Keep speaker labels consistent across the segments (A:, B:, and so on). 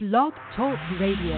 A: Blog Talk Radio.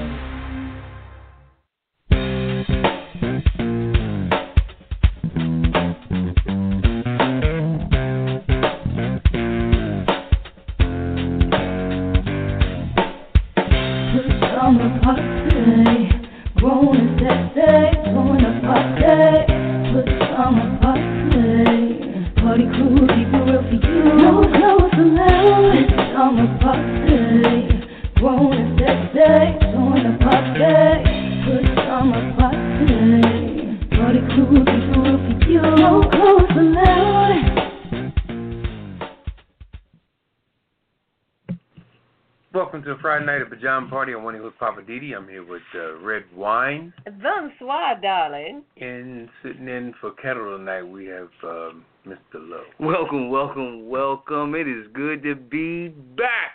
B: Welcome to the Friday Night at Pajama Party. I'm Winnie with Papa Didi. I'm here with uh, Red Wine.
C: Bonsoir, darling.
B: And sitting in for Kettle tonight, we have um, Mr. Lowe.
D: Welcome, welcome, welcome. It is good to be back.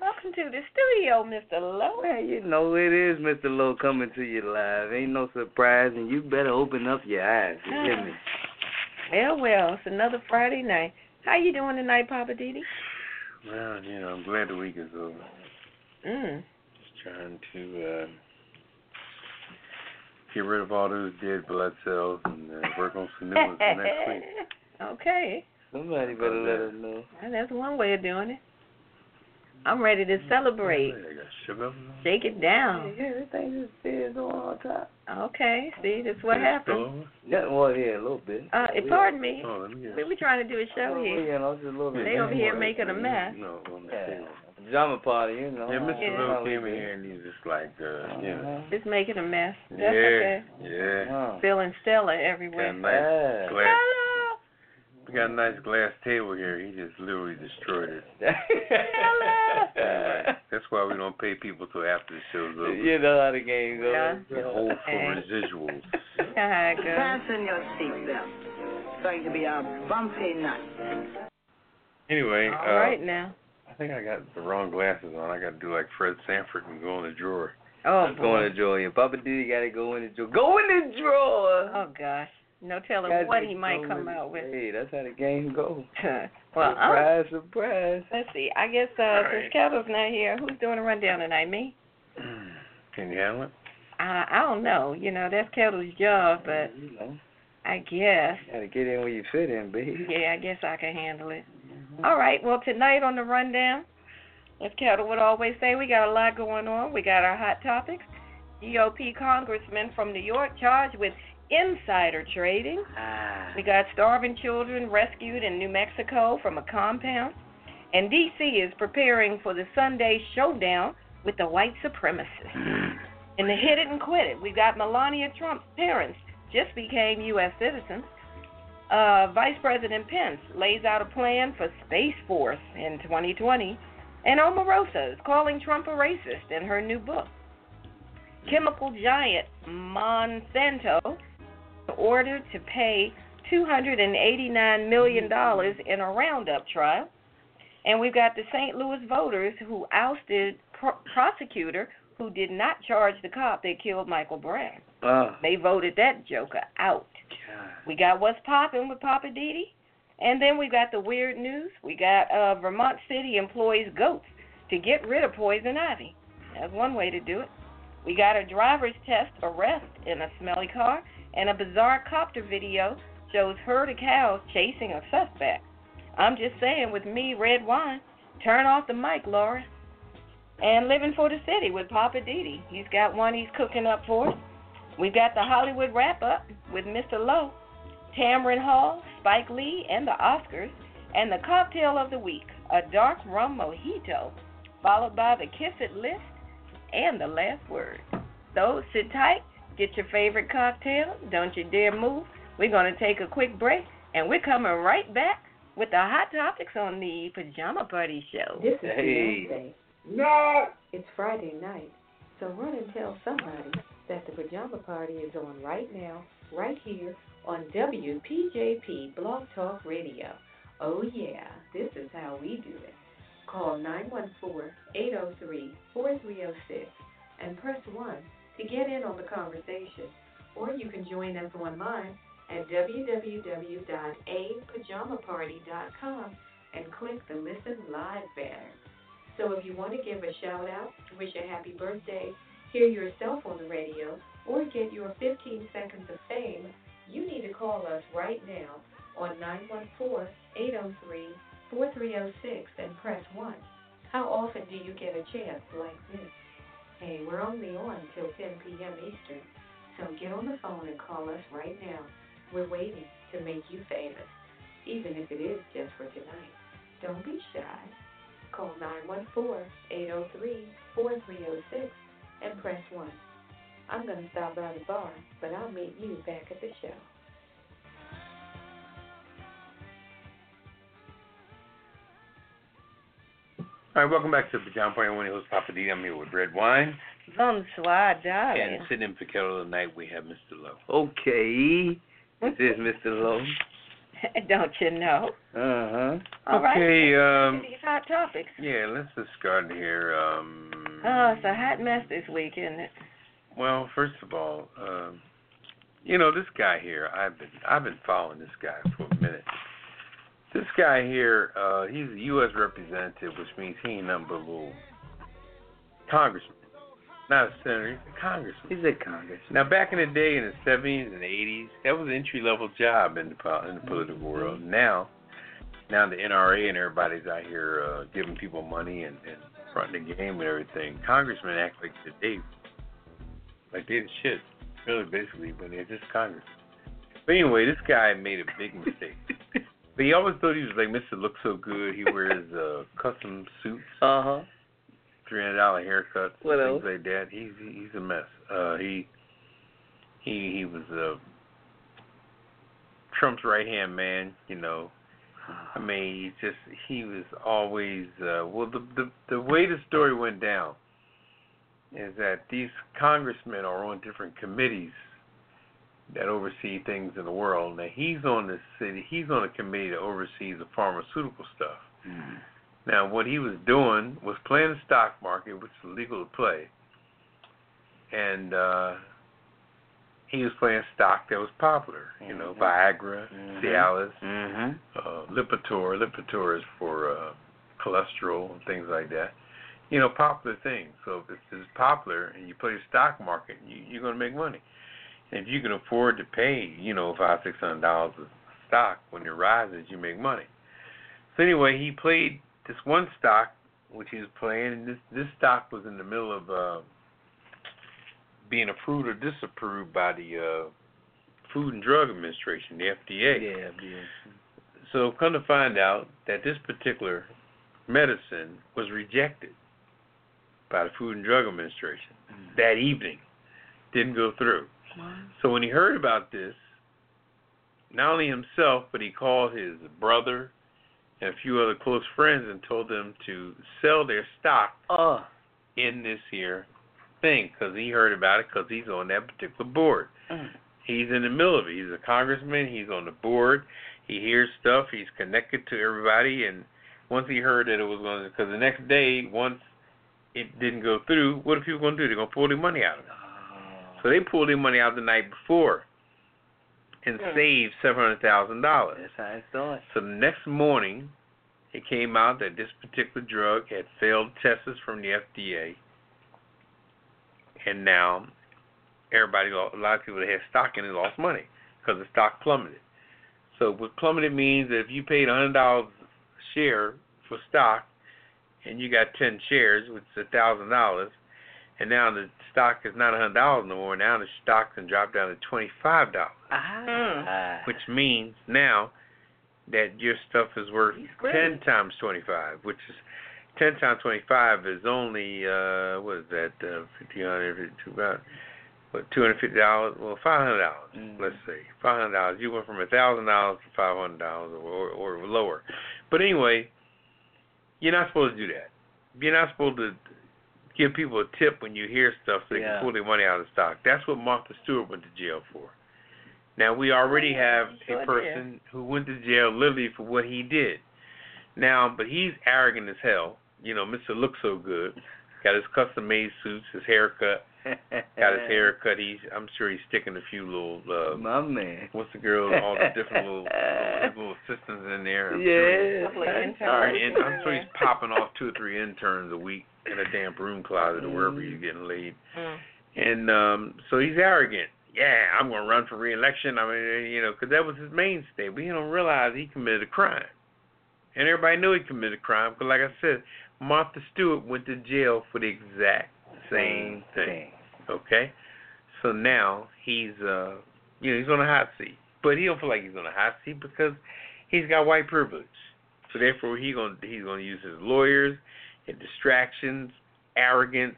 C: Welcome to the studio, Mr. Lowe.
D: Man, you know it is Mr. Low coming to you live. Ain't no surprise, and you better open up your eyes. You hear me?
C: Yeah, well, it's another Friday night. How you doing tonight, Papa Didi?
B: Well, you know, I'm glad the week is over.
C: Mm.
B: Just trying to uh, get rid of all those dead blood cells and uh, work on some new ones for next week.
C: okay.
D: Somebody better let us know.
C: Well, that's one way of doing it. I'm ready to celebrate.
B: I got sugar.
C: Shake it down.
D: everything just is on all top.
C: Okay. See, that's what happened.
D: Yeah, well, yeah, a little bit.
C: Uh, eh,
D: We-
C: pardon me.
B: Oh, let me get
C: We were trying to do a
D: Oh,
C: show here.
D: yeah, no, just a little bit.
C: They over here making a mess.
B: No, on the
D: Yeah,
B: table.
D: pajama party, you know.
B: Yeah, Mr.
C: Yeah.
B: Lowe came in here and he's just like, uh, you know.
D: Uh-huh.
C: Just making a mess. That's
B: Yeah,
C: okay.
B: yeah.
D: Uh-huh.
C: Feeling Stella
B: Got a
C: everywhere.
B: nice
D: Yeah.
B: glass.
C: Hello.
B: We got a nice glass table here. He just literally destroyed it. Anyway, that's why we don't pay people till after the show's over.
D: you know how the game goes.
C: Yeah.
B: You hold for
C: Okay.
B: residuals.
C: Hi, girl.
E: Fasten your seatbelt. It's going to be a bumpy night.
B: Anyway, uh,
C: All right now.
B: I think I got the wrong glasses on. I got to do like Fred Sanford and go in the drawer.
C: Oh,
D: I'm
C: boy.
D: going to drawer. Your Papa Diddy got to go in the drawer. Go in the drawer.
C: Oh gosh, no telling
D: Gotta
C: what he might
D: go in
C: come
D: the-
C: out with.
D: Hey, that's how the game goes.
C: well, um,
D: surprise, surprise.
C: let's see. I guess uh,
B: Alright.
C: since Kevin's not here, who's doing a rundown tonight? Me?
B: Can you handle it?
C: I I don't know. You know that's Kevin's job, but
D: you know,
C: I guess.
D: got to get in where you fit in, baby.
C: Yeah, I guess I can handle it.
D: Mm-hmm.
C: All right. Well, tonight on the rundown, as Kettle would always say, we got a lot going on. We got our hot topics. GOP congressman from New York charged with insider trading.
D: Ah.
C: We got starving children rescued in New Mexico from a compound. And D.C. is preparing for the Sunday showdown with the white supremacists. And the hit it and quit it. We got Melania Trump's parents just became U.S. citizens. Uh, Vice President Pence lays out a plan for Space Force in 2020. And Omarosa is calling Trump a racist in her new book. Chemical giant Monsanto order to pay $289 million in a Roundup trial. And we've got the St. Louis voters who ousted pro- prosecutor who did not charge the cop that killed Michael Brown.
D: Oh,
C: They voted that joker out.
D: God.
C: We got what's poppin' with Papa Didi, and then we got the weird news. We got uh, Vermont City employs goats to get rid of poison ivy. That's one way to do it. We got a driver's test arrest in a smelly car, and a bizarre copter video shows herd of cows chasing a suspect. I'm just saying, with me, red wine. Turn off the mic, Laura. And living for the city with Papa Didi. He's got one he's cooking up for us. We've got the Hollywood wrap up with Mr. Lowe. Tamron Hall, Spike Lee, and the Oscars, and the cocktail of the week, a dark rum mojito, followed by the Kiss It list and the last word. So sit tight, get your favorite cocktail, don't you dare move. We're going to take a quick break, and we're coming right back with the hot topics on the Pajama Party Show.
F: This is
D: Hey.
F: Beyonce. No! It's Friday night, so run and tell somebody that the pajama party is on right now, right here on WPJP Blog Talk Radio. Oh, yeah, this is how we do it. Call 914-803-4306 and press 1 to get in on the conversation, or you can join us online at www.apajamaparty.com and click the Listen Live banner. So if you want to give a shout out, wish a happy birthday, hear yourself on the radio, or get your 15 seconds of fame, you need to call us right now on 914-803-4306 and press 1. How often do you get a chance like this? Hey, we're only on till 10 p.m. Eastern, so get on the phone and call us right now. We're waiting to make you famous, even if it is just for tonight. Don't be shy. Call 914-803-4306 and press 1. I'm going to stop by the bar, but I'll meet you back at the show.
B: All right, welcome back to the Pajama Party. When it was Papa D, I'm here with Red Wine.
C: Bonsoir,
B: And
C: darling.
B: sitting in for Kettle tonight, we have Mr. Lowe.
D: Okay. This is Mr. Lowe.
C: Don't you know?
D: Uh huh.
C: All right.
B: Uh-huh. okay, um,
C: These hot topics.
B: yeah, let's just start here. Um,
C: Oh, it's a hot mess this week, isn't it?
B: Well, first of all, um, you know this guy here. I've been I've been following this guy for a minute. This guy here, uh, he's a U.S. representative, which means he ain't nothing but a little congressman, not a senator. He's a congressman.
D: He's a Congress.
B: Now, back in the day, in the seventies and eighties, that was an entry level job in the po- in the political world. Now, now the NRA and everybody's out here uh, giving people money and, and fronting the game and everything. Congressmen act like they like they the shit, really, basically, but they're just Congress. But anyway, this guy made a big mistake. but he always thought he was like Mister Looks So Good. He wears uh, custom suits
D: Uh huh.
B: three hundred dollar haircuts,
D: What
B: things
D: else?
B: like that. He's he's a mess. Uh, he he he was uh, Trump's right hand man. You know, I mean, he just he was always uh, well. The the the way the story went down is that these congressmen are on different committees that oversee things in the world. Now he's on the city. He's on a committee that oversees the pharmaceutical stuff. Now, what he was doing was playing the stock market, which is illegal to play, and uh, he was playing stock that was popular. You know,
D: Mhm.
B: Viagra,
D: Mhm.
B: Cialis,
D: Mm
B: uh, Lipitor. Lipitor is for uh, cholesterol and things like that. You know, popular things. So if it's, it's popular and you play the stock market, you, you're going to make money. And if you can afford to pay, you know, five, six hundred dollars of stock when it rises, you make money. So anyway, he played this one stock which he was playing, and this this stock was in the middle of uh, being approved or disapproved by the uh, Food and Drug Administration, the
D: hmm.
B: FDA.
D: Yeah, yeah.
B: So come to find out that this particular medicine was rejected by the Food and Drug Administration that evening. Didn't go through. So when he heard about this, not only himself, but he called his brother and a few other close friends and told them to sell their stock
D: Oh.
B: in this here thing because he heard about it because he's on that particular board.
D: Mm.
B: He's in the middle of it. He's a congressman. He's on the board. He hears stuff. He's connected to everybody. And once he heard that it was going to, because the next day, once it didn't go through, what are people going to do? They're going to pull their money out of it. So they pulled their money out the night before and
C: Hmm.
B: saved $700,000.
D: That's how it starts.
B: So the next morning, it came out that this particular drug had failed tests from the FDA, and now everybody, lo- a lot of people that had stock in it lost money because the stock plummeted. So what plummeted means that if you paid hundred dollars a share for stock, and you got ten shares, which is thousand dollars, and now the stock is not hundred dollars no more. Now the stock can drop down to twenty five dollars
D: Ah.
B: Mm. which means now that your stuff is worth
C: He's great.
B: ten times twenty five, which is ten times twenty five is only uh what is that uh fifteen hundred two about what two hundred fifty dollars well five hundred dollars
C: Mm.
D: Mhm.
B: let's say five hundred dollars you went from a thousand dollars to five hundred dollars or or lower, but anyway, you're not supposed to do that. You're not supposed to give people a tip when you hear stuff so they
D: Yeah.
B: can pull their money out of stock. That's what Martha Stewart went to jail for. Now we already have
C: Sure
B: a
C: did.
B: person who went to jail literally for what he did. Now, but he's arrogant as hell. You know, Mr. Looks so good, got his custom made suits, his haircut, Got his hair cut. He's I'm sure he's sticking a few little uh,
D: My man.
B: what's the girl? All the different little little, his little systems in there. I'm Sure
D: Yeah.
C: Couple of
D: that's
C: interns.
B: Or an
D: right.
B: in, I'm sure he's popping off two or three interns a week in a damn broom closet or wherever he's getting laid.
C: Mm.
B: And um, so he's arrogant. Yeah, I'm going to run for reelection. I mean, you know, because that was his mainstay. We don't realize he committed a crime. And everybody knew he committed a crime because, like I said, Martha Stewart went to jail for the exact same thing. Okay? So now he's uh you know, he's on a hot seat. But he don't feel like he's on a hot seat because he's got white privilege. So therefore he gonna he's gonna use his lawyers, his distractions, arrogance,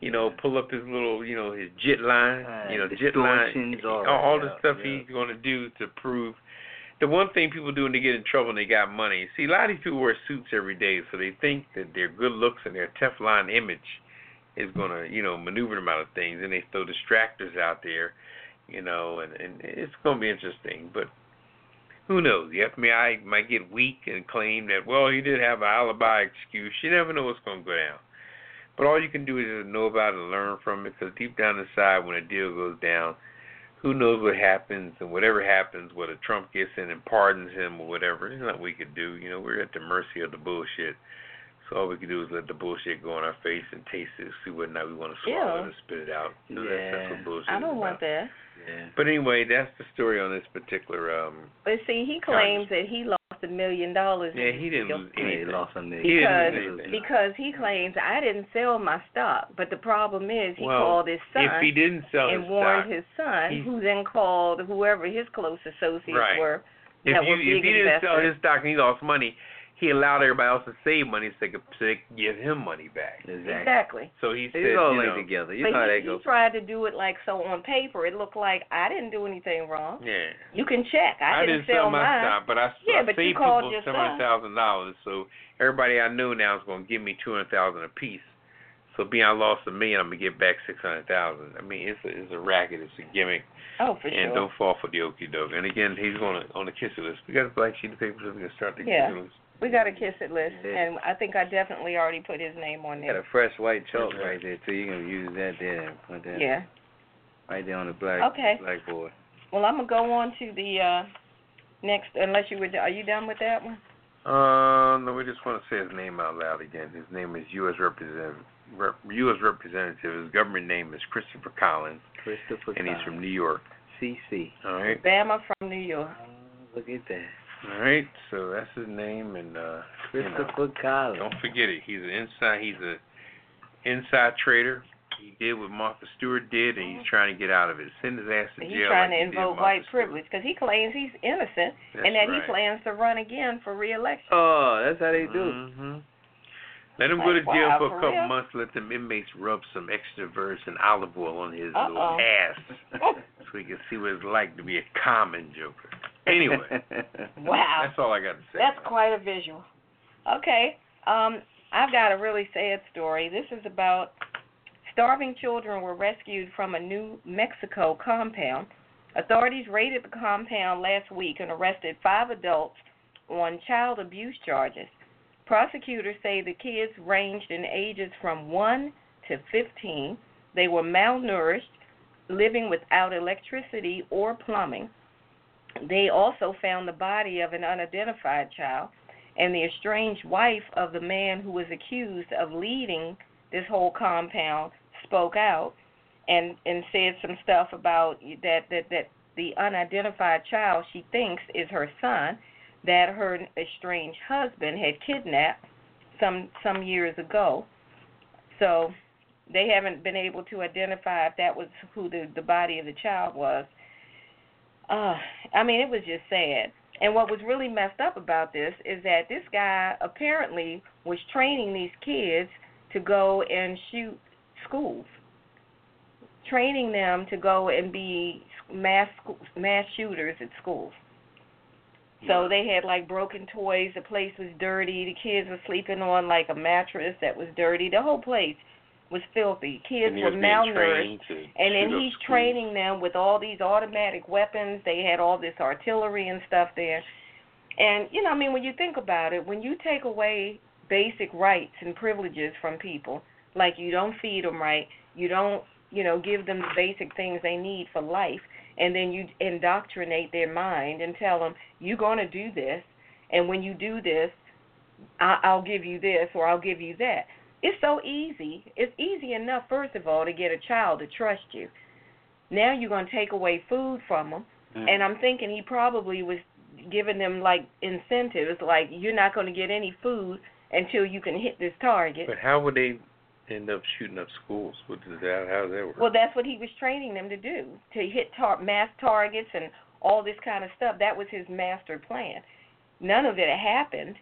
B: you know, pull up his little, you know, his jit line,
D: Uh,
B: you know, jit line,
D: distortions,
B: all,
D: all
B: all
D: that,
B: the stuff
D: yeah.
B: he's gonna do to prove. The one thing people do when they get in trouble and they got money, see, a lot of these people wear suits every day, so they think that their good looks and their Teflon image is gonna, you know, maneuver them out of things, and they throw distractors out there, you know, and and it's gonna be interesting. But who knows? The FBI might get weak and claim that well, he did have an alibi excuse. You never know what's gonna go down. But all you can do is just know about it and learn from it, because deep down inside, when a deal goes down, who knows what happens and whatever happens, whether Trump gets in and pardons him or whatever, there's nothing we could do. You know, we're at the mercy of the bullshit. So all we can do is let the bullshit go in our face and taste it, see whether or not we want to swallow
C: Ew.
B: it or spit it out. You know, that's, that's
D: Yeah.
B: what bullshit
C: I
B: is
C: don't
B: about.
C: want that.
D: Yeah.
B: But anyway, that's the story on this particular. um
C: But see, he claims that he lost a million dollars.
B: Yeah,
C: in
B: he didn't
C: the deal
B: lose
D: Yeah,
B: anything.
D: he lost a nigga.
B: He didn't
C: Because-
B: lose anything.
C: because he claims I didn't sell my stock. But the problem is, he
B: Well,
C: called his son
B: if he didn't sell
C: and
B: his
C: warned
B: stock,
C: his son,
B: He's-
C: who then called whoever his close associates
B: Right.
C: were.
B: if
C: that
B: you
C: were
B: if
C: big
B: he didn't sell
C: investors.
B: his stock and he lost money, he allowed everybody else to save money so they could, so they could give him money back.
D: Exactly.
C: Exactly.
B: So he said,
D: It's all
B: you
D: linked
B: know,
D: together. You
C: but
D: know how
C: he,
D: that
C: he
D: goes.
C: tried to do it like so on paper. It looked like I didn't do anything wrong.
B: yeah.
C: You can check. I,
B: didn't
C: sell
B: sell my
C: mine.
B: stock, but I,
C: Yeah,
B: I
C: but you
B: saved
C: called
B: people
C: your
B: seven hundred thousand dollars. So everybody I know now is going to give me two hundred thousand apiece. So being I lost a million, I'm gonna get back six hundred thousand. I mean, it's a it's a racket, it's a gimmick,
C: Oh, for
B: and
C: sure.
B: don't fall for the okie doke. And again, he's going to on the kisser list. We got a black sheet of paper, so we can start the
C: Yeah.
B: kisser list.
C: We got a kiss it list,
D: Yeah.
C: and I think I definitely already put his name on
D: You got
C: there.
D: a fresh white chalk
B: Yeah.
D: right there too. You can use that there and put that
C: Yeah.
D: right there on the black
C: Okay.
D: blackboard.
C: Well, I'm gonna go on to the uh, next. Unless you were, are you done with that one?
B: Uh, no, we just want to say his name out loud again. His name is U.S. Representative. Rep, U.S. Representative. His government name is Christopher Collins,
D: Christopher
B: and he's from New York.
D: CC.
B: All right.
C: Bama from New York.
D: Look at that.
B: All right, so that's his name, and uh, you know,
D: Christopher Collins.
B: don't forget it. He's an inside. He's a inside trader. He did what Martha Stewart did, and he's trying to get out of it. Send his ass to
C: He's
B: jail.
C: trying
B: like
C: to
B: he did
C: invoke
B: Martha
C: white
B: Stewart.
C: privilege because he claims he's innocent
B: That's
C: and that
B: right.
C: he plans to run again for reelection.
D: Oh, that's how they do.
B: hmm Let him go to
C: Like,
B: jail
C: wow,
B: for a
C: for
B: couple
C: real?
B: months. Let them inmates rub some extra verse and olive oil on his little
C: Uh-oh.
B: ass, so he can see what it's like to be a common joker. Anyway,
C: wow,
B: that's all I got to say.
C: that's quite a visual. Okay, um, I've got a really sad story. This is about starving children were rescued from a New Mexico compound. Authorities raided the compound last week and arrested five adults on child abuse charges. Prosecutors say the kids ranged in ages from 1 to 15. They were malnourished, living without electricity or plumbing. They also found the body of an unidentified child and the estranged wife of the man who was accused of leading this whole compound spoke out and and said some stuff about that that that the unidentified child she thinks is her son that her estranged husband had kidnapped some some years ago so they haven't been able to identify if that was who the the body of the child was uh i mean it was just sad and what was really messed up about this is that this guy apparently was training these kids to go and shoot schools, training them to go and be mass scho- mass shooters at schools. So they had like broken toys. The place was dirty. The kids were sleeping on like a mattress that was dirty. The whole place was filthy. Kids
B: And he
C: were
B: was being
C: malnourished.
B: trained to
C: And then
B: shoot up
C: he's
B: schools.
C: training them with all these automatic weapons. They had all this artillery and stuff there. And, you know, I mean, when you think about it, when you take away basic rights and privileges from people, like you don't feed them right, you don't you know, give them the basic things they need for life, and then you indoctrinate their mind and tell them you're going to do this, and when you do this, I- I'll give you this or I'll give you that. It's so easy. It's easy enough, first of all, to get a child to trust you. Now you're going to take away food from them,
B: Mm-hmm.
D: Mm.
C: and uh, I'm thinking he probably was giving them like incentives, like you're not going to get any food until you can hit this target.
B: But how would they end up shooting up schools? What does that? How does that work?
C: Well, that's what he was training them to do to hit tar- mass targets and all this kind of stuff. That was his master plan. None of it happened,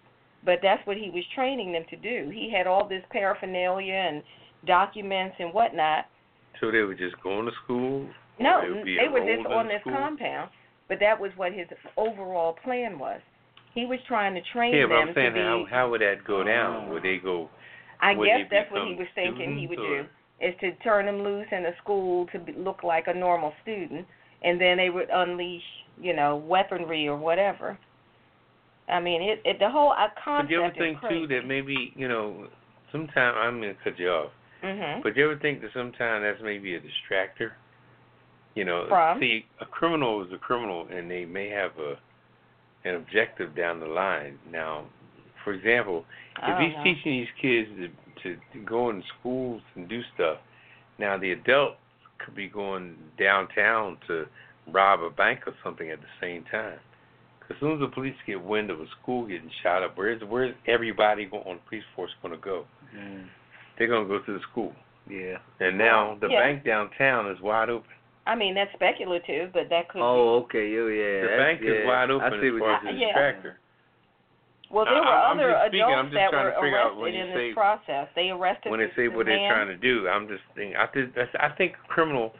C: but that's what he was training them to do. He had all this paraphernalia and documents and whatnot.
B: so they were just going to school? Or
C: No,
B: would be
C: they were
B: enrolled
C: just
B: in
C: on this
B: school?
C: compound, but that was what his overall plan was. He was trying to train
B: Yeah, but
C: them
B: I'm saying
C: to be.
B: how how would that go down? Would they go?
C: I
B: would
C: guess
B: they
C: that's what he
B: become
C: was thinking he would
B: students,
C: do
B: or-
C: is to turn them loose in a school to be, look like a normal student, and then they would unleash, you know, weaponry or whatever. I mean, it, it the whole uh,
B: But
C: concept
B: you ever
C: is
B: think
C: crazy.
B: too that maybe you know, sometime I'm gonna cut you off.
C: hmm
B: But you ever think that sometimes that's maybe a distractor? You know,
C: From?
B: see, a criminal is a criminal, and they may have a an objective down the line. Now, for example, if
C: Oh,
B: he's teaching these kids to, to to go in schools and do stuff, now the adult could be going downtown to rob a bank or something at the same time. 'Cause As soon as the police get wind of a school getting shot up, where's where's everybody go on the police force going to go?
D: Mm.
B: They're going to go to the school.
D: Yeah.
B: And now the
C: Yeah.
B: bank downtown is wide open.
C: I mean, that's speculative, but that could
D: Oh, okay. Oh, yeah.
B: the
D: that's-
B: bank
D: yeah.
B: is wide open
D: I see
B: as
D: what
B: far
D: you're
B: as the
C: Yeah.
B: tractor.
C: be. Well, there
B: I-
C: were
B: I'm
C: other
B: just speaking, I'm
C: adults
B: just
C: that
B: trying
C: were
B: to figure out
C: arrested
B: when
C: in
B: you
C: this
B: say-
C: process. They arrested
B: When they
C: this
B: say what
C: man.
B: they're trying to do, I'm just thinking. I think that's, I think a criminal,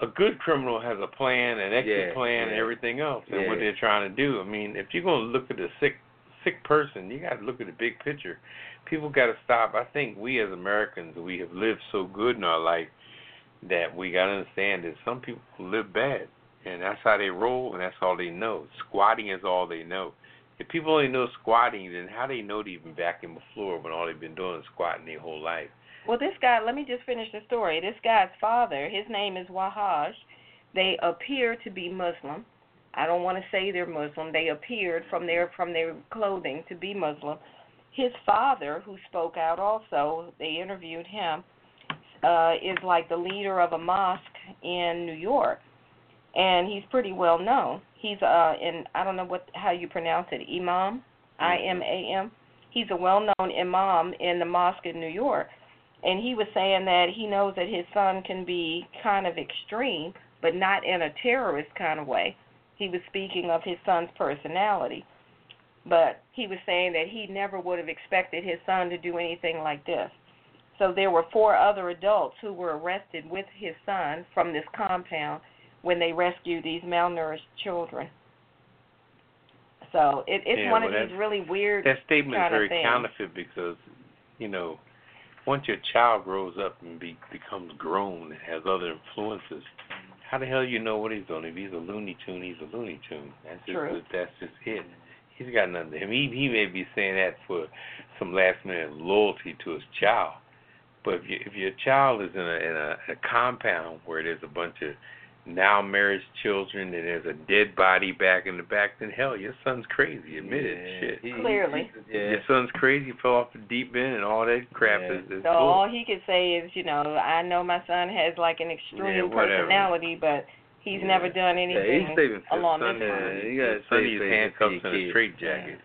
B: a good criminal has a plan, an exit
D: Yeah,
B: plan, and
D: yeah.
B: everything else, and what
D: Yeah.
B: they're trying to do. I mean, if you're going to look at a sick sick person, you got to look at the big picture. People got to stop. I think we as Americans, we have lived so good in our life that we got to understand that some people live bad, and that's how they roll, and that's all they know. Squatting is all they know. If people only know squatting, then how they know to even vacuum the floor when all they've been doing is squatting their whole life?
C: Well, this guy, let me just finish the story. This guy's father, his name is Wahaj. They appear to be Muslim. I don't want to say they're Muslim. They appeared from their from their clothing to be Muslim. His father, who spoke out also, they interviewed him, uh, is like the leader of a mosque in New York, and he's pretty well known. He's uh, in I don't know what how you pronounce it, Imam, I M A M. He's a well-known imam in the mosque in New York and he was saying that he knows that his son can be kind of extreme, but not in a terrorist kind of way. He was speaking of his son's personality, but he was saying that he never would have expected his son to do anything like this. So there were four other adults who were arrested with his son from this compound when they rescued these malnourished children. So it, it's
B: Yeah,
C: one
B: well,
C: of
B: that's-
C: these really weird.
B: That statement is
C: kinda
B: very
C: thing.
B: counterfeit because, you know, once your child grows up and be, becomes grown and has other influences, how the hell you know what he's on? If he's a looney tune, he's a looney tune. That's just
C: True.
B: that's just it. He's got nothing. To him. He he may be saying that for some last minute loyalty to his child, but if you, if your child is in a in a, a compound where there's a bunch of now married children and there's a dead body back in the back, then hell, your son's crazy. Admit
D: Yeah.
B: it. Shit.
D: He- he-
C: Clearly.
D: Yeah.
B: Your son's crazy, fell off the deep end, and all that crap
D: Yeah.
B: is, is
C: So
B: bull.
C: all he could say is, you know, I know my son has like an
B: Yeah,
C: extreme
B: whatever.
C: personality, but he's
D: Yeah.
C: never done
D: Yeah, he's
C: anything.
D: saving for
C: along
D: Sunday.
C: this line.
D: man. You
B: Your
D: gotta
B: son
D: save
B: needs
D: for your
B: handcuffs and a
D: kids.
B: straight jacket.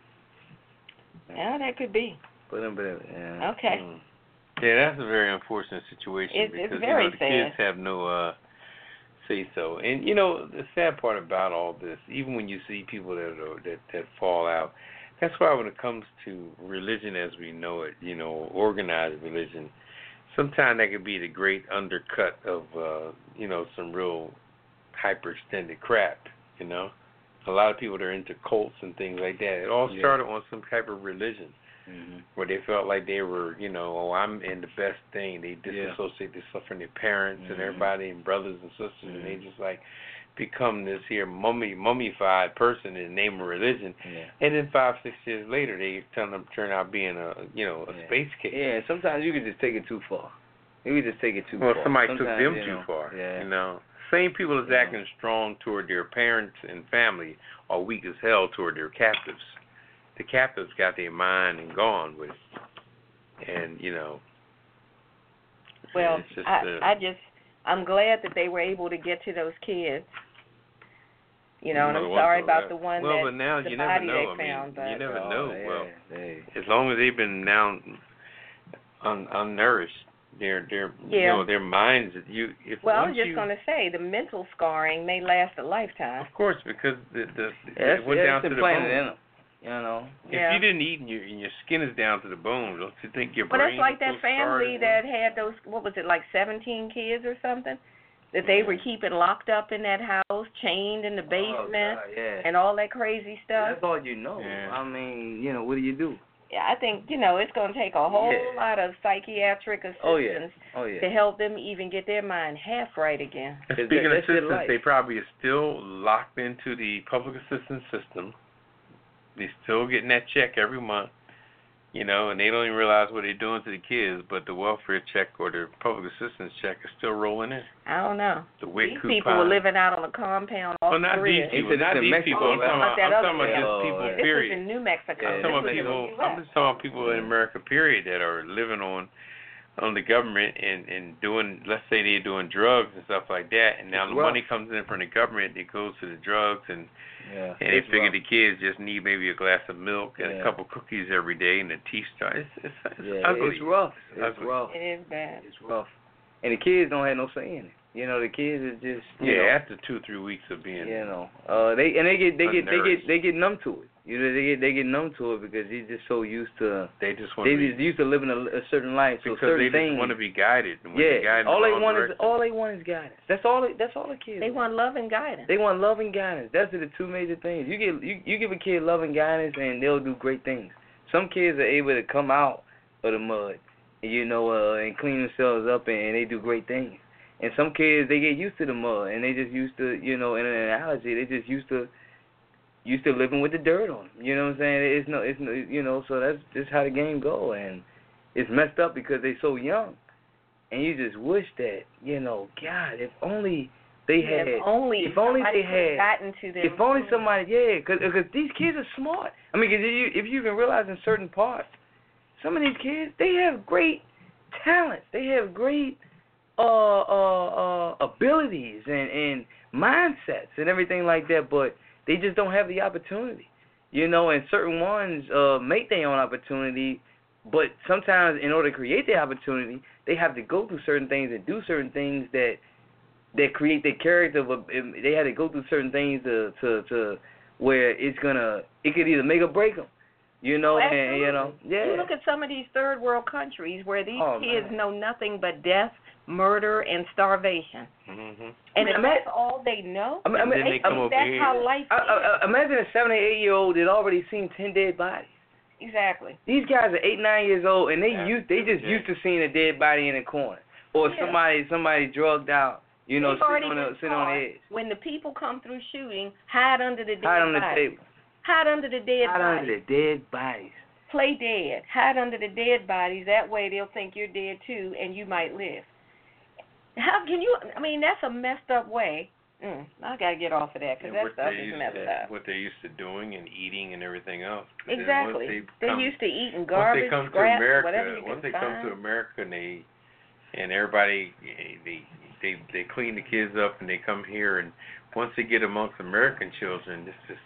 C: yeah, that could be.
D: Put him, put him. Yeah.
C: Okay.
B: Mm. Yeah, that's a very unfortunate situation
C: It's- it's
B: because
C: very
B: you know the
C: sad.
B: kids have no uh say so. And you know the sad part about all this, even when you see people that are, that that fall out, that's why when it comes to religion as we know it, you know, organized religion, sometimes that could be the great undercut of uh, you know some real hyperextended crap. You know, a lot of people that are into cults and things like that. It all
D: Yeah.
B: started on some type of religion
D: Mhm.
B: where they felt like they were, you know, oh, I'm in the best thing. They
D: Yeah.
B: disassociate themselves from their parents
D: Mhm.
B: and everybody and brothers and sisters, and they
D: Mhm.
B: just like become this here mummy mummified person in the name of religion.
D: Yeah.
B: And then five, six years later, they turn them turn out being a, you know, a
D: Yeah.
B: space case.
D: Yeah, sometimes you can just take it too far. We just take it too
B: Well,
D: far.
B: somebody took
D: Sometimes,
B: them
D: you
B: too
D: know,
B: far.
D: Yeah.
B: You know, same people that's
D: Yeah.
B: acting strong toward their parents and family are weak as hell toward their captives. The captives got their mind and gone with it, and you know. and
C: Well,
B: it's just,
C: I,
B: uh,
C: I just, I'm glad that they were able to get to those kids. You know, and I'm
B: another one
C: sorry
B: for
C: about
B: that.
C: the one
B: well,
C: that
B: but now
C: the
B: you
C: body
B: never know.
C: they found,
B: I mean,
C: but-
B: you never
D: Oh,
B: know.
D: yeah,
B: Well,
D: they,
B: as long as they've been now un, unnourished, their their you
C: Yeah.
B: know their minds. You if
C: Well, I was
B: once
C: just
B: you,
C: going to say the mental scarring may last a lifetime.
B: Of course, because the the
D: yeah,
B: it went
D: yeah,
B: down
D: it's
B: to the
D: implanted
B: bone.
D: in 'em, You know.
B: If
C: Yeah.
B: you didn't eat and your and your skin is down to the bone, don't you think your
C: But
B: brain?
C: it's like
B: is
C: that
B: so scarred
C: family
B: and-
C: that had those what was it like 17 kids or something that they were keeping locked up in that house, chained in the
D: Oh,
C: basement
D: God, yeah.
C: and all that crazy stuff.
D: That's all you know.
B: Yeah.
D: I mean, you know, what do you do?
C: Yeah, I think, you know, it's going to take a whole
D: Yeah.
C: lot of psychiatric assistance
D: Oh, yeah. Oh yeah.
C: to help them even get their mind half right again.
B: And
D: Is
B: Speaking
D: that-
B: of
D: that's their
B: assistance,
D: life.
B: they probably are still locked into the public assistance system. They're still getting that check every month, you know, and they don't even realize what they're doing to the kids. But the welfare check or the public assistance check is still rolling in.
C: I don't know.
B: The WIC
C: These
B: coupon.
C: people were living out on a compound off
B: Well, not
C: the
B: these
C: grid.
B: people.
D: He said
B: Not
D: this in
B: these
D: Mexico.
B: people. I'm
C: Oh,
B: talking
C: about
B: about,
C: that
B: I'm
C: other
B: talking about
D: place.
B: just people.
D: Oh, yeah.
C: This
B: period.
C: is in New Mexico.
D: Yeah,
B: I'm talking
C: This
B: about
C: was in
B: people.
C: the
B: I'm
C: US.
B: just talking about people in America, period, that are living on on the government and and doing. Let's say they're doing drugs and stuff like that, and now
D: It's
B: the
D: rough.
B: money comes in from the government. It goes to the drugs, and
D: yeah.
B: and they figure the kids just need maybe a glass of milk and
D: Yeah.
B: a couple cookies every day, and a tea start. It's it's, it's
D: yeah,
B: ugly.
D: It's rough. It's
B: Ugly.
D: rough.
C: It is bad.
D: It's rough. And the kids don't have no say in it. You know, the kids is just you
B: yeah,
D: know,
B: after two three weeks of being.
D: you know. Uh they and they get they get they
B: Unnerved.
D: get they get numb to it. You know, they get they get numb to it because they're just so used to
B: They just want
D: they
B: to be,
D: just used to living a, a certain life. So
B: because
D: certain
B: they
D: things
B: just want to be guided. And when they're
D: Yeah.
B: guided in
D: All
B: the
D: they
B: wrong
D: want
B: direction,
D: is all they want is guidance. That's all they, that's all the kids.
C: They want love and guidance.
D: They want love and guidance. That's the two major things. You get you, you give a kid love and guidance, and they'll do great things. Some kids are able to come out of the mud, you know, uh, and clean themselves up, and, and they do great things. And some kids they get used to the mud, and they just used to, you know, in an analogy, they just used to used to living with the dirt on. 'em. You know what I'm saying? It's no, it's no, you know. So that's just how the game go, and it's messed up because they so young. And you just wish that, you know, God, if only they had,
C: if only
D: if only
C: somebody
D: they
C: could have
D: had,
C: gotten to them.
D: if only somebody, yeah, because these kids are smart. I mean, 'cause you, if you can realize in certain parts, some of these kids they have great talents, they have great uh, uh, uh, abilities and and mindsets and everything like that, but they just don't have the opportunity, you know. And certain ones uh, make their own opportunity, but sometimes in order to create the opportunity, they have to go through certain things and do certain things that that create their character, but um, they had to go through certain things to to to where it's gonna it could either make or break them, you know,
C: Oh,
D: and you know,
C: absolutely.
D: yeah,
C: You look at some of these third world countries where these
D: Oh,
C: kids
D: man.
C: know nothing but death, murder, and starvation.
B: hmm
C: And
D: I
C: if
D: mean,
C: that's all they know,
D: I mean, I
B: And
D: mean,
B: then they
D: I-
B: come
D: I-
B: over
C: um, that's
B: here. Uh,
C: how life
D: I,
C: is.
D: I, I- imagine a seven or eight year old that already seen ten dead bodies.
C: Exactly.
D: These guys are eight nine years old and they
B: Yeah,
D: used they just
B: yeah.
D: used to seeing a dead body in a corner or
C: Yeah.
D: somebody somebody drugged out, you know,
C: They've already
D: sitting on
C: been
D: the, sitting on the
C: taught
D: edge,
C: When the people come through shooting, hide under the dead
D: hide on the
C: body.
D: table,
C: Hide under the dead
D: hide
C: body.
D: under the dead bodies.
C: Play dead. Hide under the dead bodies. That way they'll think you're dead too and you might live. How can you? I mean, that's a messed up way. Mm, I got to get off of that because
B: and
C: that
B: what
C: stuff
B: they're
C: is
B: used
C: messed
B: to,
C: up.
B: What they're used to doing and eating and everything else. But then once
C: Exactly.
B: They
C: They are
B: come,
C: used to eating
B: once
C: garbage,
B: they come
C: scraps,
B: to America,
C: whatever you
B: once
C: can
B: they
C: find.
B: come to America and they and everybody eh, they they they clean the kids up and they come here and once they get amongst American children, it's just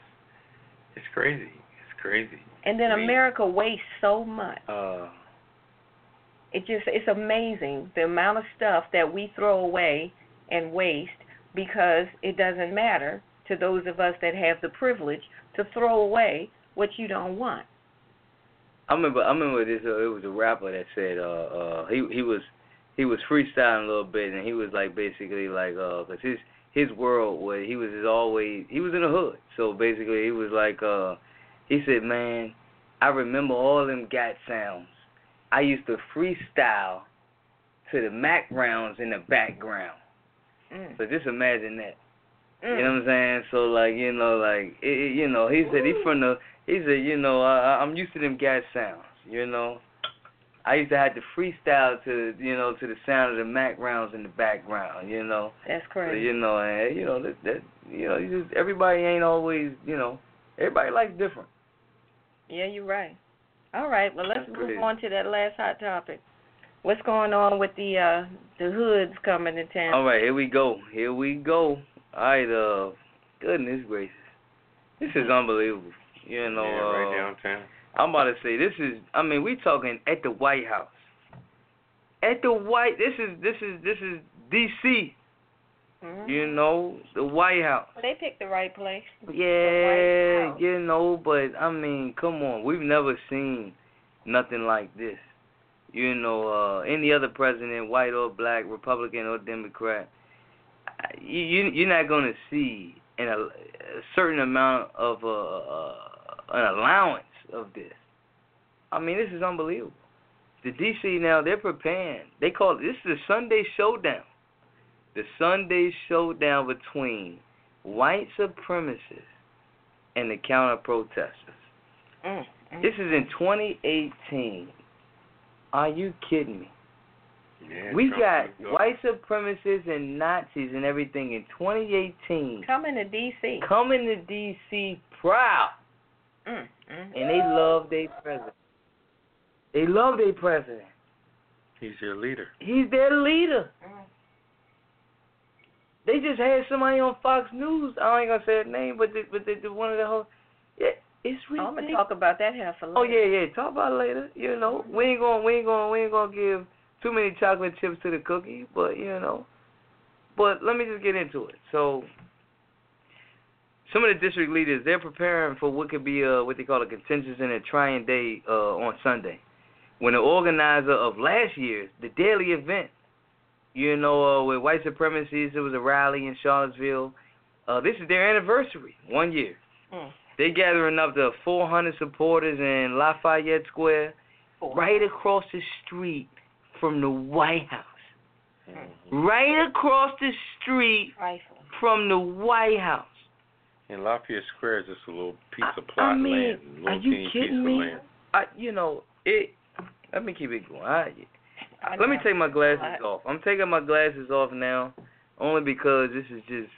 B: it's crazy. It's crazy.
C: and then
B: I mean-
C: America wastes so much.
D: Uh,
C: It just it's amazing the amount of stuff that we throw away and waste because it doesn't matter to those of us that have the privilege to throw away what you don't want.
D: I remember I remember this uh, it was a rapper that said uh uh he he was he was freestyling a little bit and he was like basically like uh 'cause his his world was he was just always he was in the hood. So basically he was like uh he said, Man, I remember all them gat sounds. I used to freestyle to the Mac rounds in the background.
C: Mm.
D: So just imagine that.
C: Mm.
D: You know what I'm saying? So like, you know, like, it, it- you know, he said he from the, he said, you know, I, I- I'm used to them gas sounds, you know, I used to have to freestyle to you know to the sound of the Mac rounds in the background, you know.
C: That's
D: So,
C: crazy.
D: you know, and you know that that you know you just everybody ain't always you know everybody likes different.
C: Yeah, you're right. All right, well let's
D: That's
C: move
D: crazy.
C: on to that last hot topic. What's going on with the uh the hoods coming to town?
D: All right, here we go. Here we go. All right, uh, goodness gracious, this is unbelievable. You know,
B: yeah, right
D: uh,
B: downtown.
D: I'm about to say this is. I mean, we talking at the White House. At the White, this is this is this is D.C.
C: Mhm.
D: Oh, You know, the White House.
C: Well, they picked the right place.
D: Yeah,
C: House.
D: you know, but I mean, come on, we've never seen nothing like this. You know, uh, any other president, white or black, Republican or Democrat, I- you you- you're not gonna see an, a certain amount of uh, uh, an allowance of this. I mean, this is unbelievable. The DC now they're preparing. They call it, this is the Sunday showdown. The Sunday showdown between white supremacists and the counter protesters.
C: Mm, mm.
D: This is in 2018. Are you kidding me?
B: Yeah,
D: we
B: Trump
D: got
B: was up.
D: white supremacists and Nazis and everything in 2018
C: coming to D.C.
D: coming to D.C. proud,
C: Mm, mm.
D: and they love their president. They love their president.
B: He's your leader.
D: He's their leader. They just had somebody on Fox News. I ain't gonna say her name, but the, but the, the one of the whole. Yeah, it's
C: I'm gonna
D: ridiculous.
C: talk about that half a lot.
D: Oh yeah, yeah. Talk about it later. You know, we ain't going, to we ain't going, to we ain't going to give too many chocolate chips to the cookie, but you know. But let me just get into it. So, some of the district leaders they're preparing for what could be a what they call a contentious and a trying day uh, on Sunday, when the organizer of last year's the daily event, you know, uh, with white supremacists, it was a rally in Charlottesville. Uh, this is their anniversary, one year.
C: Mm.
D: They gathering up to 400 supporters in Lafayette Square,
C: Hmm.
D: right across the street from the White House.
B: Mm-hmm.
D: Right across the street
C: Trifling.
D: from the White House.
B: And Lafayette Square is just a little piece
D: I-
B: of plot
D: I mean,
B: land, a
D: are
B: little
D: you
B: teeny piece
D: kidding
B: of
D: me?
B: land.
D: I, you know, it. Let me keep it going. I,
C: I
D: let me
C: know.
D: take my glasses
C: What?
D: off. I'm taking my glasses off now, only because this is just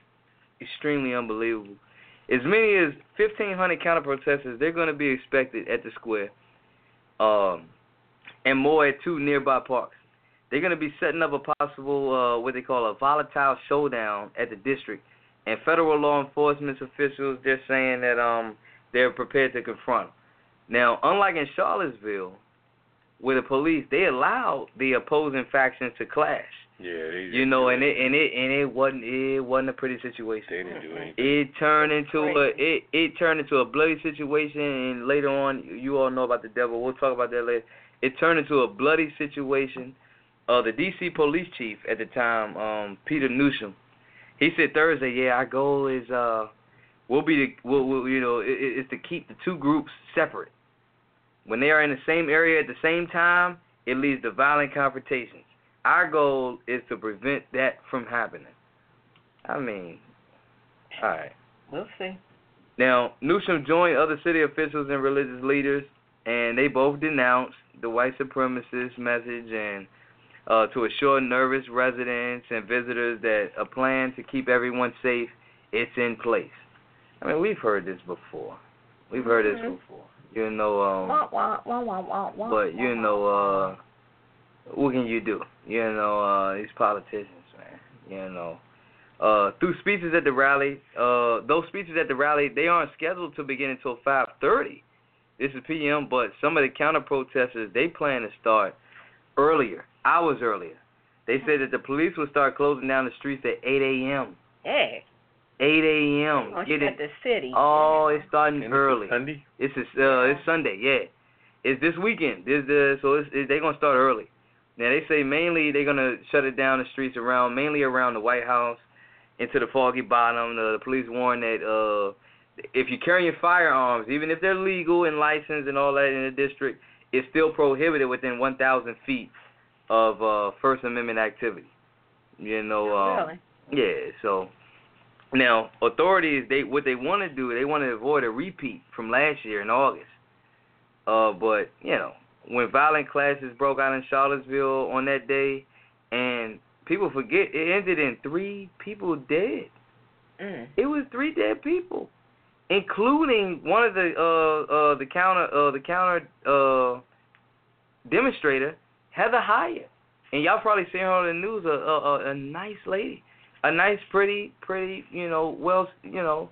D: extremely unbelievable. As many as 1,500 counter protesters, they're going to be expected at the square, um, and more at two nearby parks. They're going to be setting up a possible uh, what they call a volatile showdown at the district, and federal law enforcement officials they're saying that um they're prepared to confront. 'em. Now, unlike in Charlottesville, where the police they allowed the opposing factions to clash,
B: Yeah, they
D: you know, and it and it and it wasn't it wasn't a pretty situation.
B: they didn't do anything.
D: It turned into a
C: Crazy.
D: it it turned into a bloody situation, and later on, you all know about the devil. We'll talk about that later. It turned into a bloody situation. Uh, the D.C. police chief at the time, um, Peter Newsom, he said Thursday, "Yeah, our goal is uh, we'll be the, we'll, we'll you know it, it- it's to keep the two groups separate. When they are in the same area at the same time, it leads to violent confrontations. Our goal is to prevent that from happening." I mean, all right.
C: We'll see.
D: Now, Newsom joined other city officials and religious leaders, and they both denounced the white supremacist message and uh, to assure nervous residents and visitors that a plan to keep everyone safe it's in place. I mean, we've heard this before. We've heard this
C: Mhm.
D: before. You know, um,
C: Wah, wah, wah, wah, wah, wah,
D: but you
C: wah.
D: know, uh, what can you do? You know, uh, these politicians, man. You know, uh, through speeches at the rally, uh, those speeches at the rally, they aren't scheduled to begin until 5:30. This is p.m. But some of the counter protesters, they plan to start earlier, hours earlier. They said that the police will start closing down the streets at 8 a.m.
C: Yeah,
D: 8 a.m.
C: oh,
D: Get
C: you got
D: it?
C: the city.
D: Oh, it's starting
B: And it's a
D: early.
B: Sunday?
D: It's this, uh, it's Sunday, yeah. It's this weekend. This the so it's, it, they're gonna start early. Now they say mainly they're gonna shut it down the streets around mainly around the White House, into the Foggy Bottom. The, the police warn that uh, if you're carrying firearms, even if they're legal and licensed and all that in the district, it's still prohibited within 1,000 feet of uh, First Amendment activity. You know. Um,
C: really?
D: yeah, so now authorities they what they want to do, they want to avoid a repeat from last year in August. Uh but, you know, when violent clashes broke out in Charlottesville on that day, and people forget it ended in three people dead.
C: Mm.
D: It was three dead people, including one of the uh uh the counter uh the counter uh demonstrator Heather Heyer, and y'all probably seen her on the news. A a, a, a nice lady, a nice pretty pretty you know well you know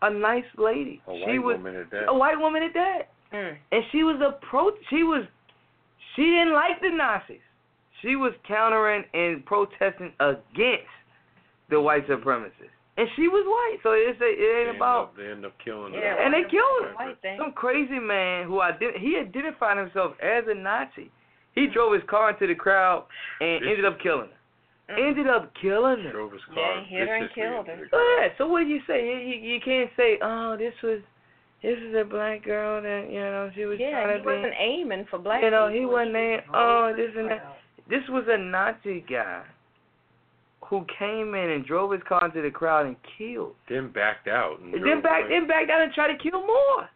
D: a nice lady.
B: A
D: she
B: white
D: was
B: woman at that.
D: a white woman at that
C: Mm.
D: and she was a pro. She was, she didn't like the Nazis. She was countering and protesting against the white supremacists, and she was white. So it's a,
B: They
D: it ain't
B: end
D: about
B: up- they end up killing
C: Yeah,
B: her.
D: and they killed her.
C: White thing.
D: Some crazy man who ident- he identified himself as a Nazi. He
C: Mm.
D: drove his car into the crowd and ended up killing her.
C: Mm.
D: Ended up killing her.
B: Drove his car
C: Yeah, he hit her and
B: viciously
C: killed
B: into
C: her.
B: the car.
D: Yeah, so what do you say? You, you you can't say, oh, this was this is a black girl that you know she was
C: Yeah,
D: trying
C: he
D: to be.
C: wasn't aiming for black
D: you know,
C: people.
D: he wasn't named. Oh, this and that. This was a Nazi guy who came in and drove his car into the crowd and killed.
B: Then backed out. And
D: And
B: drove
D: then back,
B: away.
D: then back out and tried to kill more.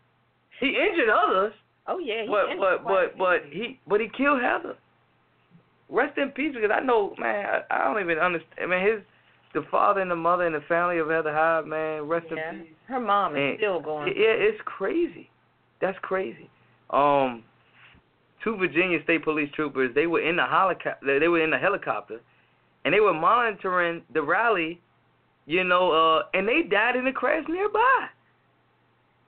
D: He injured others,
C: Oh yeah, he
D: but
C: ended
D: but
C: white
D: but but
C: people.
D: he but he killed Heather. Rest in peace, because I know, man, I, I don't even understand. I mean, his the father and the mother and the family of Heather Hyde, man, rest
C: yeah.
D: in peace.
C: her mom is
D: And-
C: still going.
D: Yeah, it's crazy. That's crazy. Um, two Virginia State Police troopers they were in the helicopter. They were in the helicopter, and they were monitoring the rally. You know, uh, and they died in a crash nearby.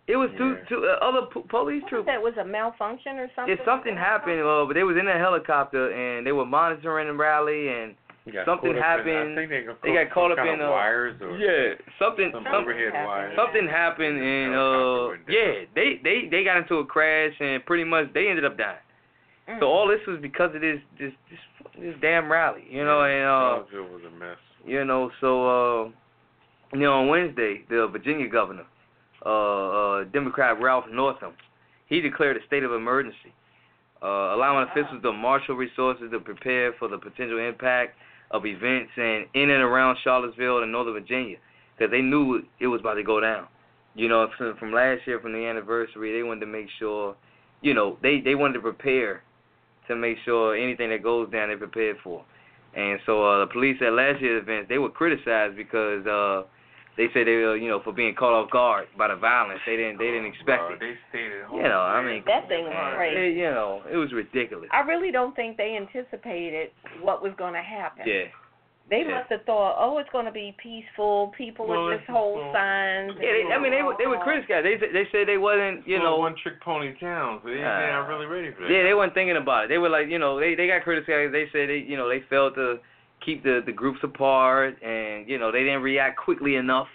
D: It was two
B: Yeah.
D: two uh, other po- police
C: What was
D: troopers.
C: that was a malfunction or something.
D: If something happened, uh, but they was in a helicopter and they were monitoring the rally, and
B: He got
D: something
B: caught up in-
D: happened.
B: I think they got caught,
D: They got caught
B: some
D: up
B: kind
D: in,
B: of
D: uh,
B: wires or
D: something
B: some
D: some-
B: overhead
C: happened.
B: wires.
D: something happened and uh
B: Helicopter went down.
D: yeah they they they got into a crash and pretty much they ended up dying
C: Mm.
D: so all this was because of this this this, this damn rally you know and uh
B: Charlottesville was a mess.
D: you know so uh you know on wednesday the virginia governor uh uh democrat ralph northam he declared a state of emergency uh allowing officials to marshal resources to prepare for the potential impact of events and in and around charlottesville and northern virginia because they knew it was about to go down you know from, from last year from the anniversary they wanted to make sure you know they they wanted to prepare to make sure anything that goes down they're prepared for and so uh, the police at last year's event, they were criticized because uh, they said they were, you know, for being caught off guard by the violence. They didn't, they didn't expect
B: Bro,
D: it.
B: Uh, They stayed at home.
D: You know, I
B: man.
D: mean,
C: That thing was
D: man,
C: crazy.
D: it- you know, it was ridiculous.
C: I really don't think they anticipated what was going to happen.
D: Yeah,
C: They
D: yeah.
C: must have thought, oh, it's going to be peaceful. People
B: Well,
C: with
B: it's
C: this whole
B: peaceful.
C: signs.
D: yeah. They, I mean, they were, they were criticized. They said- they said they wasn't, you
B: It's a
D: know,
B: one trick pony town, so they,
D: Uh,
B: they're not really ready for that.
D: yeah, they weren't thinking about it. They were like, you know, they they got criticized. They said they, you know, they failed to keep the the groups apart, and you know, they didn't react quickly enough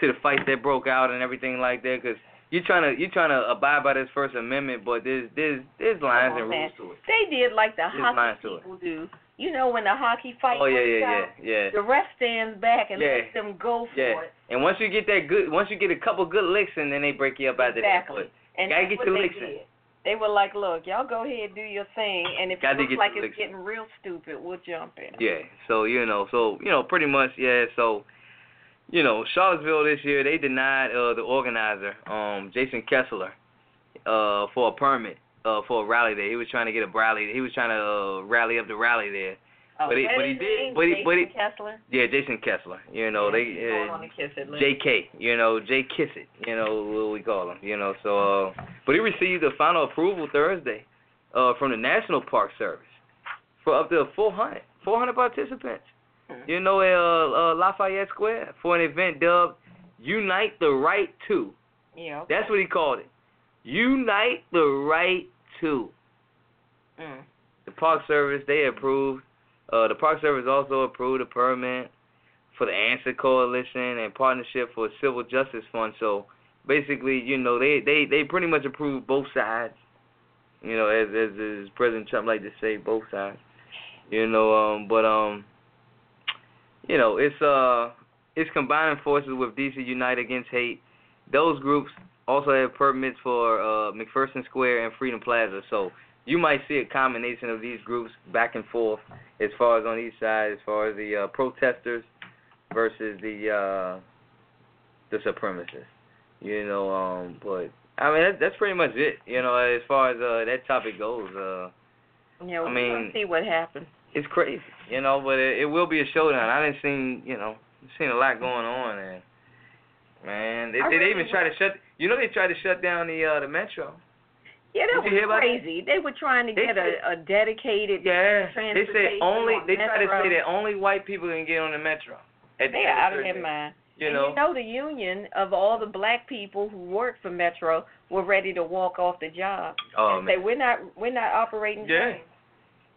D: to the fight that broke out and everything like that. Because you're trying to you're trying to abide by this First Amendment, but there's there's there's lines
C: on,
D: and
C: man.
D: rules to it.
C: They did like the
D: There's
C: hockey
D: lines to it.
C: people do. You know, when the hockey fight
D: Oh yeah,
C: breaks
D: yeah,
C: out,
D: yeah, yeah.
C: the ref stands back and
D: Yeah.
C: lets them go for
D: Yeah.
C: it.
D: And once you get that good, once you get a couple good licks, and then they break you up out of that.
C: Exactly. And
D: Gotta
C: that's
D: get
C: what
D: your
C: they
D: licks in.
C: did. They were like, look, y'all go ahead do your thing, and if
D: Gotta
C: it looks
D: get
C: like
D: your
C: it's
D: licks in.
C: getting real stupid, we'll jump in.
D: Yeah. So you know, so you know, pretty much, yeah. So you know, Charlottesville this year they denied uh, the organizer, um, Jason Kessler, uh, for a permit uh, for a rally there. He was trying to get a rally. He was trying to uh, rally up the rally there.
C: Oh,
D: But he-
C: that
D: but he
C: is
D: did-
C: named
D: but he- but he-
C: Jason Kessler.
D: Yeah, Jason Kessler. You know,
C: Yeah, he's going on
D: they
C: to kiss it,
D: uh,
C: Lynn.
D: J.K. You know, J. Kiss it. You know what we call him. You know, so uh, but he received the final approval Thursday uh, from the National Park Service for up to 400, 400 participants.
C: Mm.
D: you know, at uh, uh, Lafayette Square for an event dubbed Unite the Right To.
C: Yeah.
D: That's what he called it. Unite the Right To.
C: Mm.
D: The Park Service, they approved. Uh, the Park Service also approved a permit for the Answer Coalition and Partnership for Civil Justice Fund. So basically, you know, they, they, they pretty much approved both sides. You know, as as, as President Trump like to say, both sides. You know, um, but um, you know, it's uh, it's combining forces with DC Unite Against Hate. Those groups also have permits for uh, McPherson Square and Freedom Plaza. So you might see a combination of these groups back and forth as far as on each side, as far as the uh, protesters versus the uh, the supremacists. You know, um, but I mean, that, that's pretty much it. You know, as far as uh, that topic goes, uh,
C: You know,
D: I
C: we're gonna
D: mean-
C: see what happens.
D: it's crazy. You know, but it, it will be a showdown. I didn't seen, you know, seen a lot going on, and man, they,
C: I
D: they,
C: really
D: they even try to shut. You know, they tried to shut down the uh, the metro.
C: Yeah, that
D: Did you hear
C: was
D: about that?
C: crazy. They were trying to
D: They
C: get
D: said-
C: a, a dedicated.
D: Yeah, they
C: Transportation
D: said only.
C: on
D: They try to
C: metro.
D: say that only white people can get on the metro. At
C: They are
D: at a
C: out of their
D: certain-
C: mind.
D: You
C: And
D: know,
C: you know the union of all the black people who work for Metro were ready to walk off the job
D: oh
C: and say
D: man.
C: we're not we're not operating.
D: Yeah.
C: trains."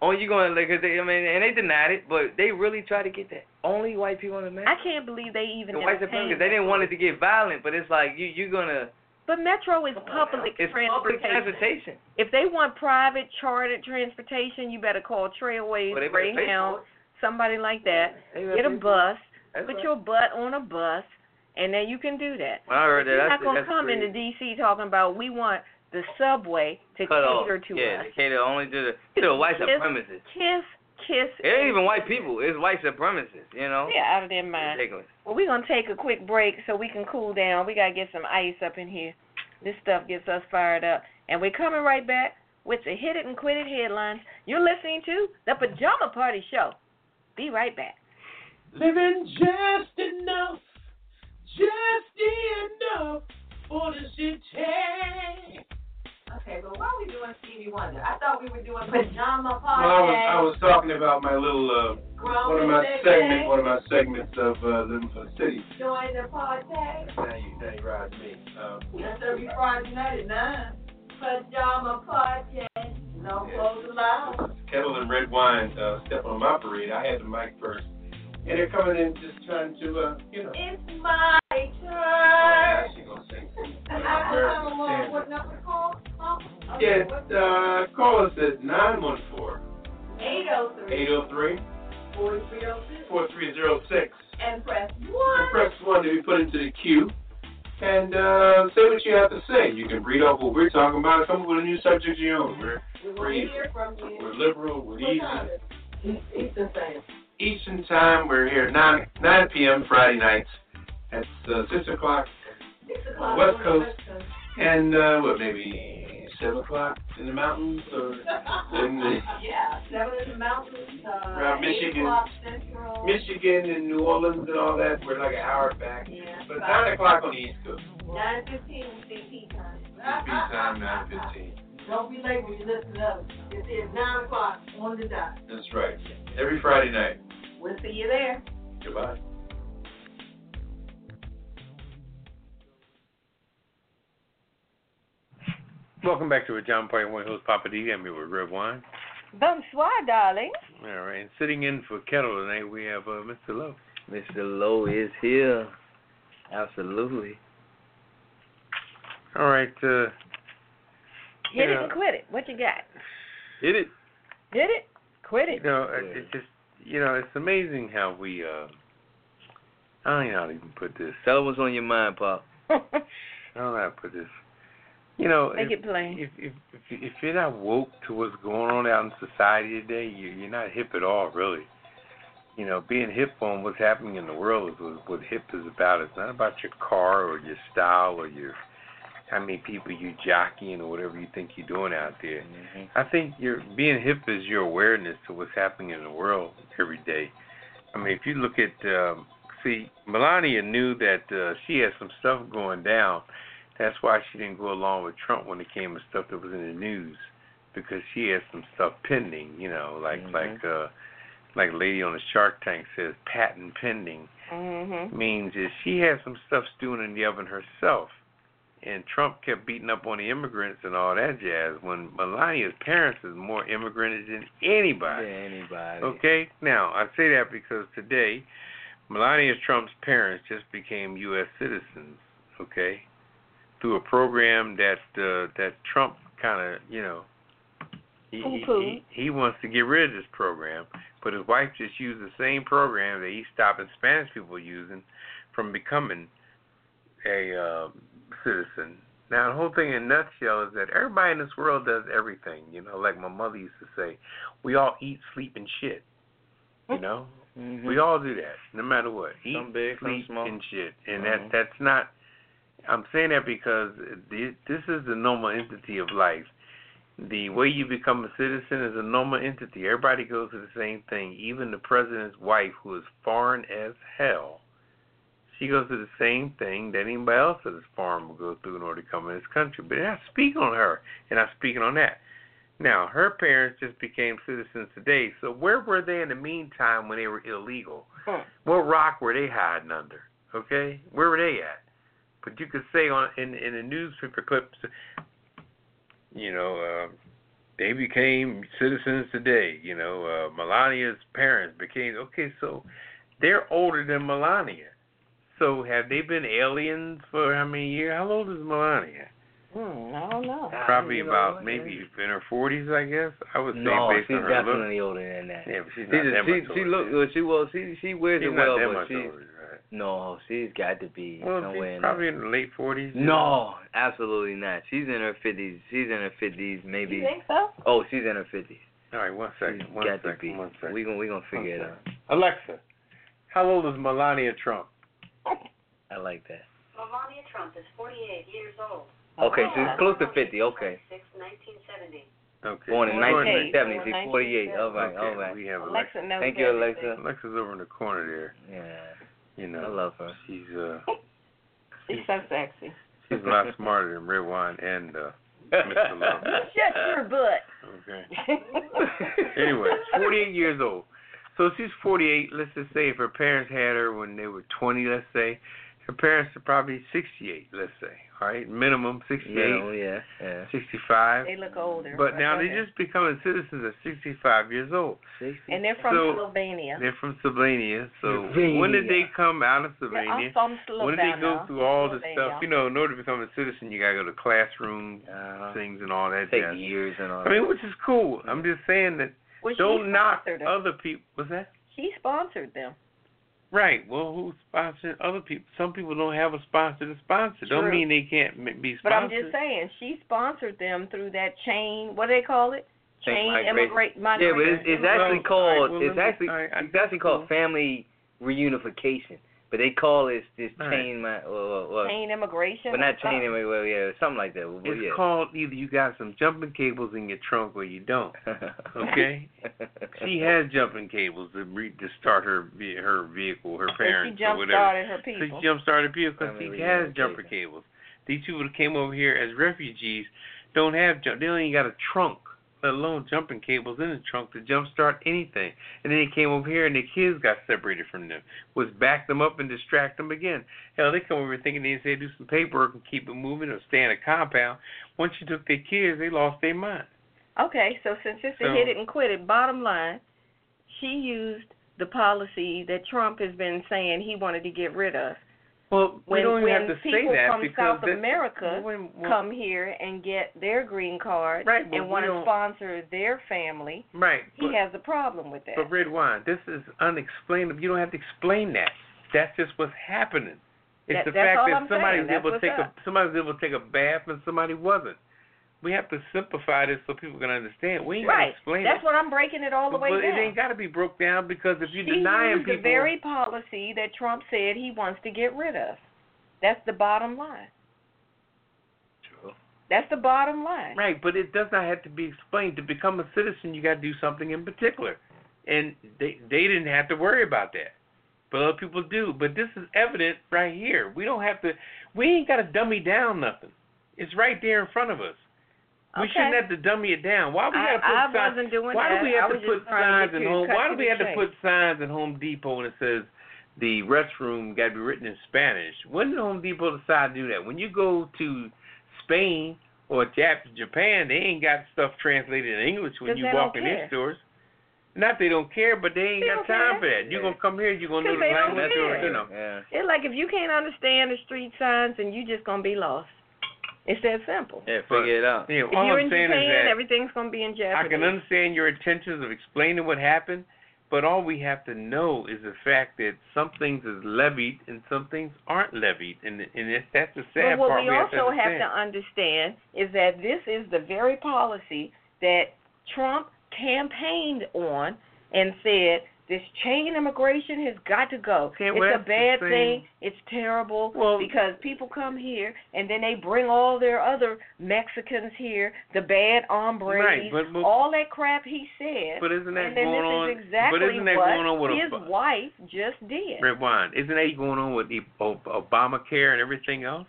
D: Only you going to like, 'cause they, I mean, and they denied it, but they really tried to get that. Only white people on the metro.
C: I can't believe they even
D: the white
C: entertained
D: supremacists, they didn't want it to get violent, but it's like you you're gonna
C: But Metro is
D: come on now.
C: public
D: it's
C: transportation.
D: public transportation.
C: If they want private chartered transportation, you better call Trailways,
D: Well, they better pay for
C: Greyhound, somebody like that.
D: They better
C: Get a
D: pay for it.
C: bus,
D: That's
C: put
D: right.
C: your butt on a bus, and then you can do that.
D: When I heard
C: You're
D: that,
C: not
D: that's,
C: gonna
D: that's
C: come
D: crazy.
C: into D.C. talking about we want the subway to
D: Cut off.
C: cater to
D: yeah,
C: us.
D: they cater only to the to the white
C: Kiss-
D: supremacists.
C: Kiss, kiss.
D: It ain't even white people. It's white supremacists. You know.
C: They're out of their mind.
D: Ridiculous.
C: Well, we're gonna take a quick break so we can cool down. We gotta get some ice up in here. This stuff gets us fired up, and we're coming right back with the hit it and quit it headlines. You're listening to the Pajama Party Show. Be right back.
G: Living just enough, just enough for the shit tank.
F: Okay, but why are we doing Stevie Wonder? I thought we were doing pajama
G: Well, I was I was talking about my little uh, one of my segments, one of my segments of uh, living for the city.
F: Join the party.
G: Now you, now you ride me. Um,
F: Yes, every Friday night at nine. Pajama party. No
G: Yeah.
F: clothes allowed.
G: kettle and red wine uh, stepping on my parade. I had the mic first, and they're coming in just trying to, uh, you know.
F: It's my
G: Now
F: turn.
G: she gonna sing some
F: I,
G: American
F: don't know
G: standard.
F: what number to call. Huh? Okay,
G: Yes,
F: what's
G: uh, call us at 914
F: 803
G: 803
F: 4306
G: 4306.
F: and press 1.
G: Press 1 to be put into the queue. And uh, say what you have to say. You can read off what we're talking about. Come up with a new subject of your own. We're,
F: We want to hear from
G: we're
F: you.
G: liberal. We're
F: What time
G: easy.
F: is it? Eastern Standard.
G: Eastern time. We're here 9 9 p.m. Friday nights. That's uh, six o'clock,
F: Six o'clock.
G: West Coast. and uh, what maybe seven o'clock in the mountains or in the
F: yeah, seven in the mountains. Uh,
G: Around
F: eight
G: Michigan.
F: o'clock Central.
G: Michigan and New Orleans and all that. We're like an hour back.
F: Yeah.
G: But 9 o'clock on the East Coast.
F: Nine fifteen CP time.
G: East Coast time, 9.15.
F: Don't be late when you listen up. This is nine o'clock on the dot.
G: That's right. Every Friday night.
F: We'll see you there.
G: Goodbye.
B: Welcome back to a John Party One Host Papa D. I'm here with Red Wine.
C: Bonsoir, darling.
B: All right, and sitting in for Kettle tonight, we have uh, Mr. Lowe.
D: Mr. Lowe is here. Absolutely.
B: All right, uh,
C: Hit it
B: Yeah.
C: and quit it. What you got?
B: hit it.
C: Hit it, quit
B: You
C: it.
B: know, it, it just you know, it's amazing how we. Uh, I don't know how to even put this.
D: Tell them what's on your mind, Pop.
B: I don't know how to put this. You know,
C: Make
B: if,
C: it plain.
B: if, if if if you're not woke to what's going on out in society today, you you're not hip at all, really. You know, being hip on what's happening in the world is what, what hip is about. It's not about your car or your style or your how many people you jockeying or whatever you think you're doing out there. I think your being hip is your awareness to what's happening in the world every day. I mean, if you look at, um, see, Melania knew that uh, she had some stuff going down. That's why she didn't go along with Trump when it came to stuff that was in the news because she had some stuff pending. You know, like
D: Mhm.
B: like uh, like lady on the Shark Tank says, patent pending
C: Mm-hmm.
B: means is she had some stuff stewing in the oven herself. And Trump kept beating up on the immigrants and all that jazz when Melania's parents is more immigrant than
D: Yeah,
B: anybody.
D: anybody.
B: Okay? Now, I say that because today, Melania Trump's parents just became U.S. citizens, okay? Through a program that uh, that Trump kind of, you know, he, he-
C: Poo-pooed.
B: he, he wants to get rid of this program, but his wife just used the same program that he's stopping Spanish people using from becoming a uh, citizen. Now, the whole thing in a nutshell is that everybody in this world does everything. You know, like my mother used to say, we all eat, sleep, and shit. You know,
D: Mhm.
B: we all do that, no matter what. Eat,
D: Some big, some
B: sleep,
D: small.
B: and shit, and that
D: Mhm.
B: that's not. I'm saying that because thi- this is the normal entity of life. The way you become a citizen is a normal entity. Everybody goes through the same thing. Even the president's wife, who is foreign as hell, she goes through the same thing that anybody else that is foreign will go through in order to come in this country. But I speak on her, and I'm speaking on that. Now, her parents just became citizens today. So where were they in the meantime when they were illegal?
C: Hmm.
B: What rock were they hiding under? Okay, where were they at? But you could say on in in the newspaper clips, you know, uh, they became citizens today. You know, uh, Melania's parents became okay. So they're older than Melania. So have they been aliens for how many years? How old is Melania?
C: Hmm, I don't
D: Ah,
C: know.
B: Probably
D: you know,
B: about
D: okay.
B: maybe in her forties, I guess. I would say
D: No,
B: based
D: she's
B: on her look.
D: definitely older than that.
B: Yeah, but she's
D: She,
B: not that
D: she,
B: much
D: she
B: older.
D: look well, she well she she wears
B: she's
D: it
B: not
D: well
B: that
D: but
B: much
D: she's
B: older, right?
D: no, she's got to be
B: Well,
D: somewhere
B: she's
D: in
B: probably in the late forties.
D: the, uh, No, absolutely not. She's in her fifties. She's in her fifties, maybe
C: You think so?
D: Oh, she's in her fifties.
B: All right, one
D: She's
B: second. One
D: got to be.
B: second. One second.
D: We gonna we gonna figure it
B: Okay.
D: out.
B: Alexa, how old is Melania Trump?
D: I like that.
H: Melania Trump is 48 years old.
D: Okay, she's
C: Yeah.
D: close to fifty, okay.
H: 26, 1970.
B: Okay.
D: Born in
B: she's
C: Forty-eight.
D: nineteen seventy, she's
C: Born in
D: forty eight. All right,
B: Okay,
D: all right.
B: We have Alexa.
C: Alexa knows
D: Thank you,
C: everything.
D: Alexa.
B: Alexa's over in the corner there.
D: Yeah.
B: You
D: I
B: know,
D: love her.
B: she's uh,
C: She's so sexy.
B: she's a lot smarter than Red Wine and uh, Mr. Love.
C: Shut your butt.
B: Okay. Anyway, 48 years old. So she's 48. Let's just say if her parents had her when they were 20, let's say, her parents are probably 68, let's say. All right, minimum 68,
D: Yeah, oh, yeah, yeah.
B: 65.
C: they look older.
B: But now
C: Go
B: they
C: ahead.
B: just becoming citizens at 65 years old.
D: Sixty.
C: and they're from
B: So-
C: Slovenia.
B: They're from Slovenia. So
D: Slovenia.
B: when did they come out of Slovenia?
C: I'm from Slovenia.
B: When did they go through all this
C: Slovenia.
B: stuff? You know, in order to become a citizen, you gotta go to classroom
D: Uh,
B: things and all that.
D: take
B: jazz.
D: years and all
B: I mean, which is cool. I'm just saying that
C: Well, she
B: don't knock
C: sponsored them.
B: other people. Was that?
C: She sponsored them.
B: Right. Well, who's sponsoring other people? Some people don't have a sponsor to sponsor. Don't
C: True.
B: mean they can't m- be sponsored.
C: But I'm just saying, she sponsored them through that chain. What do they call it?
D: Chain
C: Chain
D: migration.
C: immigrate
D: Yeah, but it's, it's actually
B: Well, all right,
D: called
B: well,
D: it's
B: let me-
D: actually
B: all right, I
D: it's actually
C: Mm-hmm.
D: called family reunification, but they call it this
B: All right.
D: chain my well, well, well,
C: chain immigration.
D: but not
C: or something.
D: chain anyway, well yeah something like that. Well,
B: It's
D: yeah.
B: called either you got some jumping cables in your trunk or you don't. Okay. she has jumping cables to re- to start her ve- her vehicle, her
C: And
B: parents
C: she
B: or
C: jump
B: whatever.
C: started her people.
B: So she jump started people because
D: Family
B: she has
D: reunification.
B: jumper cables. These people that came over here as refugees don't have jump. They don't even got a trunk, let alone jumping cables in the trunk to jump start anything. And then they came over here and their kids got separated from them, was back them up and distract them again. Hell, they come over here thinking they say do some paperwork and keep it moving or stay in a compound. Once you took their kids, they lost their mind.
C: Okay, so since it's a
B: So-
C: hit it and quit it, bottom line, she used the policy that Trump has been saying he wanted to get rid of.
B: Well,
C: When,
B: we don't even
C: when
B: have to
C: people
B: say that
C: from
B: because
C: South
B: that-
C: America
B: when- when-
C: come here and get their green card
B: Right, but
C: and
B: we
C: want to
B: don't-
C: sponsor their family,
B: right?
C: he
B: but-
C: has a problem with that.
B: But red wine, this is unexplainable. You don't have to explain that. That's just what's happening. It's
C: That-
B: the
C: that's
B: fact
C: all
B: that
C: I'm
B: somebody
C: saying.
B: was able to
C: That's
B: take
C: what's
B: a somebody was able to take a bath and somebody wasn't. We have to simplify this so people can understand. We ain't
C: right.
B: gonna explain
C: That's
B: it.
C: what I'm breaking it all the way
B: but
C: down.
B: it ain't gotta be broke down because if you're
C: she
B: denying
C: used
B: people
C: the very policy that Trump said he wants to get rid of. That's the bottom line.
D: True.
C: That's the bottom line.
B: Right, but it does not have to be explained. To become a citizen you gotta do something in particular. And they they didn't have to worry about that. But other people do. But this is evident right here. We don't have to we ain't gotta dummy down nothing. It's right there in front of us. We
C: Okay.
B: shouldn't have to dummy it down. Why we
C: I,
B: gotta put
C: I
B: signs?
C: wasn't doing
B: why
C: that.
B: do we
C: I
B: have
C: was
B: to
C: just
B: put
C: trying
B: signs
C: to
B: in
C: get you
B: Home?
C: to cut
B: Why
C: to
B: do we
C: the
B: have to
C: chase.
B: put signs in Home Depot and it says the restroom got to be written in Spanish? When did Home Depot decide to do that? When you go to Spain or Jap- Japan, they ain't got stuff translated in English when
C: 'Cause
B: you
C: they
B: walk
C: don't
B: in their
C: care.
B: stores. Not they don't care, but they ain't
C: They
B: got
C: don't
B: time
C: care.
B: for that. You're
D: Yeah.
B: gonna come here, you're gonna know
C: 'Cause
B: the
C: they don't
B: language,
C: care.
B: or, you know.
D: Yeah.
C: It's like if you can't understand the street signs, then you just gonna be lost. It's that simple.
D: Yeah,
B: But-
D: figure it out.
B: Yeah,
C: If
B: all
C: you're
B: I'm
C: in
B: saying is
C: Japan,
B: that
C: everything's gonna be in
B: I
C: Japanese.
B: can understand your intentions of explaining what happened, but all we have to know is the fact that some things is levied and some things aren't levied, and and it, that's the sad
C: But what
B: part.
C: we
B: have to
C: also have
B: understand.
C: to understand is that this is the very policy that Trump campaigned on and said This chain immigration has got to go.
D: Can't wait
C: it's a
D: to
C: bad
D: see-
C: thing. It's terrible
D: Well-
C: because people come here and then they bring all their other Mexicans here, the bad hombres,
B: Right, but- but-
C: all that crap he said.
B: But isn't that
C: and then
B: going on?
C: this is exactly
B: but isn't that
C: what
B: going on with
C: his
B: Ob-
C: wife just did.
B: rewind? Isn't that going on with the Ob- Obamacare and everything else?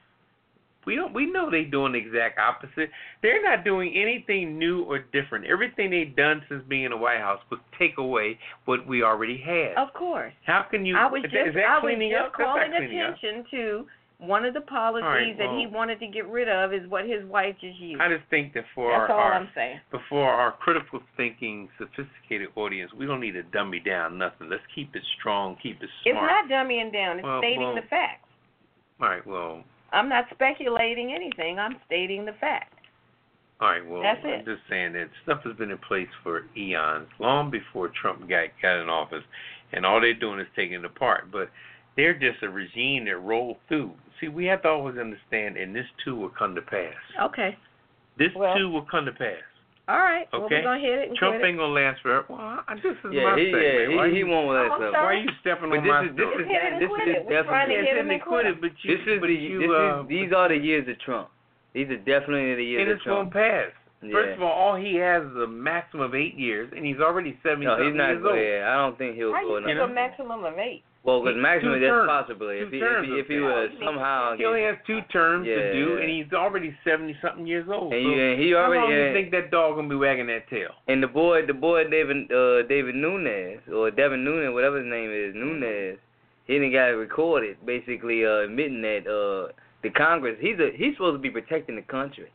B: We don't. We know they're doing the exact opposite. They're not doing anything new or different. Everything they've done since being in the White House was take away what we already had.
C: Of course.
B: How can you?
C: I was
B: is
C: just
B: that- is that
C: I was
B: cleaning
C: just
B: up? That's not
C: calling
B: cleaning up.
C: attention to one of the policies
B: All right,
C: that he
B: well-
C: wanted to get rid of is what his wife just used.
B: I just think that for
C: That's all
B: our
C: I'm saying.
B: before our critical thinking, sophisticated audience, we don't need to dummy down nothing. Let's keep it strong, keep it
C: It's
B: smart.
C: not dummying down. It's
B: Well,
C: stating
B: well-
C: the facts.
B: all right, well,
C: I'm not speculating anything. I'm stating the fact.
B: all right, well.
C: That's
B: I'm
C: it.
B: just saying that stuff has been in place for eons, long before Trump got got in office, and all they're doing is taking it apart. But they're just a regime that rolled through. See, we have to always understand, and this too will come to pass.
C: Okay.
B: This
C: Oh, Well-
B: too will come to pass.
C: All right. Well,
B: Okay.
C: we're gonna hit it and
B: Trump
C: quit it.
B: ain't gonna last forever. Well, I, I- this is
D: Yeah,
B: my
D: he,
B: segment.
D: yeah,
B: Why
D: he, he
B: you-
D: won't let
C: Oh,
D: us
C: I'm
D: up.
B: Why are
C: sorry.
B: you stepping
D: But
B: on
D: this
B: my
D: is- this
B: stuff?
D: is-
C: Just hit it and
D: this
C: quit
D: is
C: it. We're trying to
D: definitely-
B: Yes,
C: hit
B: and
C: him
B: they
C: and
B: quit
C: quit
B: it, but you,
D: This is
B: but
D: the
B: you,
D: this
B: uh,
D: is, these are the years of Trump. These are definitely the years
B: and
D: of
B: it's gonna
D: Trump.
B: pass.
D: Yeah.
B: First of all, all he has is a maximum of eight years, and he's already seventy
D: no, he's
B: something
D: not.
B: years old.
D: Yeah, I don't think he'll
C: How
D: go.
C: you
D: another-
C: do a maximum of eight?
D: Well, because
B: Two
D: maximum that's
B: terms.
D: possibly
B: Two
D: if he if
B: terms
D: he,
B: of
D: if he
B: that.
D: was somehow
B: He only
D: get-
B: has two terms
D: Yeah.
B: to do, and he's already seventy something years old.
D: and,
B: so
D: you, and he
B: how long do you
D: already
B: think that dog gonna be wagging that tail?
D: and the boy the boy David uh David Nunes or Devin Nunes whatever his name is
B: Mm-hmm.
D: Nunes he didn't got it recorded basically uh admitting that uh the Congress he's a he's supposed to be protecting the country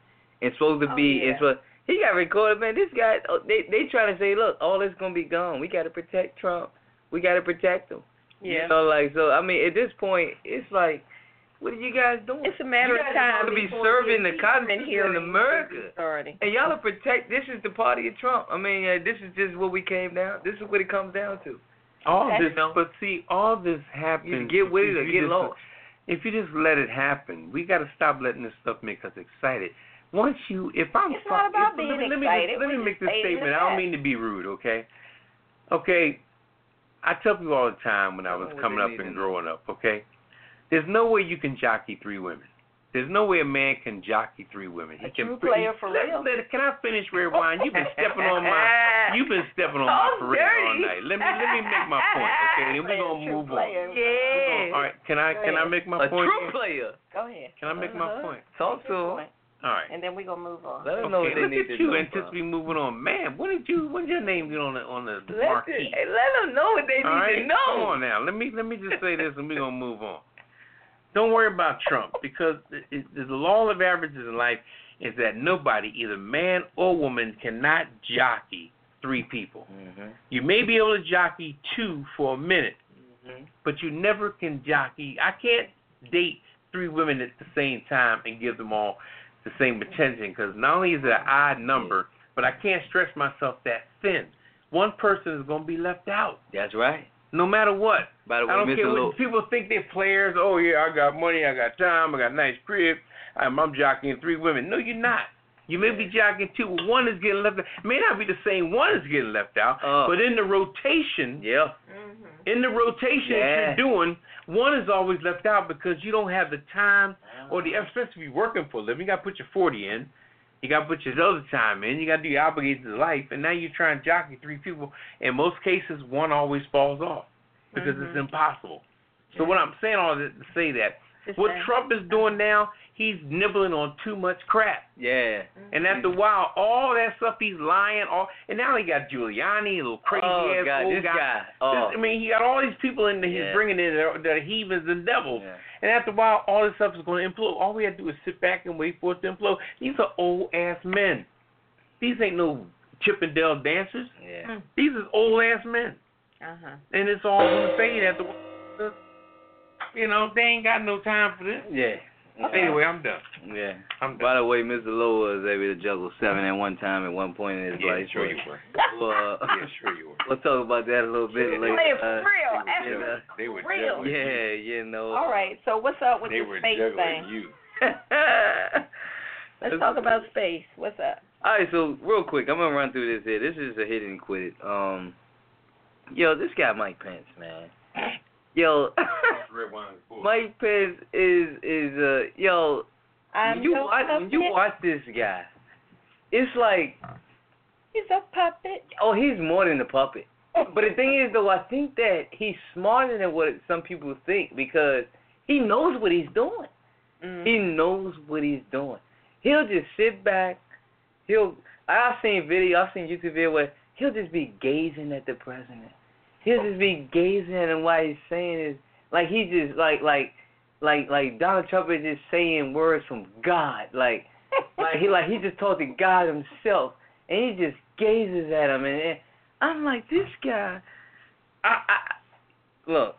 D: and supposed to
C: Oh,
D: be
C: yeah.
D: and supposed, he got recorded man this guy oh, they they trying to say look all this gonna be gone we got to protect Trump we got to protect him
C: Yeah.
D: you know like so I mean at this point it's like what are you guys doing
C: It's a matter
D: You
C: of
D: guys
C: time
D: supposed to be
C: before
D: serving
C: the
D: the Congress
C: impeachment
D: in
C: hearings
D: America.
C: Already.
D: And y'all are protect. This is the party of Trump. I mean, uh, this is just what we came down. This is what it comes down to.
B: All
C: Okay.
B: this, but see, all this happens.
D: You get with it or
B: if you
D: get
B: just-
D: lost.
B: If you just let it happen, we got to stop letting this stuff make us excited. Once you, if I'm,
C: It's
B: fu-
C: not about
B: if-
C: being
B: let me, let me,
C: excited.
B: Let me
C: We're
B: make
C: just
B: this
C: stating the
B: statement. I don't
C: facts.
B: mean to be rude, okay? Okay, I tell people all the time when I was
D: Oh, they
B: coming up
D: need to
B: and
D: know.
B: growing up, okay? There's no way you can jockey three women. There's no way a man can jockey three women. He
C: A
B: can
C: true
B: fi-
C: player for
B: let-
C: real.
B: let- can I finish, Rewind? You've been stepping on my. You've been stepping on my
D: So
B: parade all
D: dirty.
B: night. Let me let me make my point, okay? And then we're gonna
C: True
B: move on.
C: player.
D: Yeah.
B: All right, can I can I make my
D: a
B: point?
D: true player.
C: Go ahead.
B: Can I make my
C: Uh-huh.
B: point?
D: Talk to him.
B: All right.
C: And then we're gonna move on.
D: Let
B: Okay,
D: them know what they
B: look
D: need
B: at
D: to
B: you
D: know.
B: and just be moving on, man. What did you? What did your name get on the on the
D: let, them,
B: marquee?
D: hey, let them know what they need
B: All right,
D: to know.
B: come on now. Let me let me just say this, and we're gonna move on. Don't worry about Trump because it, it, the law of averages in life is that nobody, either man or woman, cannot jockey three people. You may be able to jockey two for a minute,
D: Mm-hmm.
B: but you never can jockey. I can't date three women at the same time and give them all the same attention because not only is it an odd number, but I can't stretch myself that thin. One person is going to be left out,
D: That's right.
B: no matter what.
D: By the way,
B: I don't
D: Mr.
B: care
D: Lo-
B: what people think they're players. Oh yeah, I got money, I got time, I got nice crib. I'm, I'm jockeying three women. No, you're not. You may be jockeying two. but One is getting left out. May not be the same one is getting left out,
D: Uh.
B: but in the rotation,
D: Yeah.
C: Mm-hmm.
B: in the rotation
D: Yeah.
B: that you're doing, one is always left out because you don't have the time or
D: Uh-huh.
B: the effort to be working for a living. You got to put your 40 in. You got to put your other time in. You got to do your obligations in life. And now you're trying to jockey three people. In most cases, one always falls off because it's
D: Mm-hmm.
B: impossible. So, what I'm saying all that to say that what Trump is doing now, he's nibbling on too much crap.
D: Yeah.
B: And after
D: Mm-hmm.
B: a while, all that stuff he's lying, all and now he got Giuliani, little crazy
D: oh
B: ass
D: God,
B: old
D: this guy. Oh.
B: this- I mean, he got all these people in that he's
D: Yeah.
B: bringing in that are, that are heathens and devils.
D: Yeah.
B: And after a while, all this stuff is going to implode. All we have to do is sit back and wait for it to implode. These are old ass men. These ain't no Chippendale dancers.
D: Yeah.
B: These is old ass men.
C: Uh huh.
B: And it's all going to fade after a while. You know, they ain't got no time for this.
D: Yeah.
B: Anyway, I'm done.
D: Yeah.
B: I'm done.
D: By the way, Mr. Lowe was able to juggle seven at one time at one point in his
B: yeah,
D: life.
B: sure you
D: but-
B: were.
D: Well, uh,
B: Yeah, sure you were.
D: We'll talk about that a little bit later.
C: Play it for
D: Uh,
C: real.
D: you
C: After
D: know.
B: They were
C: Real.
B: juggling you.
D: Yeah, you know.
C: All right. So what's up with
B: They
C: the
B: were
C: space
B: juggling
C: thing?
B: you.
C: Let's talk about space. What's up?
D: All right, so real quick, I'm gonna run through this here. This is a hit and quit it. Um, Yo, this guy Mike Pence, man. Yo,
G: Red wine is bull.
D: Mike Pence is is uh yo.
C: I'm
D: when you
C: so
D: watch when you
C: puppet.
D: watch this guy, it's like
C: He's a puppet.
D: oh he's more than a puppet. But the thing is though, I think that he's smarter than what some people think because he knows what he's doing.
C: Mm.
D: He knows what he's doing. He'll just sit back. He'll. I've seen video. I've seen YouTube video where he'll just be gazing at the president. He'll just be gazing at him while he's saying is like he's just like like like like Donald Trump is just saying words from God. Like like he like he just talked to God himself, and he just gazes at him, and, and I'm like this guy. I, I look,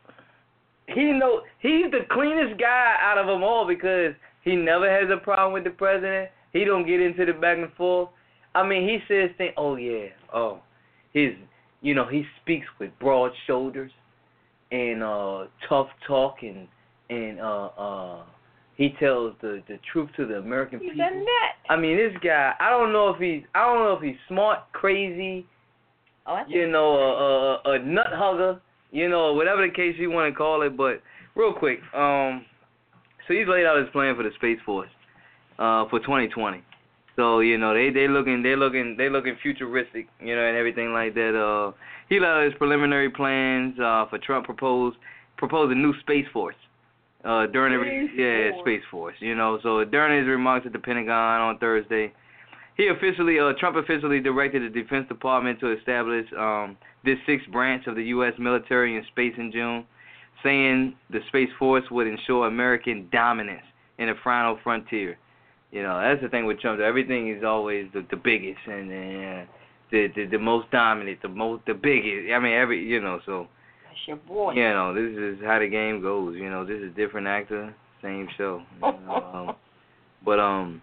D: he know he's the cleanest guy out of them all because he never has a problem with the president. He don't get into the back and forth. I mean, he says things. Oh yeah, oh, his you know he speaks with broad shoulders and uh tough talk and and uh uh he tells the the truth to the American
C: He's a
D: people.
C: nut.
D: I mean, this guy. I don't know if he's. I don't know if he's smart, crazy.
C: Oh, I think
D: You know, a a, a nut hugger. You know, whatever the case you want to call it. But real quick, um, so he's laid out his plan for the space force, uh, for 2020. So you know, they they looking they looking they looking futuristic. You know, and everything like that. Uh, he laid out his preliminary plans. Uh, for Trump proposed proposed a new space force uh, during
C: Space
D: the yeah
C: Force.
D: space force. You know, so during his remarks at the Pentagon on Thursday, he officially uh, Trump officially directed the Defense Department to establish um, this sixth branch of the U.S. military in space in June, saying the space force would ensure American dominance in the final frontier. You know, that's the thing with Trump. Everything is always the, the biggest and. and the, the the most dominant, the most the biggest. I mean every you know so
C: that's your boy.
D: you know, this is how the game goes. You know, this is different actor, same show. you know, um, but um,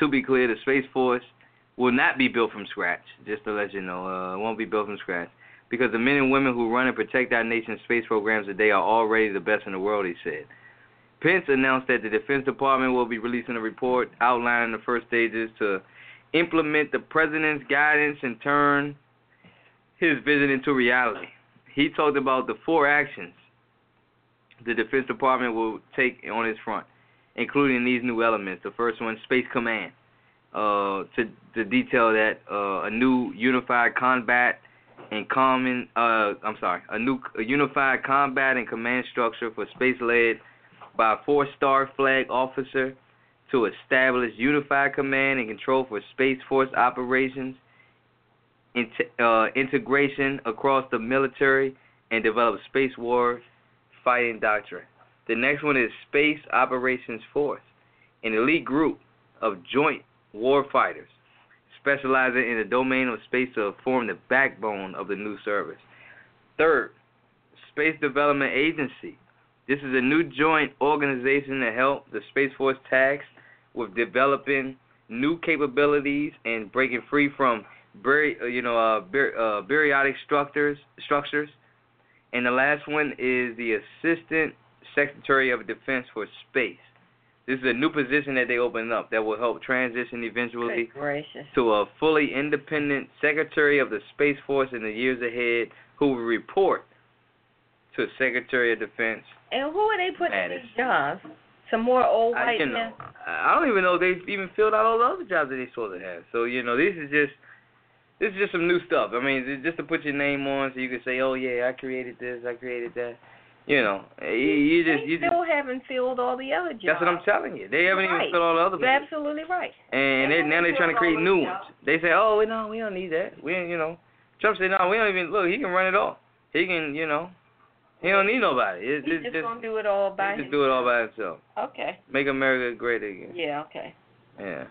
D: to be clear, the Space Force will not be built from scratch. Just to let you know, uh, it won't be built from scratch because the men and women who run and protect our nation's space programs today are already the best in the world. He said. Pence announced that the Defense Department will be releasing a report outlining the first stages to implement the president's guidance and turn his vision into reality he talked about the four actions the Defense Department will take on its front, including these new elements. The first one, Space Command, uh, to, to detail that uh, a new unified combat and common, uh, I'm sorry, a new a unified combat and command structure for space led by a four-star flag officer to establish unified command and control for Space Force operations int- uh, integration across the military and develop space war fighting doctrine. The next one is Space Operations Force, an elite group of joint war fighters specializing in the domain of space to form the backbone of the new service. Third, Space Development Agency. This is a new joint organization to help the Space Force tasked with developing new capabilities and breaking free from buri- uh, you know uh, bur- uh, periodic structures structures and the last one is the assistant secretary of defense for space this is a new position that they open up that will help transition eventually
C: Good gracious.
D: to a fully independent secretary of the space force in the years ahead who will report to secretary of defense
C: And who are they putting in
D: Mattis.
C: these jobs? Some more old
D: I,
C: white
D: you know,
C: men.
D: I I don't even know if they've even filled out all the other jobs that they supposed to have. So you know, this is just this is just some new stuff. I mean, it's just to put your name on, so you can say, oh yeah, I created this, I created that. You know, you, you just
C: they
D: you just
C: still haven't filled all the other jobs.
D: that's what I'm telling you. They haven't
C: Right.
D: even filled all the other
C: You're
D: jobs,
C: absolutely right.
D: and
H: They
D: they, now
H: haven't
D: they're trying to
H: filled
D: create
H: all
D: new
H: those
D: ones.
H: jobs.
D: They say, oh we- no, we don't need that. We you know, Trump said, no, we don't even look. He can run it all. He can you know, he don't need nobody. It,
C: He's
D: it's
C: just,
D: just
C: gonna do it all by
D: he
C: himself.
D: just do it all by himself.
C: Okay.
D: Make America great again.
C: Yeah. Okay.
D: Yeah.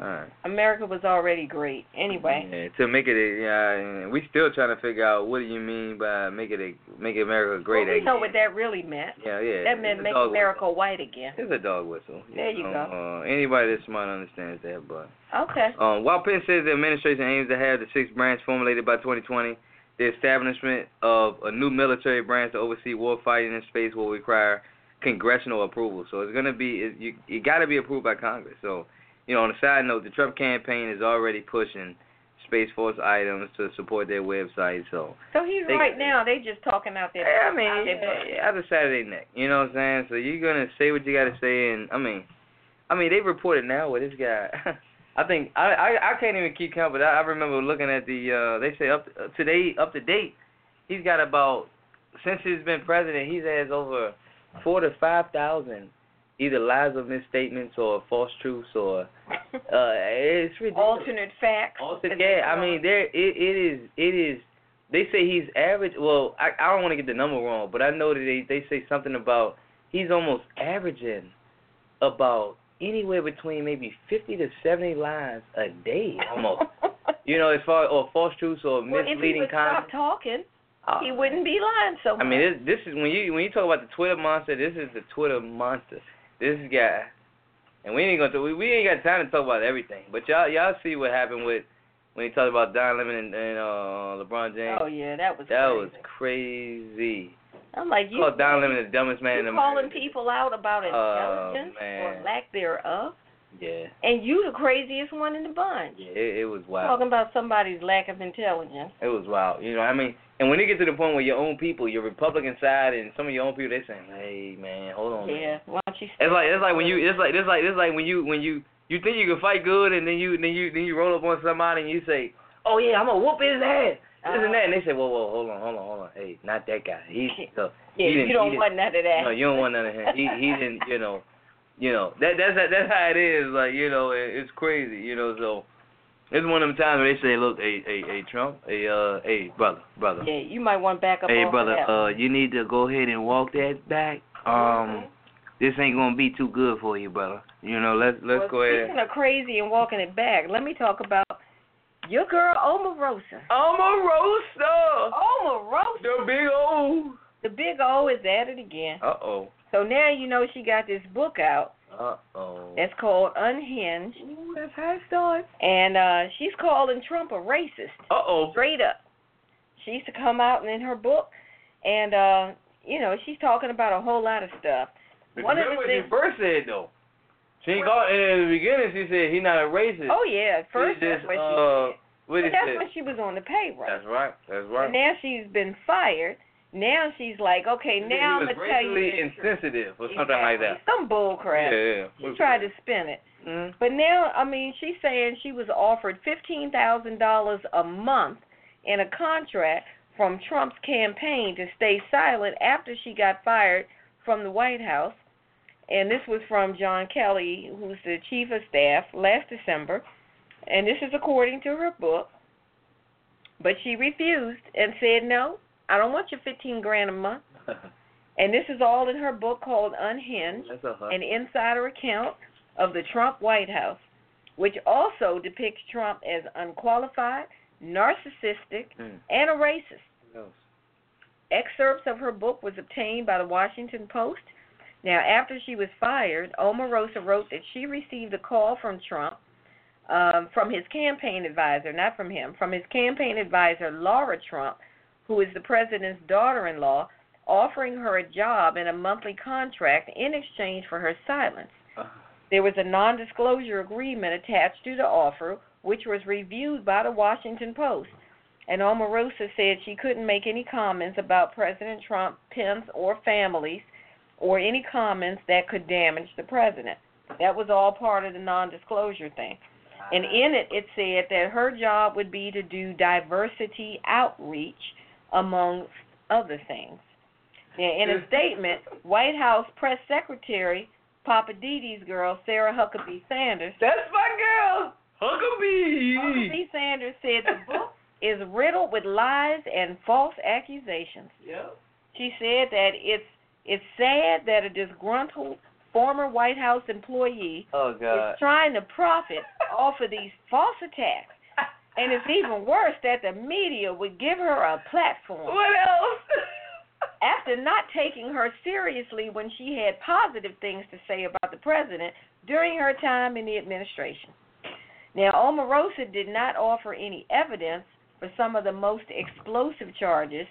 D: All right.
C: America was already great anyway.
D: Yeah, to make it, a, yeah, and we still trying to figure out what do you mean by make it a make America great
C: well, we
D: again.
C: know what that really meant.
D: yeah, yeah.
C: That meant
D: it's a
C: make
D: dog
C: America white again.
D: Whistle. It's a dog whistle.
C: There you
D: know, Uh, anybody that's smart understands that, but
C: Okay.
D: um, while Penn says the administration aims to have the six branch formulated by 2020, the establishment of a new military branch to oversee war fighting in space will require congressional approval. So it's gonna be it, you you got to be approved by Congress. So you know, on a side note, the Trump campaign is already pushing Space Force items to support their website. So
C: So he's
D: They-
C: right now. They just talking out there.
D: I mean,
C: out their butt.
D: yeah, other Saturday night. You know what I'm saying? So you're gonna say what you gotta say, and I mean, I mean they reported now where this guy. I think I, I I can't even keep count, but I, I remember looking at the uh they say up uh, today up to date, he's got about since he's been president he's has over four to five thousand either lies or misstatements or false truths or uh it's ridiculous.
C: alternate facts.
D: Austin, yeah, I mean, there it, it is. It is. They say he's average. Well, I I don't want to get the number wrong, but I know that they they say something about he's almost averaging about anywhere between maybe fifty to seventy lines a day, almost. you know, as far or false truths or
C: well, if he
D: misleading
C: would stop
D: comments.
C: talking,
D: Oh,
C: he wouldn't be lying so much.
D: I mean, this, this is when you when you talk about the Twitter monster. This is the Twitter monster. This guy, and we ain't gonna we, we ain't got time to talk about everything. But y'all y'all see what happened with when he talked about Don Lemon and, and uh LeBron James.
C: oh yeah, that was
D: that
C: crazy.
D: was crazy.
C: I'm like you.
D: Called Don Lemon the dumbest man
C: you
D: in America.
C: calling people out about
D: Oh,
C: intelligence or
D: man.
C: lack thereof,
D: Yeah,
C: and you the craziest one in the bunch.
D: yeah, it, it was wild.
C: Talking about somebody's lack of intelligence.
D: It was wild. You know, I mean, and when it gets to the point where your own people, your Republican side, and some of your own people, they saying, "Hey, man, hold on." man."
C: yeah, why don't you?
D: It's like it's like when you it's like it's like it's like when you when you you think you can fight good and then you then you then you roll up on somebody and you say, "Oh yeah, I'm gonna whoop his ass." This and that, and they say, "Whoa, whoa, hold on, hold on, hold on. Hey, not that guy. He's tough.
C: Yeah,
D: he
C: you
D: didn't- he
C: don't
D: didn't-
C: want none of that.
D: No, you don't want none of him. He he didn't. You know, you know that that's that's how it is. Like you know, it, it's crazy. You know, so it's one of them times where they say, "Look, hey, hey, hey, Trump, hey, uh, hey, brother, brother,
C: Yeah, you might want to back up.
D: Hey
C: off of
D: brother,
C: that.
D: uh you need to go ahead and walk that back. Um this ain't gonna be too good for you, brother. You know, let's let's
C: well,
D: go ahead.
C: Speaking of crazy and walking it back, let me talk about your girl Omarosa.
D: Omarosa
C: Omarosa,
D: The big O
C: the big O is at it again.
D: Uh oh.
C: So now you know she got this book out
D: Uh oh.
C: that's called Unhinged,
D: that's how it starts.
C: and uh she's calling Trump a racist.
D: Uh oh.
C: straight up. She used to come out in her book, and uh, you know she's talking about a whole lot of stuff. One of
D: Remember
C: the
D: what
C: things.
D: she first said though. She called in the beginning she said he's not a racist.
C: Oh yeah, at first
D: she just
C: that's what
D: uh
C: she
D: what
C: did. But
D: is
C: that's
D: it?
C: when she was on the payroll.
D: That's right, that's
C: And
D: right.
C: now she's been fired. Now she's like, okay,
D: She said
C: now
D: he
C: I'm
D: was
C: gonna tell you
D: racially
C: the truth.
D: insensitive or something like that.
C: Some bull crap.
D: Yeah, yeah.
C: She tried to spin it.
D: Mhm.
C: But now, I mean, she's saying she was offered fifteen thousand dollars a month in a contract from Trump's campaign to stay silent after she got fired from the White House. And this was from John Kelly, who's the chief of staff, last December. And this is according to her book. But she refused and said, No, I don't want your fifteen grand a month. And this is all in her book called Unhinged
D: That's a hot
C: an insider account of the Trump White House, which also depicts Trump as unqualified, narcissistic,
D: Mm.
C: and a racist.
D: house.
C: Excerpts of her book was obtained by the Washington Post. Now, after she was fired, Omarosa wrote that she received a call from Trump, um, from his campaign advisor, not from him, from his campaign advisor, Laura Trump, who is the president's daughter-in-law, offering her a job and a monthly contract in exchange for her silence. There was a non-disclosure agreement attached to the offer, which was reviewed by the Washington Post. And Omarosa said she couldn't make any comments about President Trump, Pence, or families, or any comments that could damage the president. That was all part of the non disclosure thing. And in it, it said that her job would be to do diversity outreach, among other things. Now, in a statement, White House Press Secretary Papa Didi's girl, Sarah Huckabee Sanders,
D: That's my girl, Huckabee.
C: Huckabee Sanders said the book is riddled with lies and false accusations.
D: Yep.
C: She said that it's it's sad that a disgruntled former White House employee
D: Oh God.
C: is trying to profit off of these false attacks. And it's even worse that the media would give her a platform
D: What else?
C: after not taking her seriously when she had positive things to say about the president during her time in the administration. Now, Omarosa did not offer any evidence for some of the most explosive charges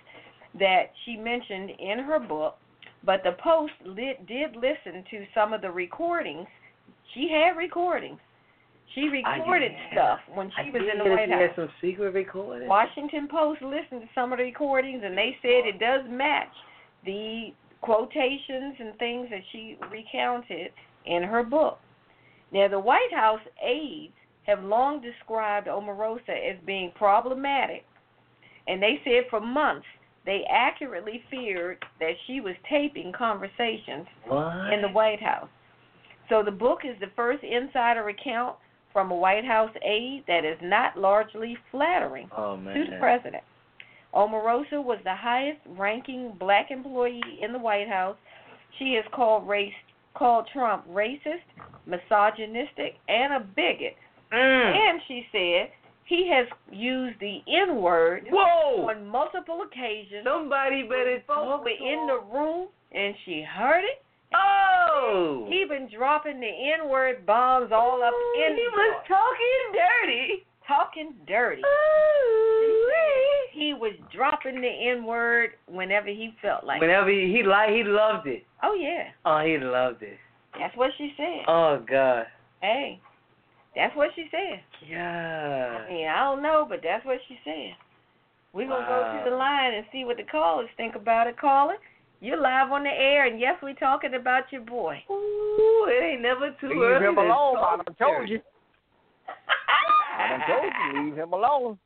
C: that she mentioned in her book, but the Post lit, did listen to some of the recordings. She had recordings. She recorded
D: didn't-
C: stuff when
D: I
C: she was
D: did
C: in the
D: hear
C: White
D: she had
C: House.
D: some secret recording.
C: Washington Post listened to some of the recordings and they said it does match the quotations and things that she recounted in her book. Now, the White House aides have long described Omarosa as being problematic, and they said for months they accurately feared that she was taping conversations
D: What?
C: in the White House. So the book is the first insider account from a White House aide that is not largely flattering
D: oh
C: to
D: man.
C: the president. Omarosa was the highest ranking black employee in the White House. She has called race called Trump racist, misogynistic, and a bigot.
B: Hmm.
D: Mm.
C: And she said he has used the N word
D: Whoa!
C: on multiple occasions.
D: Somebody better
C: When
D: talk
C: folks were in the room and she heard it.
D: Oh!
C: He been dropping the N word bombs all up
D: Ooh,
C: in
D: he
C: the
D: was talking dirty.
C: talking dirty.
D: Ooh-wee.
C: He was dropping the N word whenever he felt like. it.
D: Whenever he, he liked, he loved it.
C: Oh yeah,
D: Oh, he loved it.
C: that's what she said.
D: Oh God.
C: hey, that's what she said.
D: Yeah.
C: I mean, I don't know, but that's what she said. We're gonna go
D: Wow.
C: to the line and see what the callers think about it. Caller, you're live on the air, and yes, we're talking about your boy.
D: Ooh, it ain't never too
I: Leave
D: early.
I: him
D: to
I: alone. I
D: talk
I: done told you. I done told you. Leave him alone.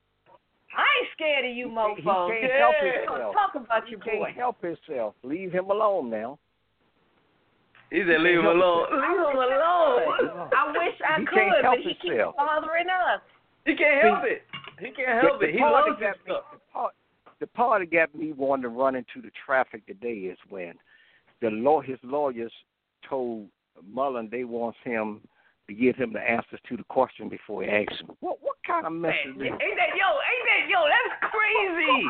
C: I ain't scared of you,
I: He
C: mofo.
I: can't help
C: We're gonna
I: himself.
C: talk about your boy.
I: Can't help himself. Leave him alone now.
D: He said, "Leave him alone. Leave him alone."
I: Leave
C: I wish I
I: He
C: could,
I: can't help
C: but he
I: himself.
C: keeps bothering us.
D: He can't help it. He can't help
I: the,
D: it. He
I: party
D: loves that
I: got me, the, part, the party got me wanting to run into the traffic today is when the law his lawyers told Mullen they wants him to give him the answers to the question before he asks him. What what kind of mess is this?
D: Ain't that yo? Ain't that yo? That's crazy.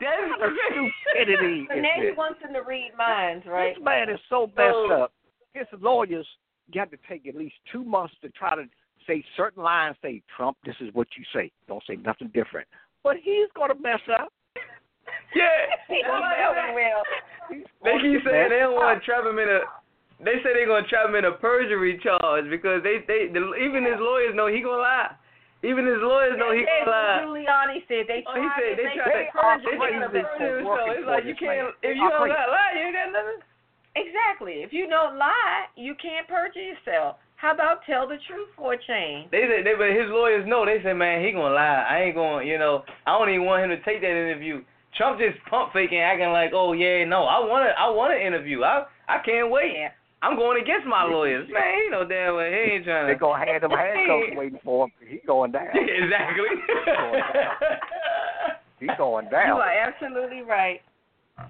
D: That's crazy.
I: Stupidity
C: And
I: is
C: now he
I: this?
C: wants him to read minds, right?
I: This man is so messed up. His lawyers got to take at least two months to try to say certain lines. Say Trump, this is what you say. Don't say nothing different. But he's gonna mess up.
C: He
D: Yeah.
C: never will.
D: They keep saying they don't want to trap him in a. They say they're gonna trap him in a perjury charge because they they the, even his lawyers know he gonna lie. Even his lawyers know he
C: That's
D: gonna
C: what
D: lie.
C: Giuliani said they
D: Oh, he
C: tried
D: said
C: to
D: they
C: make it
D: tried to They
I: are
C: perjury.
D: trying to
I: crazy
D: do perjury
I: for
D: charge.
I: working
D: It's like
I: for
D: you
I: this man.
D: can't if
I: They
D: you
I: are
D: don't
I: crazy.
D: lie, lie, you ain't got nothing.
C: Exactly. If you don't lie, you can't perjure yourself. How about tell the truth for a change?
D: They said, they, but his lawyers know. They said, man, he gonna lie. I ain't gonna, you know, I don't even want him to take that interview. Trump just pump faking, acting like, oh yeah, no, I wanna, I wanna interview. I, I can't wait. I'm going against my lawyers. Man, he know damn well he ain't trying
I: They're
D: to.
I: gonna have them handcuffs waiting for him. He going down.
D: exactly.
I: He going
C: You
I: down.
C: are absolutely right.
D: Yeah,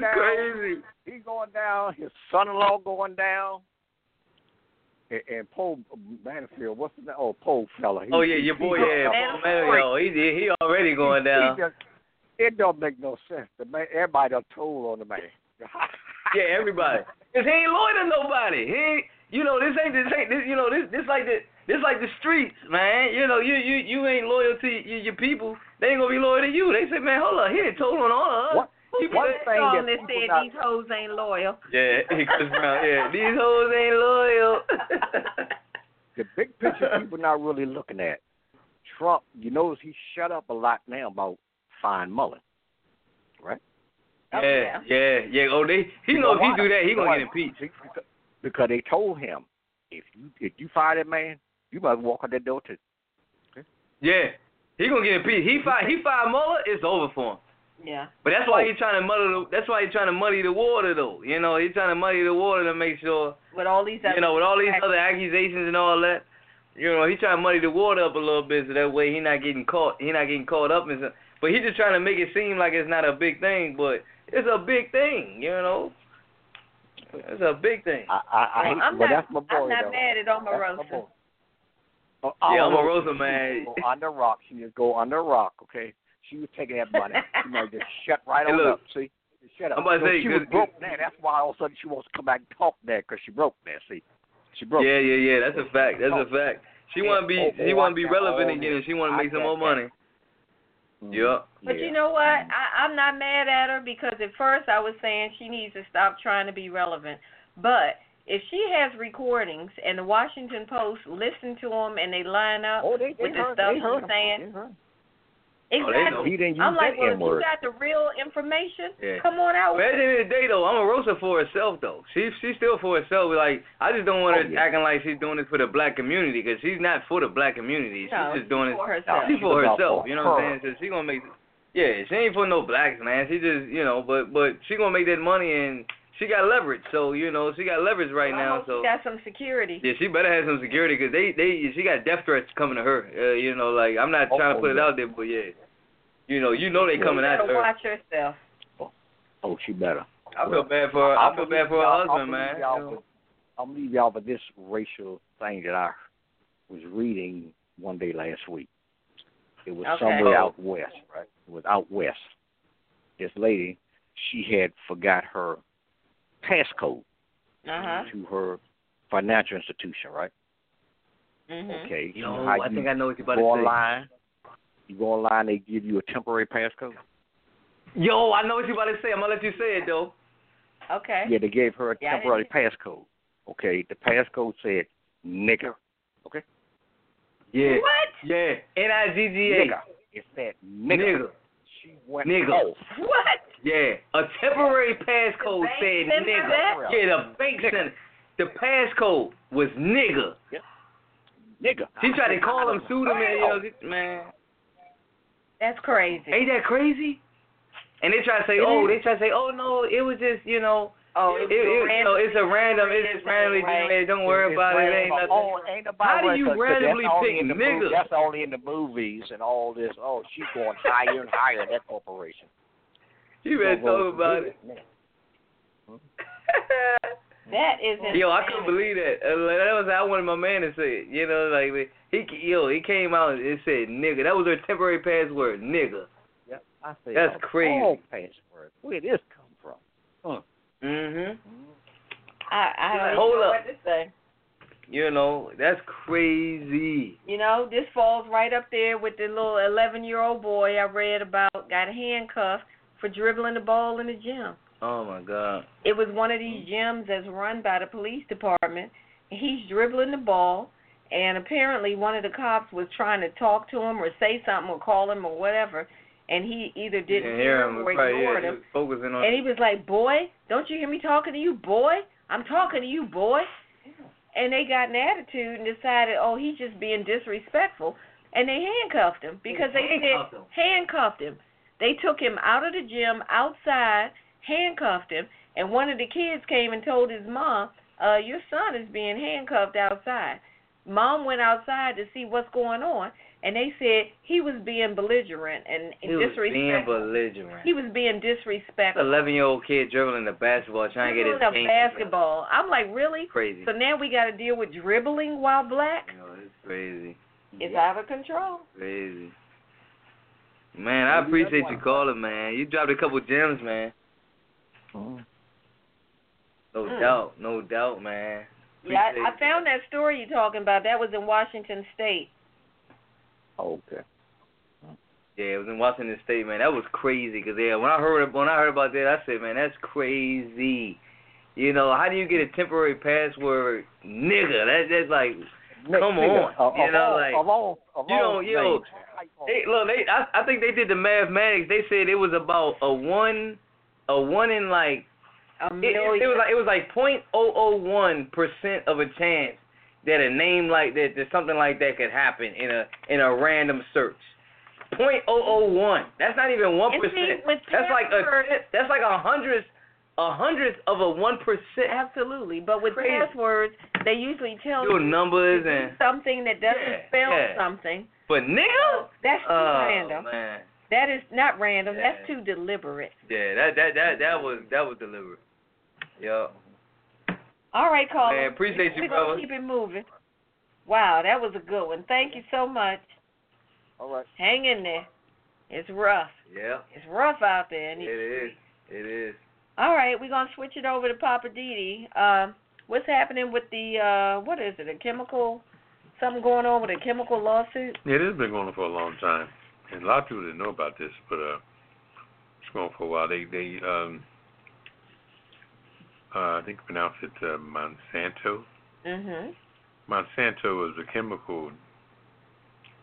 D: that's
I: down.
D: crazy.
I: He going down. His son-in-law going down. And, and Poe Banfield, what's the name? Oh, Poe fella. He,
D: Oh yeah,
I: he-
D: your boy,
I: he,
D: yeah,
C: Manafort.
D: Mario. He he already going
I: he
D: down.
I: just- it don't make no sense. The man, everybody done told on the man.
D: Yeah, everybody. Cause he ain't loyal to nobody. He, ain't, you know, this ain't this ain't this. You know, this this like the this like the streets, man. You know, you you you ain't loyal to your, your people. They ain't gonna be loyal to you. They say, man, hold on, he done told on all of us.
I: What?
D: You
I: One
D: put-
I: thing
C: Song
I: that
C: that
I: people
C: said
I: not,
C: these hoes ain't loyal.
D: Yeah, Chris Brown. Yeah, these hoes ain't loyal.
I: the big picture people not really looking at. Trump, you notice he shut up a lot now about fine Mullen.
C: Oh,
D: yeah, yeah, yeah. Oh, they he knows
I: Why?
D: he do that, he gonna
I: Why?
D: get impeached.
I: Because- Because they told him, if you if you fire that man, you must walk out that door too.
D: Yeah, he gonna get impeached. He fired he fired Mueller. It's over for him.
C: Yeah.
D: But that's why he's trying to muddy. The, that's why he's trying to muddy the water, though. You know, he's trying to muddy the water to make sure.
C: With all these
D: You know, with all these other accusations and all that. You know, he's trying to muddy the water up a little bit so that way he not getting caught. He not getting caught up in some. But he's just trying to make it seem like it's not a big thing, but it's a big thing. You know, it's a big thing.
I: I I, I
C: Well, I'm
I: well,
C: not-
I: that's my boy
C: I'm not
I: though.
C: mad at
I: That's my
C: Omarosa.
I: boy. Oh,
D: Yeah,
I: Omarosa,
D: Omarosa, man.
I: She would go under rock. She just go under rock. Okay, she was taking that money. she might just shut right
D: Hey,
I: on
D: look.
I: up. See, Just shut up.
D: I'm about to
I: So
D: say,
I: she was
D: good-
I: broke now. That's why all of a sudden she wants to come back and talk now because she broke now. See, she broke.
D: Yeah, yeah, yeah. That's a fact. That's a fact. She want to be. She want to be relevant again. and She want to make some more money.
I: Mm-hmm.
D: Yup.
C: But you know what? I, I'm not mad at her because at first I was saying she needs to stop trying to be relevant. But if she has recordings and the Washington Post listen to them and they line up
I: Oh, they, they
C: with the
I: heard,
C: stuff
I: they heard
C: she's
I: him.
C: saying,
I: They heard him.
B: Oh, they know.
C: exactly.
I: He didn't use
C: I'm like,
I: that
C: well, if you
I: N-word.
C: got the real information,
D: Yeah.
C: come on out.
D: But at the end of the day, though, Omarosa for herself, though. She she's still for herself. Like I just don't want her
I: Oh, yeah.
D: acting like she's doing this for the black community because she's not for the black community.
C: No,
D: she's just doing
C: for
D: it
C: herself.
D: She's for
I: She's about
D: herself.
I: for
D: You know what
I: her.
D: I'm saying? So she gonna make. Yeah, she ain't for no blacks, man. She just you know, but but she gonna make that money and she got leverage. So you know she got leverage right
C: I
D: now.
C: hope
D: So
C: you got some security.
D: yeah, she better have some security because they they she got death threats coming to her. Uh, you know, like I'm not
I: Oh,
D: trying to
I: oh,
D: put it
I: yeah.
D: out there, but yeah, you know, you know they
I: Yeah.
D: coming
C: you
D: after
C: better
D: her.
C: watch yourself.
I: Oh, she better.
D: I feel bad for her. I feel bad for her husband, man.
I: I'm gonna leave y'all with- I'll leave y'all with this racial thing that I was reading one day last week. It was
C: Okay.
D: Oh.
I: somewhere out west, right? It was out west. This lady, she had forgot her passcode
C: Uh
D: Uh-huh.
C: huh.
I: to her financial institution, right?
D: Mm-hmm.
C: hmm
I: Okay.
D: You
I: so
D: know,
I: how
D: I
I: you
D: think I know what you're about
I: go
D: to say.
I: online, you go online, they give you a temporary passcode.
D: Yo, I know what you're about to say. I'm gonna let you say it though.
C: Okay.
I: Yeah, they gave her a
C: Yeah, I
I: temporary passcode. Okay, the passcode said nigger.
D: Yeah.
C: What?
D: Yeah. N I G G
I: Nigger. It said
D: A.
I: nigger. She went
D: Nigga.
I: off.
C: What?
D: Yeah. A temporary passcode
C: The bank
D: said
C: sent her
D: nigga.
C: that?
D: Yeah, the bank
I: Nigga.
D: center. The passcode was nigga.
I: Nigger.
D: She tried to call him, sue him, and, you know, she- man.
C: That's crazy.
D: Ain't that crazy? And they try to say,
C: It
D: oh,
C: is.
D: they try to say, oh no, it was just, you know,
C: Oh, it's
D: it, it, you know,
C: random.
D: it's a random, it's just randomly
C: Right.
D: generated. Don't worry about it. It ain't nothing.
I: Oh, ain't nobody
D: How do
I: worried
D: you
I: 'cause- 'cause that's
D: randomly
I: only
D: pick
I: in the
D: nigger?
I: movie- That's only in the movies and all this. Oh, she's going higher and higher. That corporation.
D: You better talk about it.
C: That is
D: Yo, I couldn't
C: insanity.
D: believe that. Uh, like, that was how I wanted my man to say it. You know, like he yo, he came out and it said nigga. That was her temporary password, nigga.
I: Yep, I said,
D: That's
I: oh,
D: crazy.
I: Oh, password. Where did this come from?
C: Mm-hmm.
D: Mhm.
C: I, I don't
D: Hold
C: even know
D: up.
C: what to say.
D: You know, that's crazy.
C: You know, this falls right up there with the little 11 year old boy I read about got handcuffed for dribbling the ball in the gym.
D: Oh my god.
C: It was one of these gyms that's run by the police department. He's dribbling the ball, and apparently one of the cops was trying to talk to him or say something or call him or whatever, and he either
D: You
C: didn't
D: can hear him.
C: or
D: Probably, yeah,
C: ignored him.
D: he was focusing on.
C: And he was like, "Boy, don't you hear me talking to you, boy? I'm talking to you, boy." And they got an attitude and decided, "Oh, he's just being disrespectful." And they handcuffed him because they,
D: handcuffed
C: said
D: him.
C: handcuffed him. They took him out of the gym outside, handcuffed him, and one of the kids came and told his mom, "Uh, your son is being handcuffed outside." Mom went outside to see what's going on, and they said he was being belligerent and
D: he was being
C: disrespectful.
D: belligerent.
C: he was being disrespectful
D: Eleven year old kid dribbling the basketball, trying to get his
C: dribbling
D: game.
C: a basketball. I'm like, really?
D: Crazy.
C: So now we got to deal with dribbling while black?
D: You know, it's crazy,
C: It's out of control.
D: crazy. Man, I appreciate you calling, man. You dropped a couple gems, man. Mm-hmm. No
C: Mm.
D: doubt, no doubt, man.
C: Yeah,
D: Appreciate
C: I, I
D: it.
C: found that story you're talking about. That was in Washington State.
I: Okay.
D: Yeah, it was in Washington State, man. That was crazy. Cause yeah, when I heard when I heard about that, I said, man, that's crazy. You know, how do you get a temporary password, nigga? That that's like, Come on. You know, like-
I: Uh, along, along
D: You don't- you don't- they, look, they I, I think they did the mathematics. They said it was about a one, a one in like
C: A
D: it,
C: million.
D: it, it was like it was like point oh oh one percent of a chance that a name like that, that something like that could happen in a in a random search. Point oh oh one. That's not even one
C: And see,
D: percent.
C: with
D: That's like a
C: passwords-
D: that's like a hundredth a hundredth of a one percent.
C: absolutely. But with
D: Crazy.
C: passwords, they usually tell
D: Your
C: you to
D: numbers
C: do
D: and
C: something that doesn't
D: Yeah,
C: spell
D: yeah.
C: something.
D: but nigga.
C: That's too
D: Oh
C: Mm-hmm. random.
D: man,
C: That is not random. That's
D: Yeah.
C: too deliberate.
D: yeah, that that that that was that was deliberate. Yeah,
C: All right, caller.
D: man, appreciate you,
C: We're gonna
D: brother.
C: keep it moving. Wow, that was a good one. Thank you so much.
I: All right.
C: Hang in there. It's rough.
D: Yeah,
C: It's rough out there. And
D: it is, it is.
C: All right, we're gonna switch it over to Papa Didi. Um, what's happening with the uh, what is it? A chemical? Something going on with a chemical lawsuit?
B: Yeah, this has been going on for a long time, and a lot of people didn't know about this, but uh, it's going on for a while. They they um, uh, I think pronounce it uh, Monsanto.
C: Mhm.
B: Monsanto is a chemical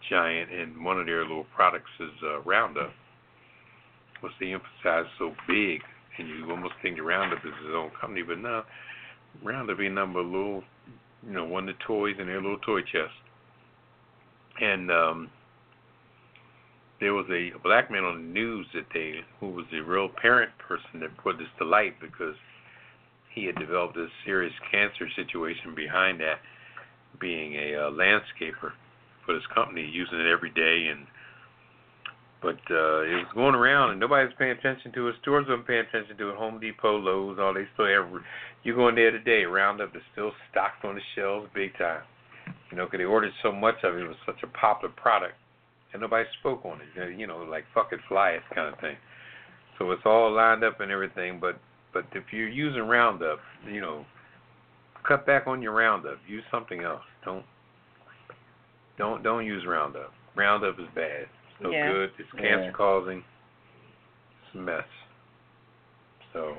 B: giant, and one of their little products is uh, Roundup, which they emphasize so big, and you almost think Roundup is its own company, but no, Roundup ain't number little, you know, one of the toys in their little toy chest. And um, there was a black man on the news that they, who was the real parent person that put this to light because he had developed a serious cancer situation behind that being a uh, landscaper for this company, using it every day. And but uh, it was going around, and nobody was paying attention to it. Stores weren't paying attention to it. Home Depot, Lowe's, all they still have. You go in there today, Roundup is still stocked on the shelves, big time. You know, because they ordered so much of it. It was such a popular product, and nobody spoke on it. Uh, You know, like fuck it, fly it kind of thing. So it's all lined up and everything, but but if you're using Roundup, you know, cut back on your Roundup. Use something else. Don't don't don't use Roundup. Roundup is bad. It's no
C: Yeah.
B: good. It's
D: Yeah.
B: cancer causing. It's a mess. So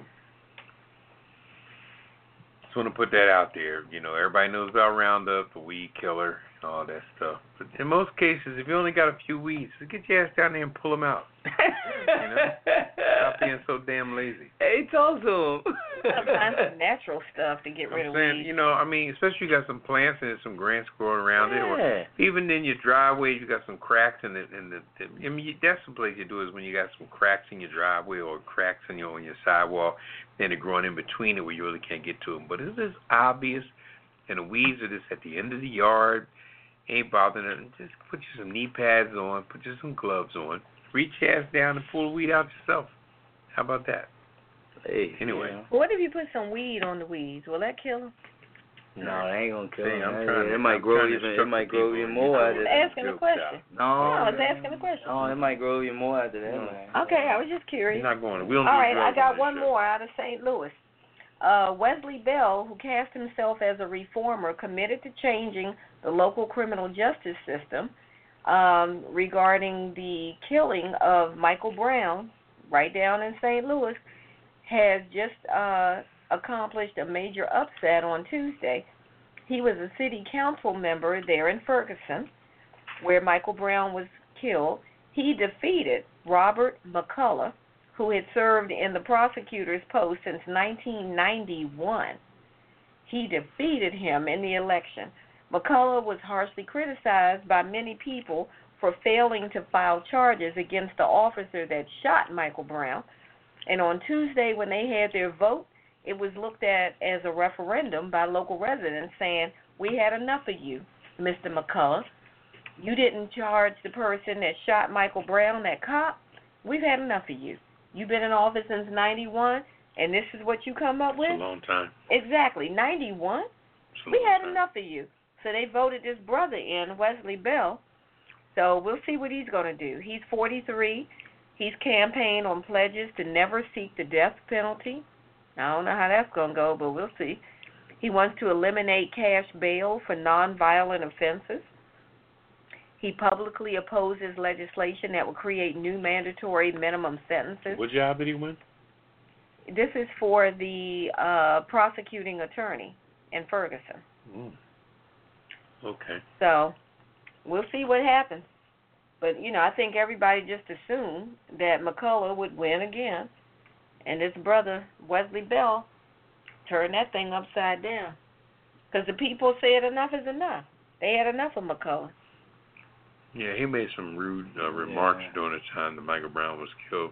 B: just want to put that out there. You know, everybody knows about Roundup, the weed killer, and all that stuff. But in most cases, if you only got a few weeds, just get your ass down there and pull them out. know? Stop being so damn lazy.
D: It's awesome.
C: Sometimes some natural stuff to get rid
B: I'm
C: of
B: saying,
C: weeds.
B: you know, I mean, especially you got some plants and there's some grass growing around it, or even in your driveway, you got some cracks in it. In the, the, I mean, you- that's the place you do is when you got some cracks in your driveway or cracks in your on your sidewalk, and they're growing in between it where you really can't get to them. But it's just obvious, and the weeds are just at the end of the yard. Ain't bothering it. Just put you some knee pads on, put you some gloves on, reach your ass down and pull the weed out yourself. How about that?
I: Hey,
B: Anyway.
I: you know.
C: What if you put some weed on the weeds? Will that kill them?
I: No, they ain't gonna kill
B: See,
I: him.
B: I'm
I: That-
B: trying to-
I: it might
B: I'm
I: grow
B: trying to
I: even. It
B: instruct
I: might
B: the
I: grow
B: people
I: even
B: and you
I: more
B: know
I: after
B: it.
I: that.
C: Asking
B: Jokes
C: a question.
I: No,
C: No, I was asking a question.
I: no, it might grow even more after that.
B: No.
I: man.
C: Okay, I was just curious.
B: You're not going. We don't
C: All
B: do
C: right, I
B: drugs on
C: got
B: this
C: one
B: show.
C: more out of St. Louis. Uh, Wesley Bell, who cast himself as a reformer, committed to changing the local criminal justice system um, regarding the killing of Michael Brown, right down in St. Louis, has just uh, accomplished a major upset on Tuesday. He was a city council member there in Ferguson, where Michael Brown was killed. He defeated Robert McCullough, who had served in the prosecutor's post since 1991. He defeated him in the election. McCullough was harshly criticized by many people for failing to file charges against the officer that shot Michael Brown. And on Tuesday, when they had their vote, it was looked at as a referendum by local residents saying, We had enough of you, Mr. McCullough. You didn't charge the person that shot Michael Brown, that cop. We've had enough of you. You've been in office since 91, and this is what you come up
B: It's a
C: with?
B: long time.
C: Exactly, 91?
B: It's a
C: We
B: long
C: had
B: time.
C: enough of you. So they voted this brother in, Wesley Bell. So we'll see what he's going to do. He's 43. He's campaigned on pledges to never seek the death penalty. I don't know how that's going to go, but we'll see. He wants to eliminate cash bail for nonviolent offenses. He publicly opposes legislation that will create new mandatory minimum sentences.
B: What job did he win?
C: This is for the uh, prosecuting attorney in Ferguson.
B: Mm. Okay.
C: So we'll see what happens. But you know, I think everybody just assumed that McCullough would win again, and his brother Wesley Bell turned that thing upside down because the people said enough is enough. They had enough of McCullough.
B: Yeah, he made some rude uh, remarks during the time that Michael Brown was killed.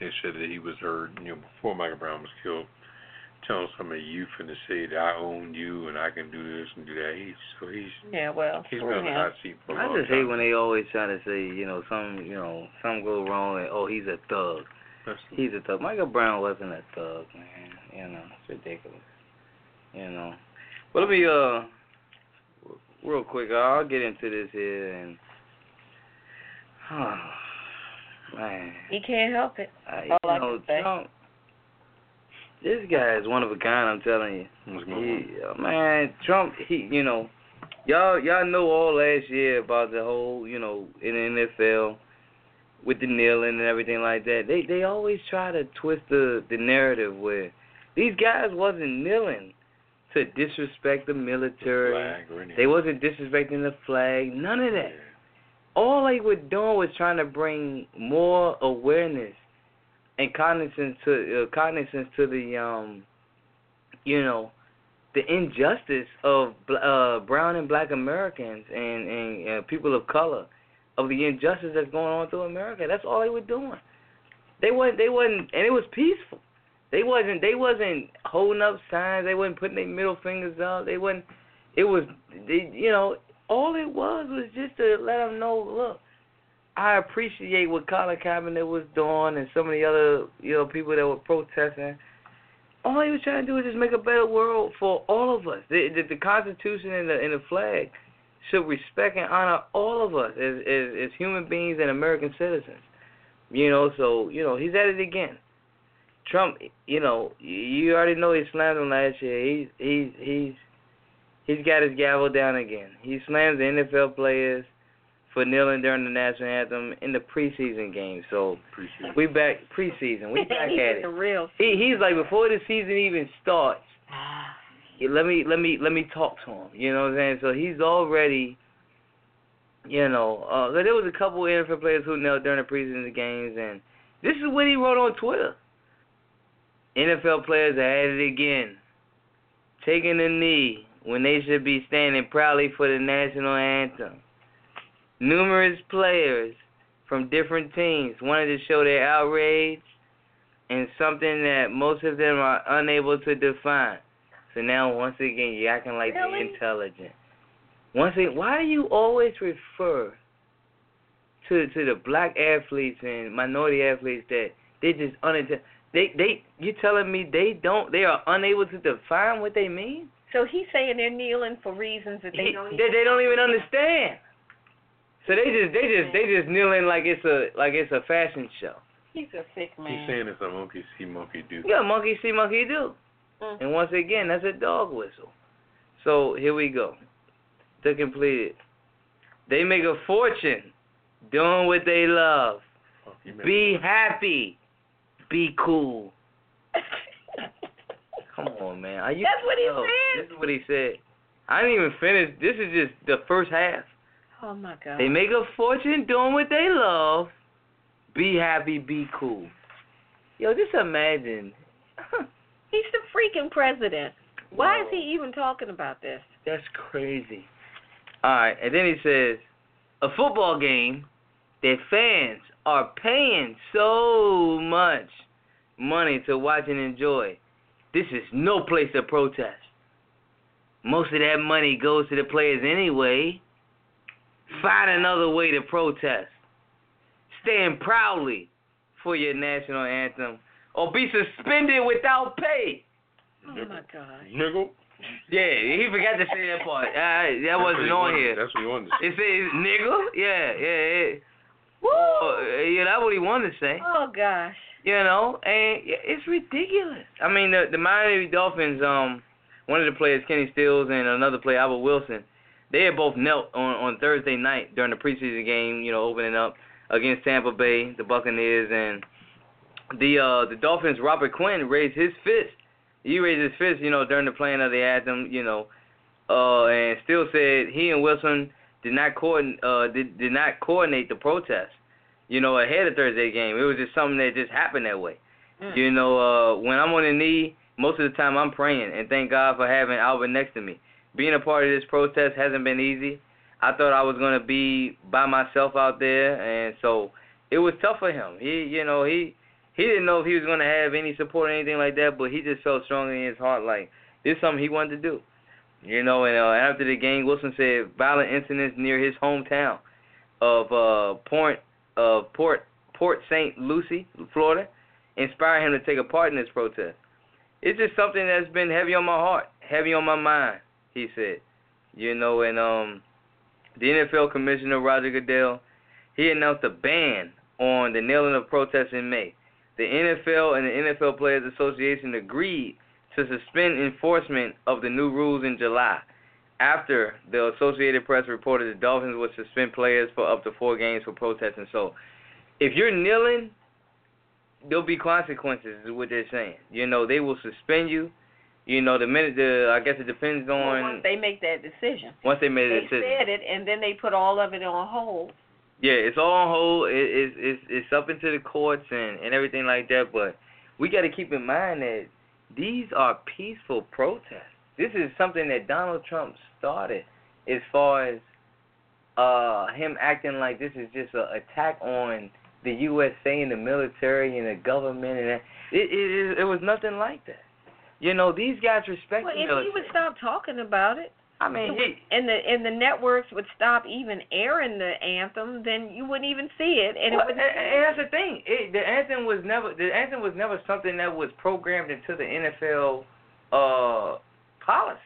B: They said that he was heard, you know, before Michael Brown was killed, telling some of the youth in the city that I own you and I can do this and do that. He's so he's
C: Yeah, well,
B: he's
C: for
B: been on the
C: him.
B: hot seat for a
D: I
B: long
D: just
B: time.
D: hate when they always try to say, you know, some, you know, some go wrong and oh, he's a thug.
B: That's,
D: He's a thug. Michael Brown wasn't a thug, man. You know, it's ridiculous. You know. Well, let me uh, real quick. I'll get into this here and. man.
C: He can't help it.
D: I, Uh, you
C: All I
D: know,
C: can say.
D: Trump, this guy is one of a kind. I'm telling you.
B: let's move on.
D: Yeah, man, Trump. He, you know, y'all, y'all know all last year about the whole, you know, in the NFL with the kneeling and everything like that. They, they always try to twist the the narrative where These guys wasn't kneeling to disrespect the military.
B: Flag or anything.
D: They wasn't disrespecting the flag. None of that.
B: Yeah.
D: All they were doing was trying to bring more awareness and cognizance to uh, cognizance to the um, you know, the injustice of bl- uh, brown and black Americans and and uh, people of color, of the injustice that's going on through America. That's all they were doing. They wasn't. They wasn't, and it was peaceful. They wasn't. They wasn't holding up signs. They wasn't putting their middle fingers up. They wasn't. It was. They, you know, all it was was just to let them know. Look, I appreciate what Colin Kaepernick was doing and some of the other you know people that were protesting. All he was trying to do is just make a better world for all of us. The, the, the Constitution and the, and the flag should respect and honor all of us as, as as human beings and American citizens. You know, so you know he's at it again. Trump, you know, y- you already know he slammed him last year. He's he's he's he's got his gavel down again. He slams the NFL players for kneeling during the national anthem in the preseason game. So
B: Appreciate it.
D: we back preseason. We back at
C: He's
D: it.
C: the real.
D: He he's like before the season even starts.
C: Ah.
D: yeah, Let me let me let me talk to him. You know what I'm saying? So he's already, you know, uh, 'cause there was a couple NFL players who knelt during the preseason games, and this is what he wrote on Twitter. NFL players are at it again, taking a knee when they should be standing proudly for the national anthem. Numerous players from different teams wanted to show their outrage and something that most of them are unable to define. So now, once again, you're acting like
C: Really?
D: the intelligent. Once again, why do you always refer to to the black athletes and minority athletes that they just unintelligent? They they you telling me they don't they are unable to define what they mean?
C: So he's saying they're kneeling for reasons that they
D: He-
C: don't.
D: they, they don't even understand. So they just they just they just kneeling like it's a like it's a fashion show.
C: He's a sick man.
B: He's saying it's a monkey see, monkey do.
D: Yeah, monkey see, monkey do.
C: Mm.
D: And once again, that's a dog whistle. So here we go. To complete it, they make a fortune doing what they love.
B: Monkey man.
D: Be happy. Be cool. Come on, man. Are you?
C: That's what he
D: Yo,
C: said.
D: This is what he said. I didn't even finish. This is just the first half.
C: Oh my God.
D: They make a fortune doing what they love. Be happy. Be cool. Yo, just imagine.
C: He's the freaking president. Why is he even talking about this?
D: That's crazy. All right, and then he says, a football game that fans are paying so much money to watch and enjoy. This is no place to protest. Most of that money goes to the players anyway. Find another way to protest. Stand proudly for your national anthem or be suspended without pay.
C: Oh my God.
B: Niggle.
D: Yeah, he forgot to say that part. Uh, that
B: That's what
D: wasn't
B: he
D: on
B: wanted-
D: here.
B: That's what he wanted.
D: It says nigga. Yeah, yeah, yeah.
C: Woo!
D: Uh, yeah, that's what he wanted to say.
C: Oh gosh.
D: You know, and yeah, it's ridiculous. I mean, the, the Miami Dolphins, um, one of the players, Kenny Stills, and another player, Albert Wilson, they had both knelt on on Thursday night during the preseason game. You know, opening up against Tampa Bay, the Buccaneers, and the uh the Dolphins. Robert Quinn raised his fist. He raised his fist, you know, during the playing of the anthem. You know, uh, and still said he and Wilson did not coordinate uh did, did not coordinate the protest. You know, ahead of Thursday game, it was just something that just happened that way.
C: Mm.
D: You know, uh, when I'm on the knee, most of the time I'm praying and thank God for having Albert next to me. Being a part of this protest hasn't been easy. I thought I was gonna be by myself out there, and so it was tough for him. He, you know, he he didn't know if he was gonna have any support or anything like that, but he just felt strongly in his heart like this is something he wanted to do. You know, and uh, after the game, Wilson said violent incidents near his hometown of uh, Port of Port Port St. Lucie, Florida, inspire him to take a part in this protest. It's just something that's been heavy on my heart, heavy on my mind, he said. You know, and um the NFL commissioner Roger Goodell, he announced a ban on the nailing of protests in May. The NFL and the NFL Players Association agreed to suspend enforcement of the new rules in July after the Associated Press reported the Dolphins would suspend players for up to four games for protesting. So if you're kneeling there'll be consequences is what they're saying. You know, they will suspend you. You know, the minute the I guess it depends on
C: once they make that decision.
D: once they made a
C: They
D: decision.
C: said it, and then they put all of it on hold.
D: Yeah, it's all on hold. It, it's it's it's up into the courts and and everything like that. But we got to keep in mind that these are peaceful protests. This is something that Donald Trump started, as far as uh him acting like this is just a attack on the USA and the military and the government and that. it it it, it was nothing like that. You know, these guys respect
C: Well,
D: the
C: if he
D: military.
C: would stop talking about it,
D: I mean, he,
C: and the and the networks would stop even airing the anthem, then you wouldn't even see it, and
D: Well,
C: it would.
D: and, and that's the thing. It, the anthem was never the anthem was never something that was programmed into the NFL uh policy.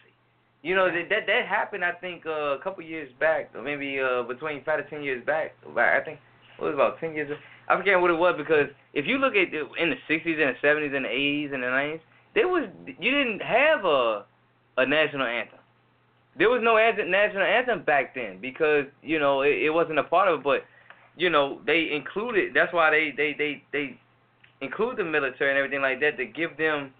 D: You know that that, that happened. I think uh, a couple years back, or maybe uh between five to ten years back. about- I think it was about ten years. I forget what it was because if you look at the, in the sixties and the seventies and the eighties and the nineties, there was you didn't have a a national anthem. There was no anthem, national anthem back then because you know it, it wasn't a part of it. But you know they included that's why they they they they include the military and everything like that to give them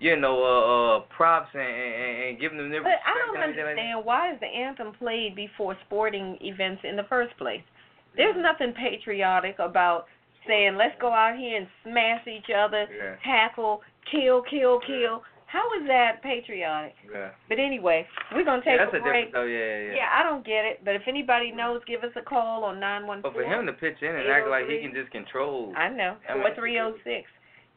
D: you know uh, uh props and, and and give them their
C: But I
D: respect
C: don't
D: and everything like that.
C: understand why is the anthem played before sporting events in the first place. There's nothing patriotic about saying let's go out here and smash each other,
D: Yeah.
C: tackle, kill, kill, kill. How is that patriotic?
D: yeah.
C: But anyway, we're gonna
D: Yeah,
C: take
D: that's
C: a
D: a
C: break.
D: different though yeah yeah,
C: Yeah, I don't get it. But if anybody knows, give us a call on nine one
D: but for him
C: four.
D: to pitch in and act like he can just control
C: I know
D: I mean-
C: four three zero six.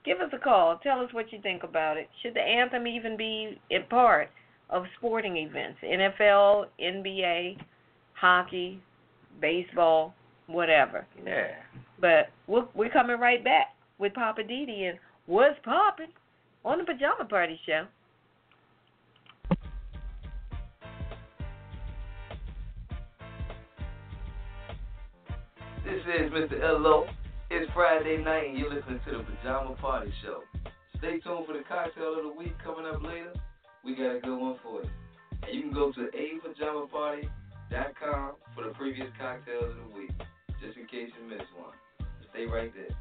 C: Give us a call. Tell us what you think about it. Should the anthem even be a part of sporting events? NFL, NBA, hockey, baseball, whatever.
D: yeah
C: But we're, we're coming right back with Papa Didi and what's poppin' on the Pajama Party Show.
D: This is Mr. L.O. It's Friday night and you're listening to the Pajama Party Show. Stay tuned for the cocktail of the week coming up later. We got a good one for you. And you can go to apajamaparty.com for the previous cocktails of the week, just in case you missed one. Stay right there.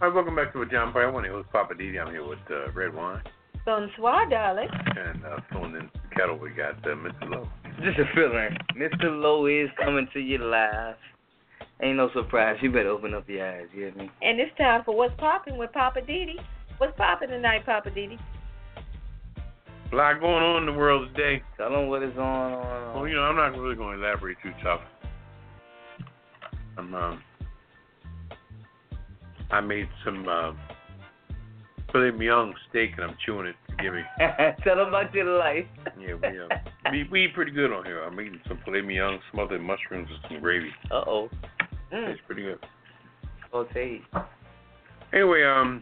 B: Hi, welcome back to a John Boy. I want to host Papa Didi. I'm here with uh, Red Wine
C: Bonsoir, darling.
B: and uh, filling in the kettle. We got uh, Mr. Lowe.
D: Just a feeling. Mr. Lowe is coming to you live. Ain't no surprise. You better open up your eyes. You hear me?
C: And it's time for What's Poppin' with Papa Didi. What's poppin' tonight, Papa Didi?
B: A lot going on in the world today.
D: Tell them what is on. on,
B: Well, you know, I'm not really going to elaborate too tough. I'm, um, I made some uh, filet mignon steak and I'm chewing it. Forgive me.
D: Tell them about your life.
B: Yeah, we uh, we, we eat pretty good on here. I'm eating some filet mignon smothered in mushrooms and some gravy.
D: Uh oh.
B: It's pretty good.
D: Okay.
B: Anyway, um,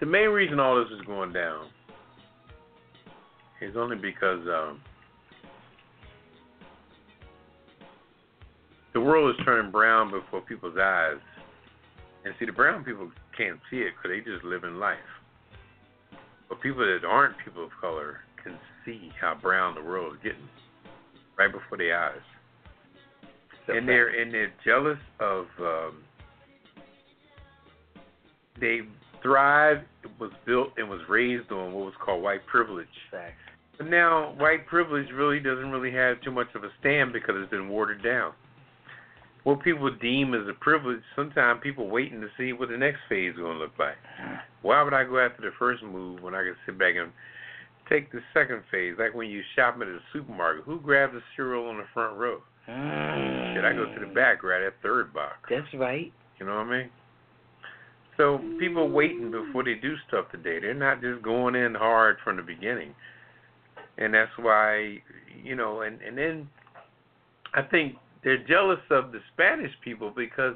B: the main reason all this is going down is only because um, the world is turning brown before people's eyes, and see, the brown people can't see it because they just live in life. But people that aren't people of color can see how brown the world is getting right before their eyes and they're and they're jealous of um they thrived was built and was raised on what was called white privilege
D: Facts.
B: but now white privilege really doesn't really have too much of a stand because it's been watered down what people deem as a privilege sometimes people waiting to see what the next phase is going to look like why would i go after the first move when i can sit back and take the second phase like when you shopping at a supermarket who grabbed the cereal on the front row should I go to the back right at third box?
D: That's right.
B: You know what I mean? So people waiting before they do stuff today. They're not just going in hard from the beginning. And that's why you know, and, and then I think they're jealous of the Spanish people because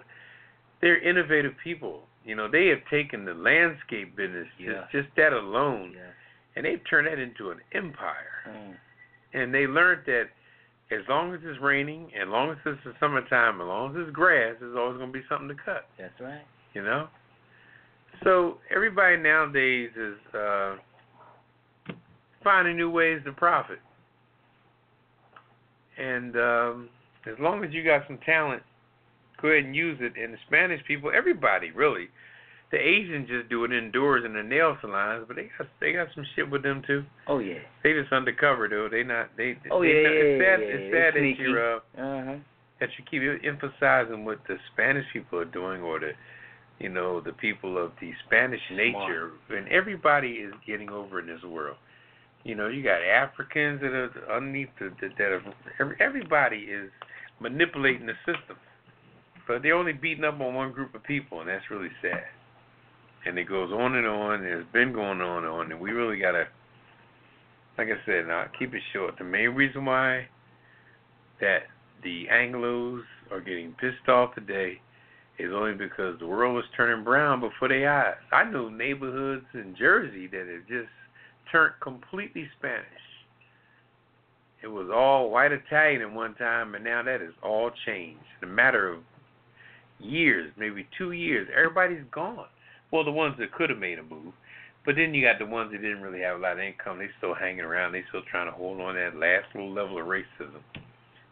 B: they're innovative people. You know, they have taken the landscape business,
I: Yeah.
B: just, just that
D: Oh,
B: alone,
I: Yes.
B: and they've turned that into an empire.
I: Mm.
B: And they learned that as long as it's raining, as long as it's the summertime, as long as it's grass, there's always going to be something to cut.
I: That's right.
B: You know. So everybody nowadays is uh, finding new ways to profit, and um, as long as you got some talent, go ahead and use it. And the Spanish people, everybody really, the Asians just do it indoors in the nail salons, but they got they got some shit with them too.
I: Oh yeah.
B: They just undercover though. They not they.
I: Oh,
B: they
I: yeah,
B: not, it's
I: yeah,
B: sad,
I: yeah, yeah.
B: It's
I: They
B: sad that
I: sneaky.
B: you're. Uh,
I: Uh
D: Uh-huh.
I: huh.
B: that you keep emphasizing what the Spanish people are doing or the you know the people of the Spanish nature and everybody is getting over in this world. You know, you got Africans that are underneath the, that, that are every- everybody is manipulating the system. But they're only beating up on one group of people and that's really sad. And it goes on and on and it's been going on and on and we really gotta like I said, now keep it short. The main reason why that the Anglos are getting pissed off today is only because the world is turning brown before their eyes. I know neighborhoods in Jersey that have just turned completely Spanish. It was all white Italian at one time, and now that is all changed. In a matter of years, maybe two years, everybody's gone. Well, the ones that could have made a move. But then you got the ones that didn't really have a lot of income. They still hanging around. They still trying to hold on to that last little level of racism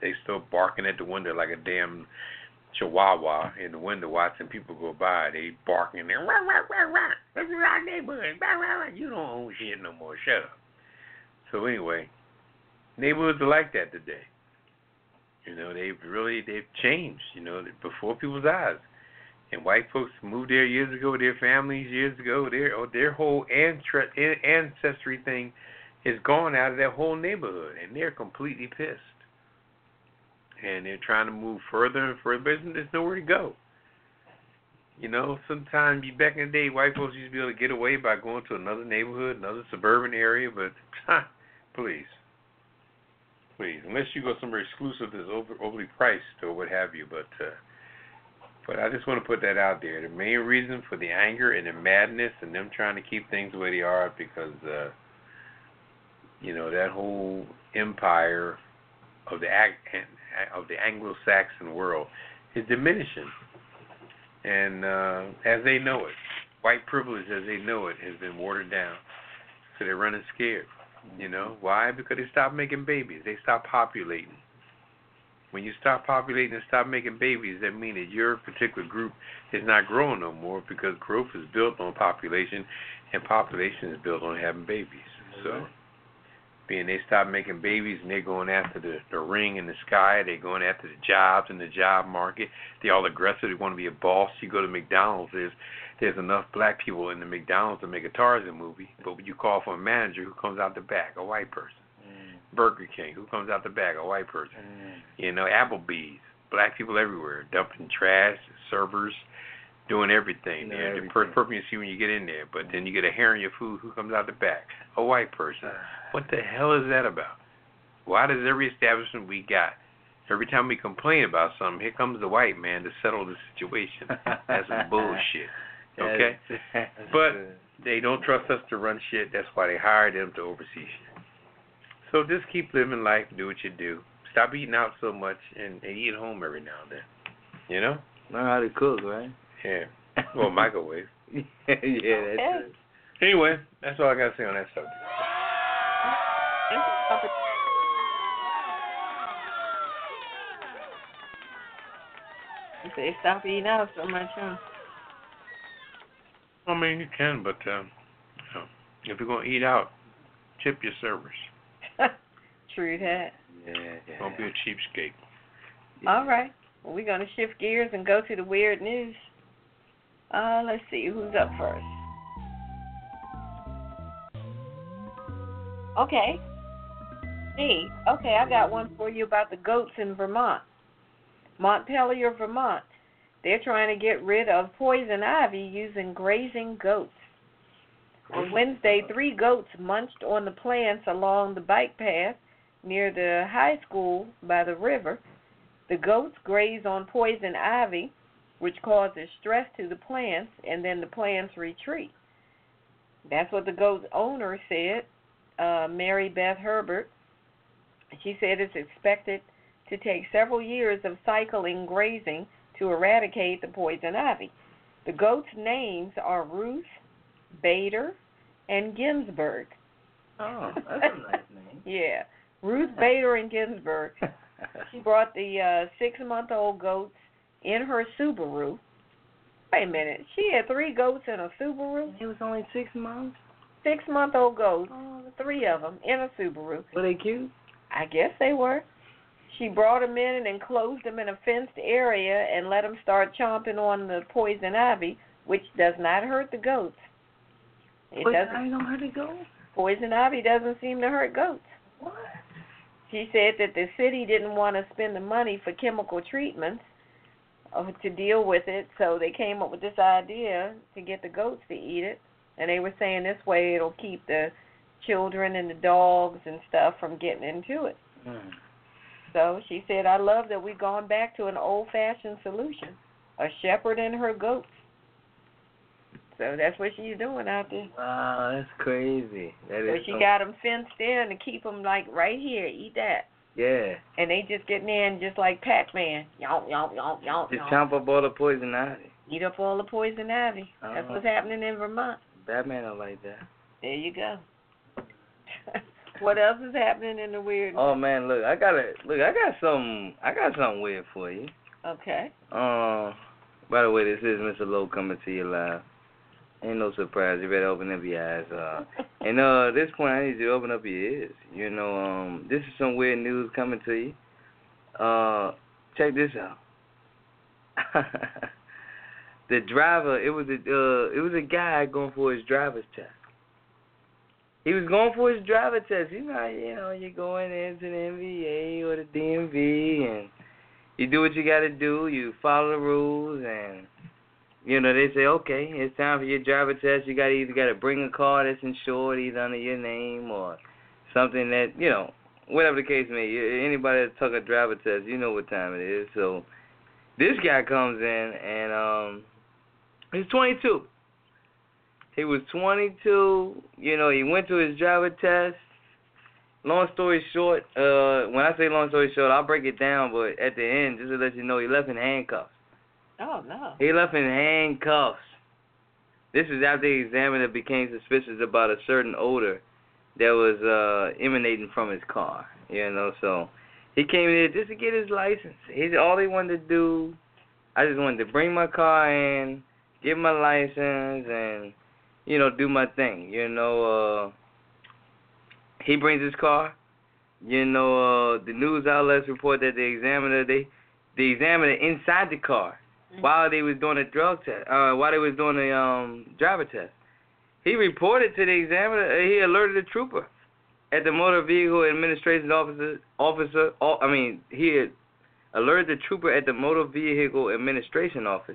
B: they still barking at the window like a damn chihuahua in the window watching people go by. They barking and rah rah rah rah. This is our neighborhood. Rah, rah, rah. You don't own shit no more. Shut up. So anyway, neighborhoods are like that today. You know, they've really they've changed. You know, before people's eyes. And white folks moved there years ago. Their families years ago. Their oh, their whole antre- an- ancestry thing is gone out of that whole neighborhood, and they're completely pissed and they're trying to move further and further, but there's nowhere to go. You know, sometimes you back in the day, white folks used to be able to get away by going to another neighborhood, another suburban area, but please, please, unless you go somewhere exclusive that's over, overly priced or what have you. But uh, but I just want to put that out there. The main reason for the anger and the madness and them trying to keep things the way they are because uh, you know that whole empire of the Ac- of the Anglo-Saxon world is diminishing, and uh, as they know it, white privilege as they know it has been watered down, so they're running scared. You know why? Because they stopped making babies. They stopped populating. When you stop populating and stop making babies, that means that your particular group is not growing no more because growth is built on population, and population is built on having babies. So being they stop making babies and they're going after the, the ring in the sky, they're going after the jobs in the job market. They're all aggressive, they want to be a boss. You go to McDonald's, there's there's enough black people in the McDonald's to make a Tarzan movie, but when you call for a manager who comes out the back, a white person. Burger King, who comes out the back, a white person. You know, Applebee's, black people everywhere, dumping trash, servers, doing everything.
I: Doing
B: They're the
I: everything.
B: first person you see when you get in there, but then you get a hair in your food, who comes out the back? A white person. What the hell is that about? Why does every establishment we got, every time we complain about something, here comes the white man to settle the situation? That's some bullshit. Okay? But- They don't trust us to run shit. That's why they hired them to oversee shit. So just keep living life, do what you do. Stop eating out so much and, and eat at home every now and then. You know?
I: learn how to cook, right?
B: Yeah. Well, microwave.
I: yeah, that's
C: Okay.
I: it.
B: Anyway, that's all I got to say on that subject.
C: Thank you, Papa You say stop eating out so much, huh?
B: I mean, you can, but um, you know, if you're going to eat out, tip your servers.
C: True that.
I: Yeah, yeah.
B: Don't be a cheapskate.
I: yeah.
C: All right. Well, we're going to shift gears and go to the weird news. Uh, let's see who's up first. Okay. Me. Okay, I got one for you about the goats in Vermont. Montpelier, Vermont. They're trying to get rid of poison ivy using grazing goats. On Wednesday, three goats munched on the plants along the bike path near the high school by the river. The goats graze on poison ivy, which causes stress to the plants, and then the plants retreat. That's what the goat's owner said, uh, Mary Beth Herbert. She said it's expected to take several years of cycling grazing to eradicate the poison ivy. The goat's names are Ruth, Bader, and Ginsburg.
D: Oh, that's a nice name.
C: Yeah, Ruth Bader and Ginsburg. She brought the uh, six-month-old goats in her Subaru. Wait a minute, she had three goats in a Subaru.
D: It was only six months.
C: Six-month-old goats,
D: Oh.
C: three of them in a Subaru.
D: Were they cute?
C: I guess they were. She brought them in and enclosed them in a fenced area and let them start chomping on the poison ivy, which does not hurt the goats. It
D: But
C: doesn't.
D: I don't know how to go.
C: Poison ivy doesn't seem to hurt goats.
D: What?
C: She said that the city didn't want to spend the money for chemical treatments uh, to deal with it, so they came up with this idea to get the goats to eat it. And they were saying this way it'll keep the children and the dogs and stuff from getting into it.
D: Hmm.
C: So she said, I love that we've gone back to an old fashioned solution a shepherd and her goats. So that's what she's doing out there.
D: Wow, that's crazy. That
C: So
D: is.
C: she
D: some-
C: got them fenced in to keep them like right here, eat that.
D: Yeah.
C: And they just getting in just like Pac Man. Yomp, yomp, yomp, yomp,
D: Just
C: yomp.
D: chomp up all the poison ivy.
C: Eat up all the poison ivy. That's
D: Uh-huh.
C: what's happening in Vermont.
D: Batman don't like that.
C: There you go. what else is happening in the weird?
D: Oh man, look, I got to look. I got some. I got something weird for you.
C: Okay.
D: Uh, by the way, this is Mr. Lowe coming to you live. Ain't no surprise. You better open up your eyes. Uh, and uh, at this point, I need you to open up your ears. You know, um, this is some weird news coming to you. Uh, check this out. the driver, it was a uh, it was a guy going for his driver's test. He was going for his driver test. You know, how, you know, you go in there to the NBA or the DMV and you do what you got to do. You follow the rules, and you know they say, okay, it's time for your driver test. You got to either got to bring a car that's insured, either under your name or something that you know, whatever the case may. be. Anybody that took a driver test, you know what time it is. So this guy comes in, and um, he's 22. He was 22. You know, he went to his driver test long story short, uh, when I say long story short, I'll break it down, but at the end, just to let you know, he left in handcuffs.
C: Oh no.
D: He left in handcuffs. This is after the examiner became suspicious about a certain odor that was uh, emanating from his car. You know, so he came in there just to get his license. He's all he wanted to do. I just wanted to bring my car in, get my license, and you know, do my thing. You know, uh, he brings his car. You know, uh, the news outlets report that the examiner they, the examiner inside the car Mm-hmm. while they was doing a drug test, uh, while they was doing the um driver test. He reported to the examiner. uh, He alerted the trooper at the motor vehicle administration officer. Officer, oh, I mean, he had alerted the trooper at the motor vehicle administration office,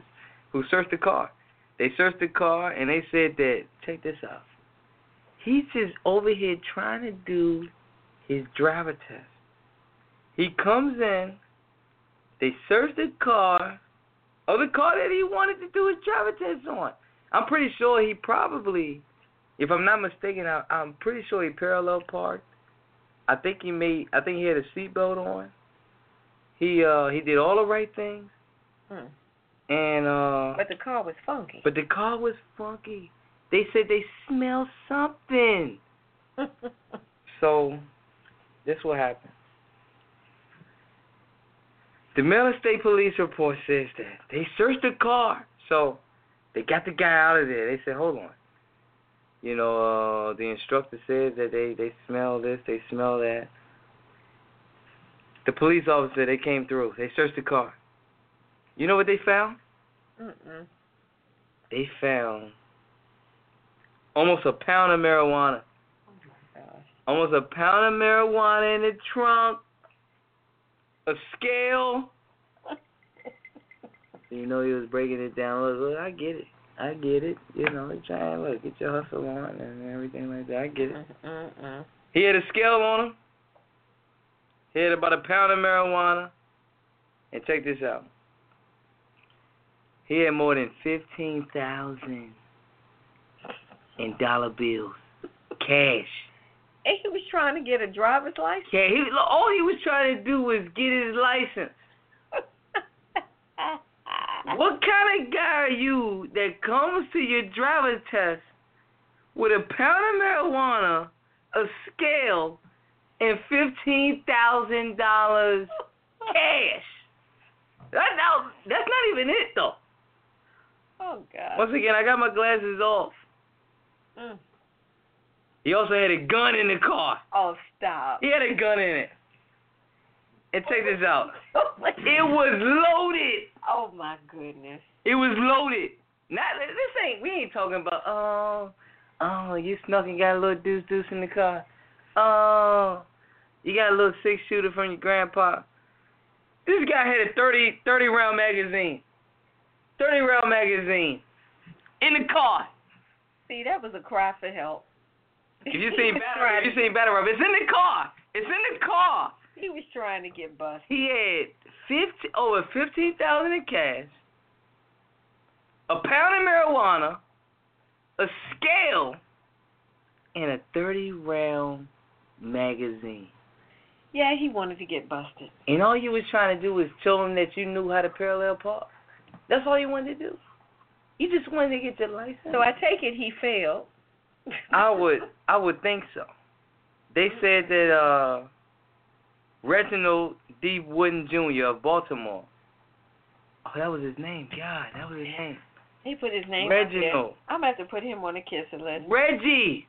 D: who searched the car. They searched the car and they said that check this out. He's just over here trying to do his driver test. He comes in. They search the car of the car that he wanted to do his driver test on. I'm pretty sure he probably, if I'm not mistaken, I, I'm pretty sure he parallel parked. I think he made. I think he had a seatbelt on. He uh he did all the right things.
C: Hmm.
D: And uh
C: But the car was funky.
D: but the car was funky. They said they smelled something. So, this will happen. The Maryland State Police report says that they searched the car. So, they got the guy out of there. They said, hold on. You know, uh, the instructor said that they, they smell this, they smell that. The police officer, they came through. They searched the car. You know what they found?
C: Mm-mm.
D: They found almost a pound of marijuana.
C: Gosh.
D: almost a pound of marijuana in the trunk, a scale. you know he was breaking it down. Look, look, I get it. I get it. You know, he trying look, get your hustle on and everything like that. I get it.
C: Mm-mm.
D: He had a scale on him. He had about a pound of marijuana. And check this out. He had more than fifteen thousand in dollar bills, cash.
C: And he was trying to get a driver's license.
D: Yeah, he all he was trying to do was get his license. What kind of guy are you that comes to your driver's test with a pound of marijuana, a scale, and fifteen thousand dollars cash? That, now that's not even it though.
C: Oh God.
D: Once again, I got my glasses off.
C: Mm.
D: He also had a gun in the car.
C: Oh stop.
D: He had a gun in it. And check this out. It was loaded.
C: Oh my goodness.
D: It was loaded. Not this ain't we ain't talking about oh oh you snuck and got a little deuce deuce in the car. Oh you got a little six shooter from your grandpa. This guy had a 30, 30 round magazine. Thirty round magazine. In the car.
C: See, that was a cry for help.
D: If you seen battle rap, you seen battle rap. It's in the car. It's in the car.
C: He was trying to get bust.
D: He had fifty over fifteen thousand in cash, a pound of marijuana, a scale, and a thirty round magazine.
C: Yeah, he wanted to get busted.
D: And all you was trying to do was show them that you knew how to parallel park. That's all you wanted to do. You just wanted to get your license.
C: So I take it he failed.
D: I would I would think so. They said that uh Reginald D. Wooden Jr. of Baltimore. Oh, that was his name. God, that was his name.
C: He put his name
D: Reginald.
C: Up there. I'm about to put him on a kissing list.
D: Reggie.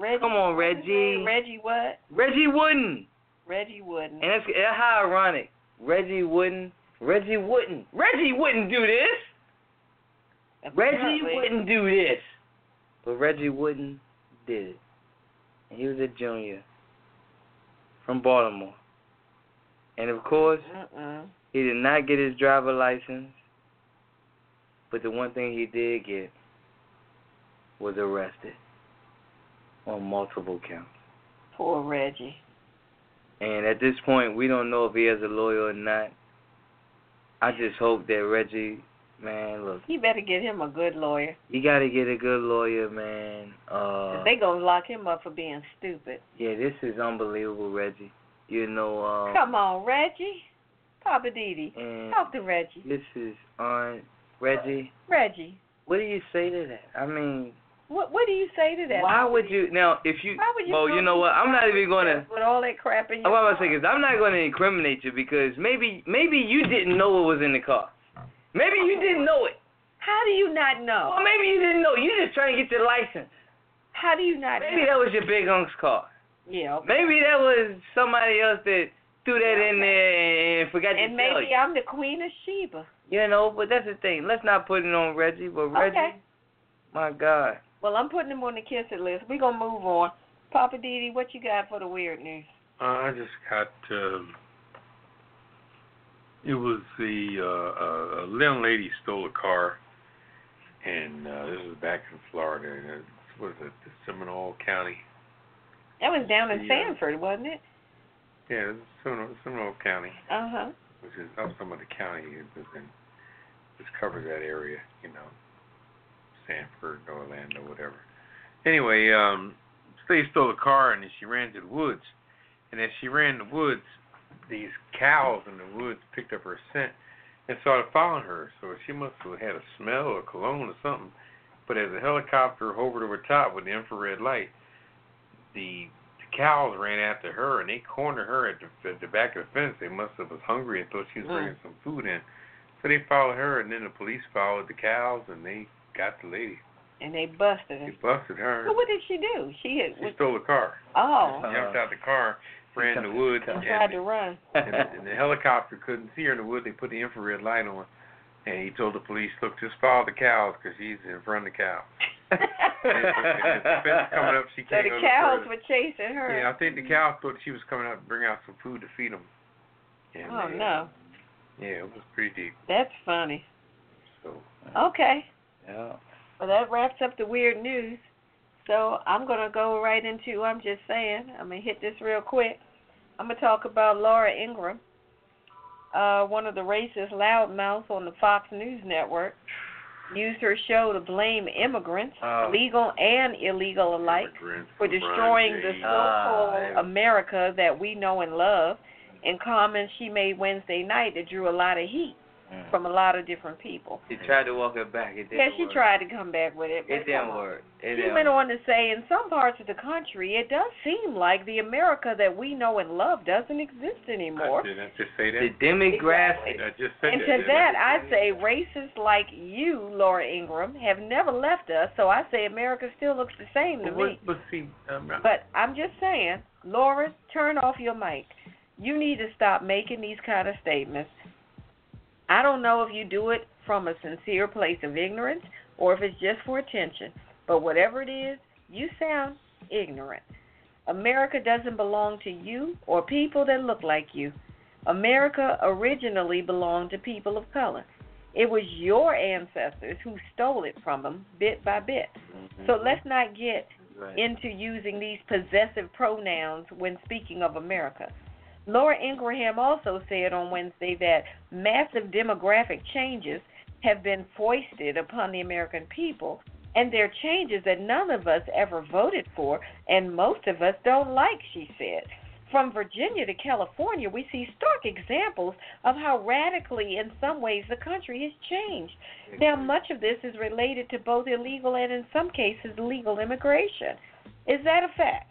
C: Reggie.
D: Come on,
C: what's his
D: Reggie.
C: name? Reggie what?
D: Reggie Wooden.
C: Reggie Wooden.
D: And that's, that's how ironic. Reggie Wooden. Reggie Wooden. Reggie wouldn't do this. Reggie
C: Apparently.
D: wouldn't do this. But Reggie Wooden did it. And he was a junior from Baltimore. And of course,
C: Mm-mm.
D: He did not get his driver license, but the one thing he did get was arrested on multiple counts.
C: Poor Reggie.
D: And at this point, we don't know if he has a lawyer or not. I just hope that Reggie, man, look,
C: He better get him a good lawyer.
D: you got to get a good lawyer, man. Uh,
C: 'cause they gonna lock him up for being stupid.
D: yeah, this is unbelievable, Reggie. You know, um,
C: Come on, Reggie. Papa Didi.
D: and
C: Talk to Reggie.
D: this is on Reggie.
C: Reggie.
D: What do you say to that? I mean,
C: What what do you say to that?
D: Why would you now? If you,
C: Why would you
D: well,
C: go
D: you know
C: to
D: what? I'm not even going to.
C: with all that crap in your
D: I'm about to say
C: car?
D: is I'm not going to incriminate you because maybe maybe you didn't know what was in the car. Maybe you didn't know it,
C: How do you not know?
D: or maybe you didn't know. You just trying to get your license.
C: How do you not
D: Maybe
C: know?
D: that was your big uncle's car.
C: Yeah. okay.
D: Maybe that was somebody else that threw that in there and forgot to
C: And
D: tell
C: maybe
D: you.
C: I'm the queen of Sheba.
D: You know, but that's the thing. Let's not put it on Reggie, but Reggie,
C: Okay.
D: my God,
C: Well, I'm putting him on the kiss it list. We're going to move on. Papa Didi, what you got for the weird news?
B: Uh, I just got. Um, it was the uh, uh, a landlady stole a car, and uh, this was back in Florida. And it was it the Seminole County?
C: That was down in
B: Yeah.
C: Sanford, wasn't it?
B: Yeah, it was Seminole, Seminole County,
C: Uh huh.
B: which is I'm talking about the county it was in, which covers that area, you know, Sanford, Orlando, whatever. Anyway, um, they stole a car and then she ran to the woods, and as she ran in the woods, these cows in the woods picked up her scent and started following her. So she must have had a smell or cologne or something. But as the helicopter hovered over top with the infrared light, the, the cows ran after her and they cornered her at the, at the back of the fence. They must have was hungry and thought she was
C: Mm.
B: bringing some food in. So they followed her, and then the police followed the cows, and they got the lady.
C: And they busted
B: They
C: him.
B: busted her.
C: Well, what did she do? She had.
B: She stole the car.
C: oh,
B: She jumped out the car, ran Uh-huh. in the woods, and,
C: tried to run.
B: and, and the helicopter couldn't see her in the wood. They put the infrared light on, and he told the police, "Look, just follow the cows because she's in front of the cow." And if the fence coming up, she
C: So
B: can't
C: the
B: go no
C: cows
B: further.
C: were chasing her.
B: Yeah, I think the cows thought she was coming out to bring out some food to feed them. And
C: Oh,
B: they,
C: no.
B: Yeah, it was pretty deep.
C: That's funny.
B: So
C: Okay.
D: yeah.
C: Well, that wraps up the weird news. So I'm going to go right into I'm just saying. I'm going to hit this real quick. I'm going to talk about Laura Ingram. uh, one of the racist loudmouths on the Fox News network used her show to blame immigrants,
B: Oh.
C: legal and illegal alike,
B: Immigrants,
C: for
B: LeBron
C: destroying the
B: James.
C: so-called
B: Ah,
C: America that we know and love. In comments she made Wednesday night that drew a lot of heat from a lot of different people.
J: She tried to walk it back. Mm. It didn't
C: Yeah, she
J: work.
C: tried to come back with it. but
J: It
C: come
J: didn't
C: on.
J: work. It
C: She
J: didn't
C: went
J: work.
C: on to say, in some parts of the country, it does seem like the America that we know and love doesn't exist anymore.
B: I didn't just say
J: The
B: that.
J: demographic.
B: I just said
C: And
B: that.
C: to
B: didn't
C: that,
B: I?
C: I say racists like you, Laura Ingram, have never left us, so I say America still looks the same to
B: But, what-
C: me.
B: but see, um, I'm not.
C: But I'm just saying, Laura, turn off your mic. You need to stop making these kind of statements. I don't know if you do it from a sincere place of ignorance or if it's just for attention, but whatever it is, you sound ignorant. America doesn't belong to you or people that look like you. America originally belonged to people of color. It was your ancestors who stole it from them bit by bit. So let's not get
J: Right.
C: into using these possessive pronouns when speaking of America. Laura Ingraham also said on Wednesday that massive demographic changes have been foisted upon the American people, and they're changes that none of us ever voted for, and most of us don't like, she said. From Virginia to California, we see stark examples of how radically, in some ways, the country has changed. Now, much of this is related to both illegal and, in some cases, legal immigration. Is that a fact?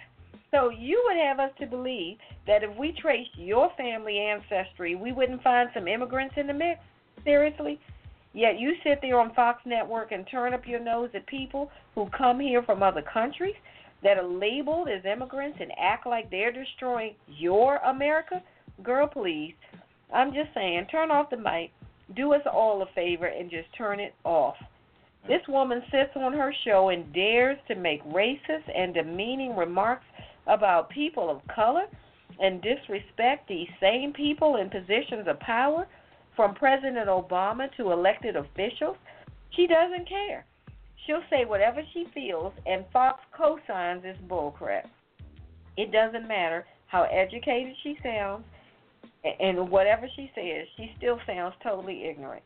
C: So, you would have us to believe that if we traced your family ancestry, we wouldn't find some immigrants in the mix? Seriously? Yet you sit there on Fox Network and turn up your nose at people who come here from other countries that are labeled as immigrants and act like they're destroying your America? Girl, please. I'm just saying, turn off the mic do us all a favor and just turn it off. This woman sits on her show and dares to make racist and demeaning remarks about people of color and disrespect these same people in positions of power, from President Obama to elected officials. She doesn't care. She'll say whatever she feels, and Fox co signs this bullcrap. It doesn't matter how educated she sounds and whatever she says, she still sounds totally ignorant.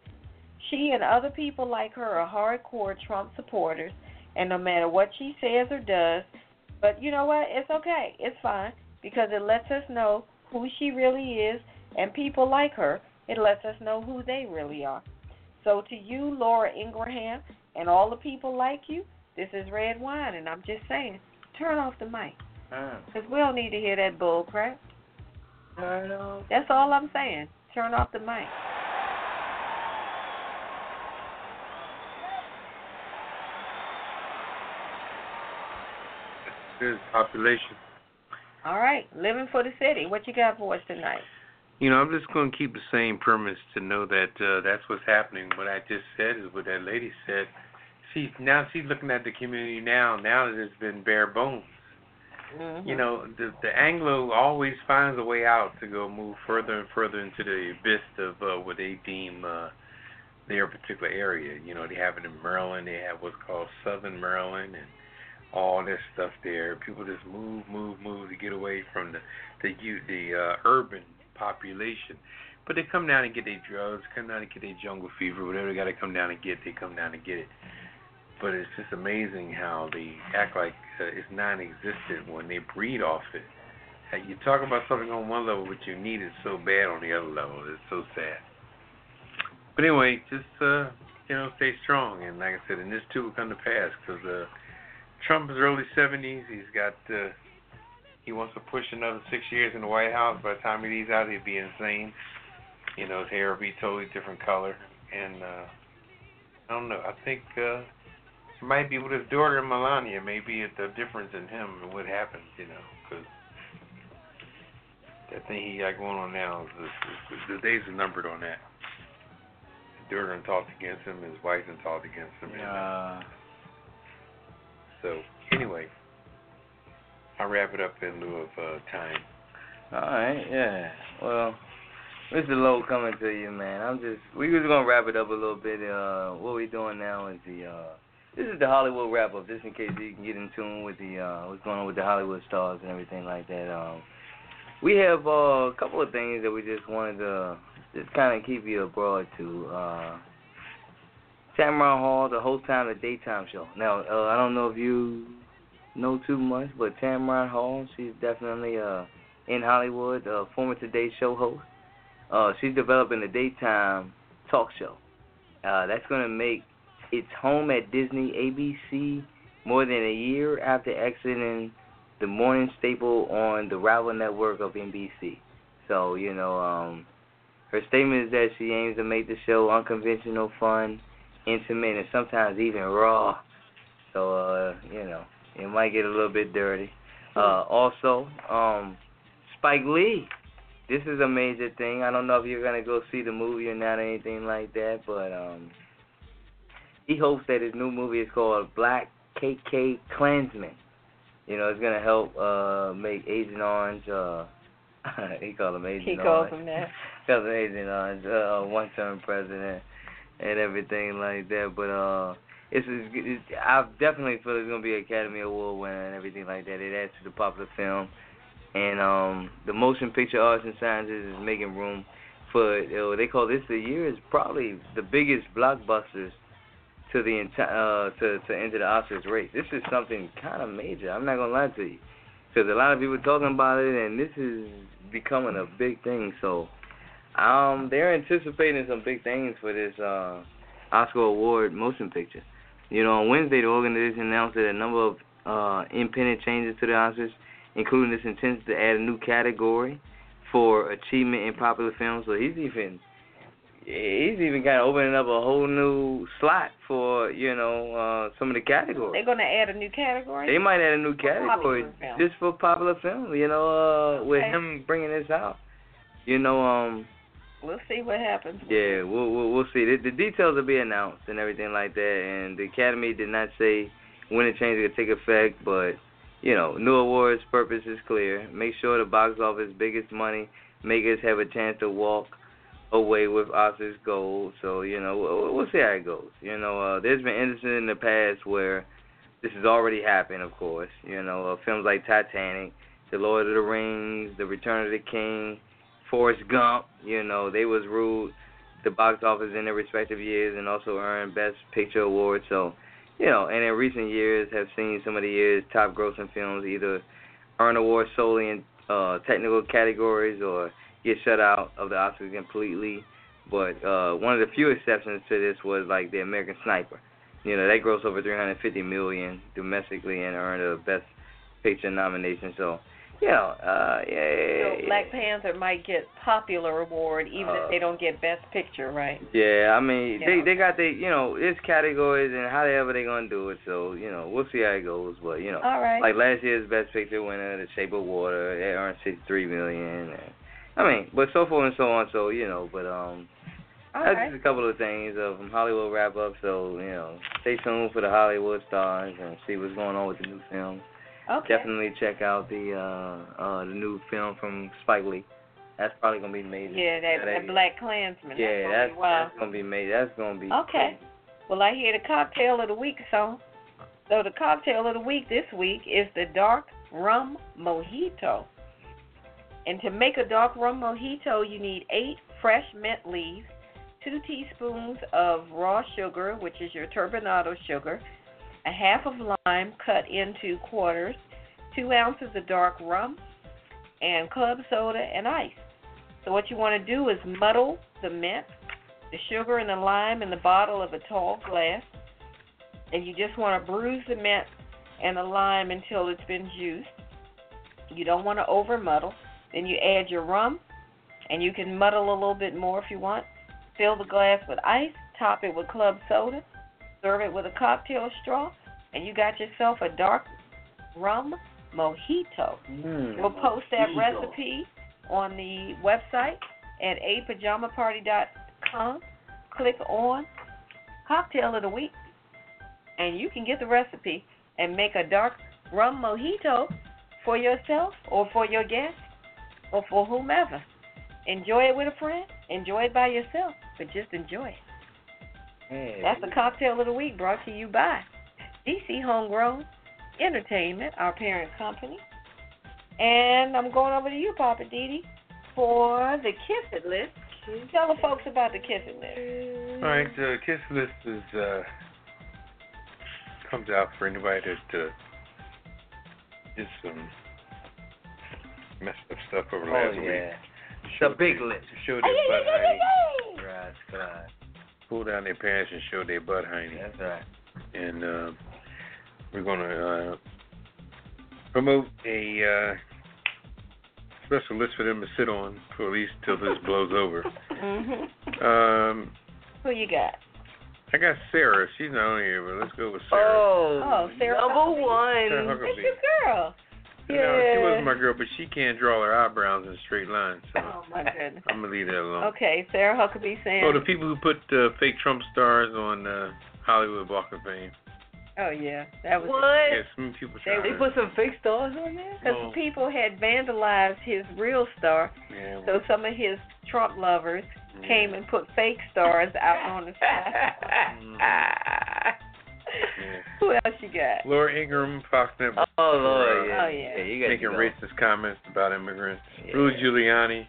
C: She and other people like her are hardcore Trump supporters, and no matter what she says or does, but you know what? It's okay. It's fine because it lets us know who she really is, and people like her, it lets us know who they really are. So to you, Laura Ingraham, and all the people like you, this is red wine, and I'm just saying, turn off the mic
J: Mm.
C: because we don't need to hear that bull crap.
D: Turn off.
C: That's all I'm saying. Turn off the mic.
B: There's population.
C: All right, living for the city. What you got for us tonight?
B: You know, I'm just going to keep the same premise to know that uh, that's what's happening. What I just said is what that lady said. She's now she's looking at the community now. Now that it's been bare bones.
D: Mm-hmm.
B: You know, the the Anglo always finds a way out to go move further and further into the abyss of uh, what they deem uh, their particular area. You know, they have it in Maryland. They have what's called Southern Maryland and all this stuff there. People just move, move, move to get away from the the u- the uh, urban population. But they come down and get their drugs, come down and get their jungle fever, whatever they got to come down and get, they come down and get it. But it's just amazing how they act like uh, it's non-existent when they breed off it. Uh, You talk about something on one level, but you need it so bad on the other level. It's so sad. But anyway, just uh, you know, stay strong. And like I said, and this too will come to pass because uh, Trump is early 70s. He's got uh, he wants to push another six years in the White House. By the time he leaves out, he'll be insane. You know, his hair will be totally different color. And uh, I don't know. I think uh, it might be with his daughter Melania. Maybe it's the difference in him and what happens. You know, because that thing he got going on now, is, is, is, the days are numbered on that. His daughter done talked against him. His wife done talked against him. and, uh,
J: Yeah.
B: so anyway, I'll wrap it up in lieu of uh, time.
J: All right. Yeah. Well, Mr. Lowe coming to you, man. I'm just we was gonna wrap it up a little bit. Uh, what we doing now is the uh, this is the Hollywood wrap up, just in case you can get in tune with the uh, what's going on with the Hollywood stars and everything like that. Um, we have uh, a couple of things that we just wanted to
D: just kind of keep you abroad to uh, Tamron Hall, the whole time, the daytime show. Now, uh, I don't know if you know too much, but Tamron Hall, she's definitely uh, in Hollywood, uh, former Today Show host. Uh, she's developing a daytime talk show. Uh, that's going to make its home at Disney ABC more than a year after exiting the morning staple on the rival network of NBC. So, you know, um, her statement is that she aims to make the show unconventional, fun, intimate, and sometimes even raw. So, uh, you know, it might get a little bit dirty. Uh,
C: Mm-hmm.
D: also, um, Spike Lee. This is a major thing. I don't know if you're gonna go see the movie or not, or anything like that, but um, he hopes that his new movie is called Black KK Klansman. You know, it's gonna help uh make Agent Orange. Uh, he called him Agent
C: He calls
D: Orange.
C: him that.
D: Cause Agent Orange, uh, one-term president, and everything like that. But uh, it's, it's I definitely feel it's gonna be an Academy Award winner and everything like that. It adds to the popular film, and um, the motion picture arts and sciences is making room for. Uh, they call this the year is probably the biggest blockbusters to the entire uh, to to enter the Oscars race. This is something kind of major. I'm not gonna lie to you, because a lot of people talking about it, and this is becoming a big thing. So, um, they're anticipating some big things for this uh, Oscar award motion picture. You know, on Wednesday, the organization announced that a number of uh, impending changes to the Oscars, including this intention to add a new category for achievement in popular films. So he's even he's even kind of opening up a whole new slot for you know uh, some of the
C: They're
D: categories.
C: gonna add a new category.
D: They might add a new
C: popular
D: category
C: film.
D: just for popular film. You know, uh, with
C: Okay.
D: him bringing this out. You know, um,
C: We'll see what happens.
D: yeah, we'll we'll, we'll see. The, the details will be announced and everything like that. And the Academy did not say when the change will take effect, but you know, new awards purpose is clear. Make sure the box office biggest money makers have a chance to walk away with Oscars gold. So you know, we'll, we'll see how it goes. You know, uh, there's been instances in the past where this has already happened, of course. You know, uh, films like Titanic, The Lord of the Rings, The Return of the King, Forrest Gump. You know, they was ruled the box office in their respective years and also earned Best Picture awards. So, you know, and in recent years have seen some of the year's top grossing films either earn awards solely in uh, technical categories or get shut out of the Oscars completely. But uh, one of the few exceptions to this was like The American Sniper. You know, that grossed over 350 million domestically and earned a Best Picture nomination. So, you know, uh, yeah,
C: So Black Panther might get popular award even
D: Uh,
C: if they don't get best picture, right?
D: Yeah, I mean
C: Yeah.
D: they they got they you know it's categories and however they gonna do it. So you know we'll see how it goes. But you know,
C: All right.
D: like last year's best picture winner, The Shape of Water, it earned sixty three million. And, I mean, but so forth and so on. So you know, but um,
C: All
D: that's
C: right.
D: just a couple of things uh, from Hollywood wrap up. So you know, stay tuned for the Hollywood stars and see what's going on with the new film.
C: Okay.
D: Definitely check out the uh uh the new film from Spike Lee. That's probably gonna be major.
C: Yeah, that, that Black Klansman.
D: Yeah,
C: that's, gonna
D: that's,
C: be wild.
D: that's gonna be made. That's gonna be
C: Okay. Well, I hear the cocktail of the week song. So the cocktail of the week this week is the dark rum mojito. And to make a dark rum mojito, you need eight fresh mint leaves, two teaspoons of raw sugar, which is your turbinado sugar, a half of lime cut into quarters, two ounces of dark rum, and club soda and ice. So what you want to do is muddle the mint the sugar and the lime in the bottle of a tall glass, and you just want to bruise the mint and the lime until it's been juiced. You don't want to over muddle. Then you add your rum, and you can muddle a little bit more if you want. Fill the glass with ice, top it with club soda, serve it with a cocktail straw, and you got yourself a dark rum mojito.
D: Mm, Mm-hmm.
C: We'll post that
K: Mojito.
C: recipe on the website at apajamaparty.com. Click on Cocktail of the Week, and you can get the recipe and make a dark rum mojito for yourself or for your guest or for whomever. Enjoy it with a friend, enjoy it by yourself, but just enjoy it. That's the cocktail of the week brought to you by DC Homegrown Entertainment, our parent company. And I'm going over to you, Papa Didi, for the Kiss It list. Tell the folks about the kissing list.
B: All right, the Kiss List is uh, comes out for anybody that uh, did some messed up stuff over
D: Oh,
B: last
D: yeah.
B: week. Showed
D: the big
B: their-
D: list.
B: Showed their butt hiney.
D: Right, right.
B: Pulled down their pants and showed their butt hiney.
D: That's right.
B: And uh, we're gonna uh, promote a uh, special list for them to sit on for at least till this blows over.
C: Mm-hmm.
B: Um,
C: Who you got?
B: I got Sarah. She's not on here, but let's go with Sarah.
L: Oh,
C: Oh, Sarah
L: number
B: Sarah
L: one.
C: It's
B: Huckabee.
C: your girl.
B: No, she
L: Yeah.
B: wasn't my girl, but she can't draw her eyebrows in straight lines, so
C: Oh my goodness.
B: I'm gonna leave that alone.
C: Okay, Sarah Huckabee saying.
B: Oh, the people who put uh, fake Trump stars on uh, Hollywood Walk of Fame.
C: Oh yeah, that was.
L: What?
B: Yeah, some people trying
L: They
B: to-
L: put some fake stars on there?
C: Because
B: Well,
C: people had vandalized his real star,
B: yeah, well,
C: so some of his Trump lovers
B: yeah.
C: came and put fake stars out on the side.
B: Mm. Yeah.
C: Who else you got?
B: Laura Ingram, Fox Network,
D: Oh, Lord, yeah.
C: Oh, yeah.
D: you got
B: making
D: to go.
B: racist comments about immigrants.
D: Yeah.
B: Rudy Giuliani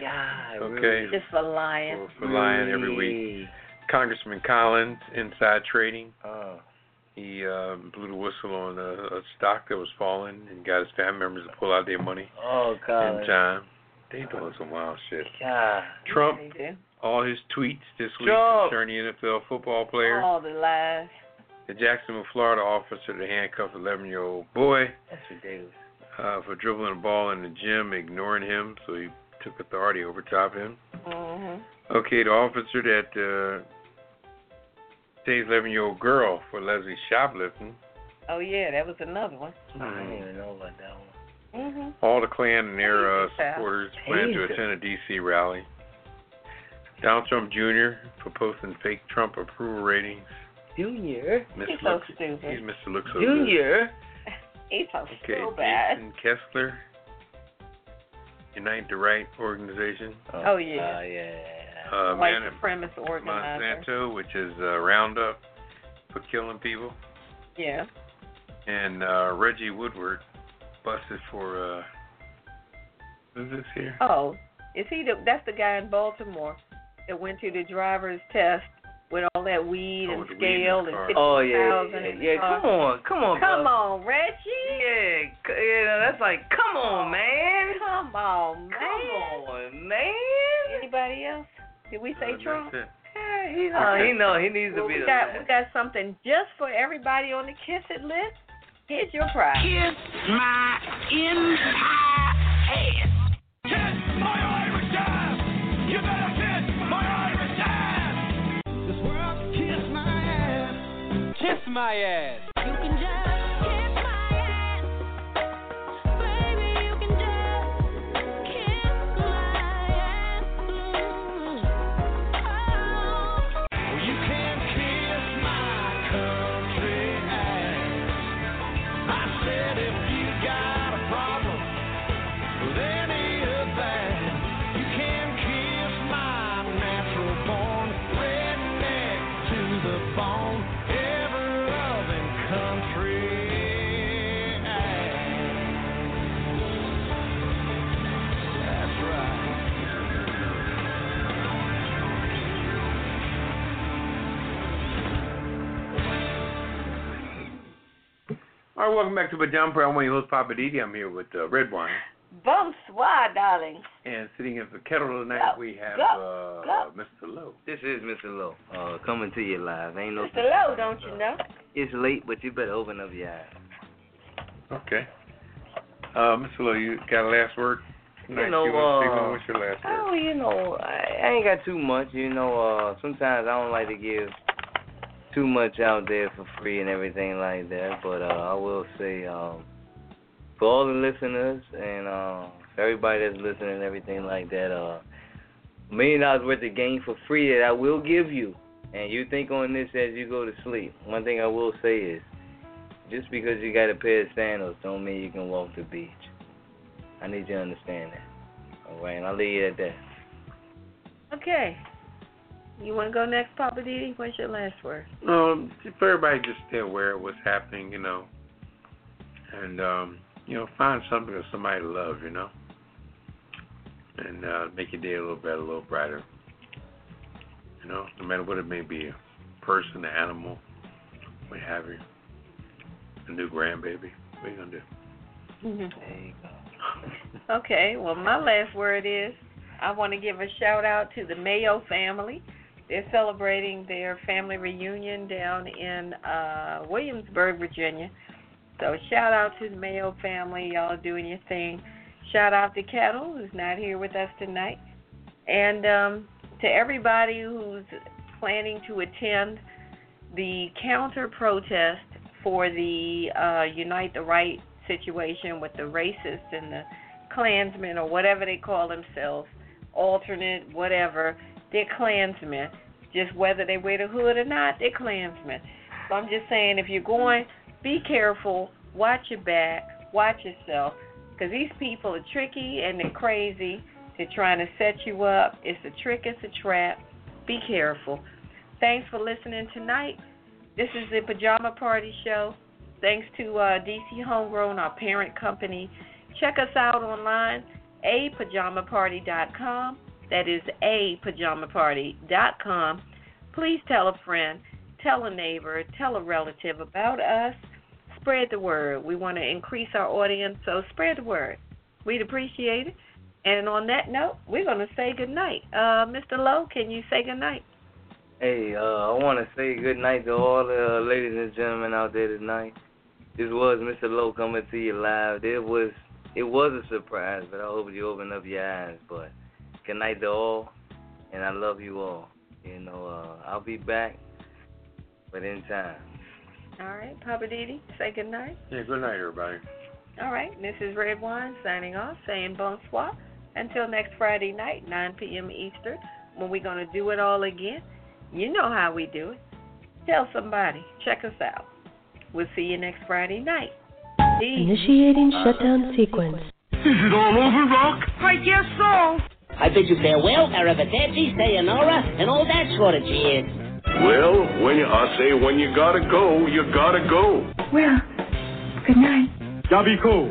D: Yeah,
B: Okay.
C: Just for lying.
B: for, for lying every week.
D: Really?
B: Congressman Collins, inside trading.
D: Oh.
B: He um, blew the whistle on a, a stock that was falling and got his family members to pull out their money
D: Oh, God.
B: in time. Uh, They doing some wild shit.
D: God.
B: Trump,
C: They do.
B: all his tweets this week
D: Trump.
B: concerning NFL football players.
C: All the lies.
B: The Jacksonville, Florida officer that handcuffed 11-year-old boy
D: That's ridiculous.
B: uh, for dribbling a ball in the gym, ignoring him, so he took authority over top him.
C: Mhm.
B: Okay, the officer that uh, saved 11-year-old girl for Leslie shoplifting.
C: Oh yeah, that was another one.
D: I
B: Mm-hmm.
D: didn't even know about that one.
C: Mhm.
B: All the Klan and their uh,
C: Jesus.
B: supporters plan to
D: Jesus.
B: attend a D.C. rally. Donald Trump Jr. for posting fake Trump approval ratings.
D: Junior.
B: Miss
C: He's so
B: Looks, he's
C: stupid.
B: Mr. Looks so good.
D: Junior.
C: He's so
B: Okay,
C: so bad.
B: Jason Kessler, Unite the Right organization,
C: Oh, yeah.
D: Oh, yeah.
B: uh,
C: White
B: Man
C: supremacist
B: in
C: organizer.
B: Monsanto, which is uh, Roundup for killing people,
C: Yeah.
B: and uh, Reggie Woodward busted for uh, who's this here?
C: Oh, is he the? That's the guy in Baltimore that went to the driver's test with all that weed
B: Oh,
C: and
B: with the weed in the
C: scale and
B: car.
C: fifty
D: Oh, yeah.
C: thousand
D: Yeah,
C: in the
D: yeah.
C: car.
D: come on. Come on,
C: Come
D: brother.
C: on, Reggie.
D: Yeah, c- yeah, that's like, come on, man.
C: Come on, man.
D: Come on, man.
C: Anybody else? Did we say
B: Uh,
C: Trump?
B: That's it.
D: Yeah, he, know, he know he needs
C: Well,
D: to be
C: we
D: the
C: got
D: man.
C: we got something just for everybody on the Kiss It list. Here's your prize.
M: Kiss my entire ass.
B: All right, welcome back to Pajama Prayer. I'm one of your hosts, Papa Didi. I'm here with uh, Red Wine.
C: Bum swag, darling.
B: And sitting at the kettle tonight,
C: Go,
B: we have
C: go,
B: uh, Mr. Lowe.
D: This is Mr. Lowe, uh, coming to you live. Ain't no
C: Mr. Lowe, don't you know?
D: It's late, but you better open up your eyes.
B: Okay. Uh, Mr. Lowe, you got a last word?
D: You
B: tonight?
D: know,
B: wanna say
D: uh,
B: one? what's your last word?
D: Oh, you know, I, I ain't got too much. You know, uh, sometimes I don't like to give too much out there for free and everything like that. But uh, I will say, um, for all the listeners and uh, everybody that's listening and everything like that, uh, million dollars worth of gain for free that I will give you. And you think on this as you go to sleep. One thing I will say is, just because you got a pair of sandals, don't mean you can walk the beach. I need you to understand that. All right, and I'll leave it at that.
C: Okay. You want to go next, Papa Didi? What's your last word?
B: Um, just for everybody just stay aware of what's happening, you know, and um, you know, find something that somebody love, you know, and uh, make your day a little better, a little brighter. You know, no matter what it may be, a person, an animal, what have you, a new grandbaby. What are you gonna do?
C: okay, well, my last word is I want to give a shout out to the Mayo family. They're celebrating their family reunion down in uh, Williamsburg, Virginia. So, shout out to the Mayo family. Y'all doing your thing. Shout out to Kettle, who's not here with us tonight. And um, to everybody who's planning to attend the counter protest for the uh, Unite the Right situation with the racists and the Klansmen or whatever they call themselves, alternate, whatever, they're Klansmen. Just whether they wear the hood or not, they're Klansmen. So I'm just saying, if you're going, be careful, watch your back, watch yourself, because these people are tricky and they're crazy. They're trying to set you up. It's a trick, it's a trap. Be careful. Thanks for listening tonight. This is the Pajama Party Show. Thanks to uh, DC Homegrown, our parent company. Check us out online, apajamaparty.com. That is apajamaparty.com. Please tell a friend, tell a neighbor, tell a relative about us. Spread the word. We want to increase our audience, so spread the word. We'd appreciate it. And on that note, we're going to say goodnight. Uh, Mr. Lowe, can you say goodnight?
J: Hey, uh, I want to say good night to all the uh, ladies and gentlemen out there tonight. This was Mr. Lowe coming to you live. It was it was a surprise, but I hope you open up your eyes. But good night to all, and I love you all. You know, uh, I'll be back, but in time.
C: All right, Papa Didi, say goodnight.
B: Yeah, good night, everybody.
C: All right, this is Red Wine signing off, saying bonsoir. Until next Friday night, 9 p.m. Eastern, when we're going to do it all again. You know how we do it. Tell somebody. Check us out. We'll see you next Friday night. Peace.
A: Initiating shutdown sequence.
N: Is it all over, Rock?
E: I guess so.
N: I bid you farewell, arrivederci, sayonara, and all that sort of jazz.
G: Well, when you, I say when you gotta go, you gotta go.
O: Well, good night.
P: Yabiko,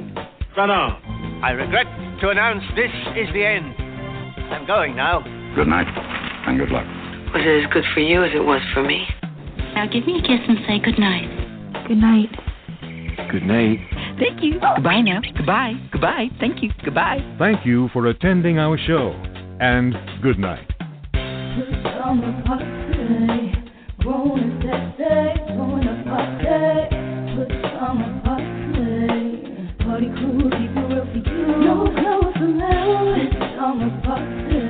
P: Sana.
Q: I regret to announce this is the end. I'm going now.
R: Good night, and good luck.
S: Was it as good for you as it was for me?
T: Now give me a kiss and say good night.
O: Good night.
R: Good night.
T: Thank you. Goodbye now. Goodbye. Goodbye. Thank you. Goodbye.
U: Thank you for attending our show, and good night.
M: Party cool, people will be you. No clothes allowed. It's summer party.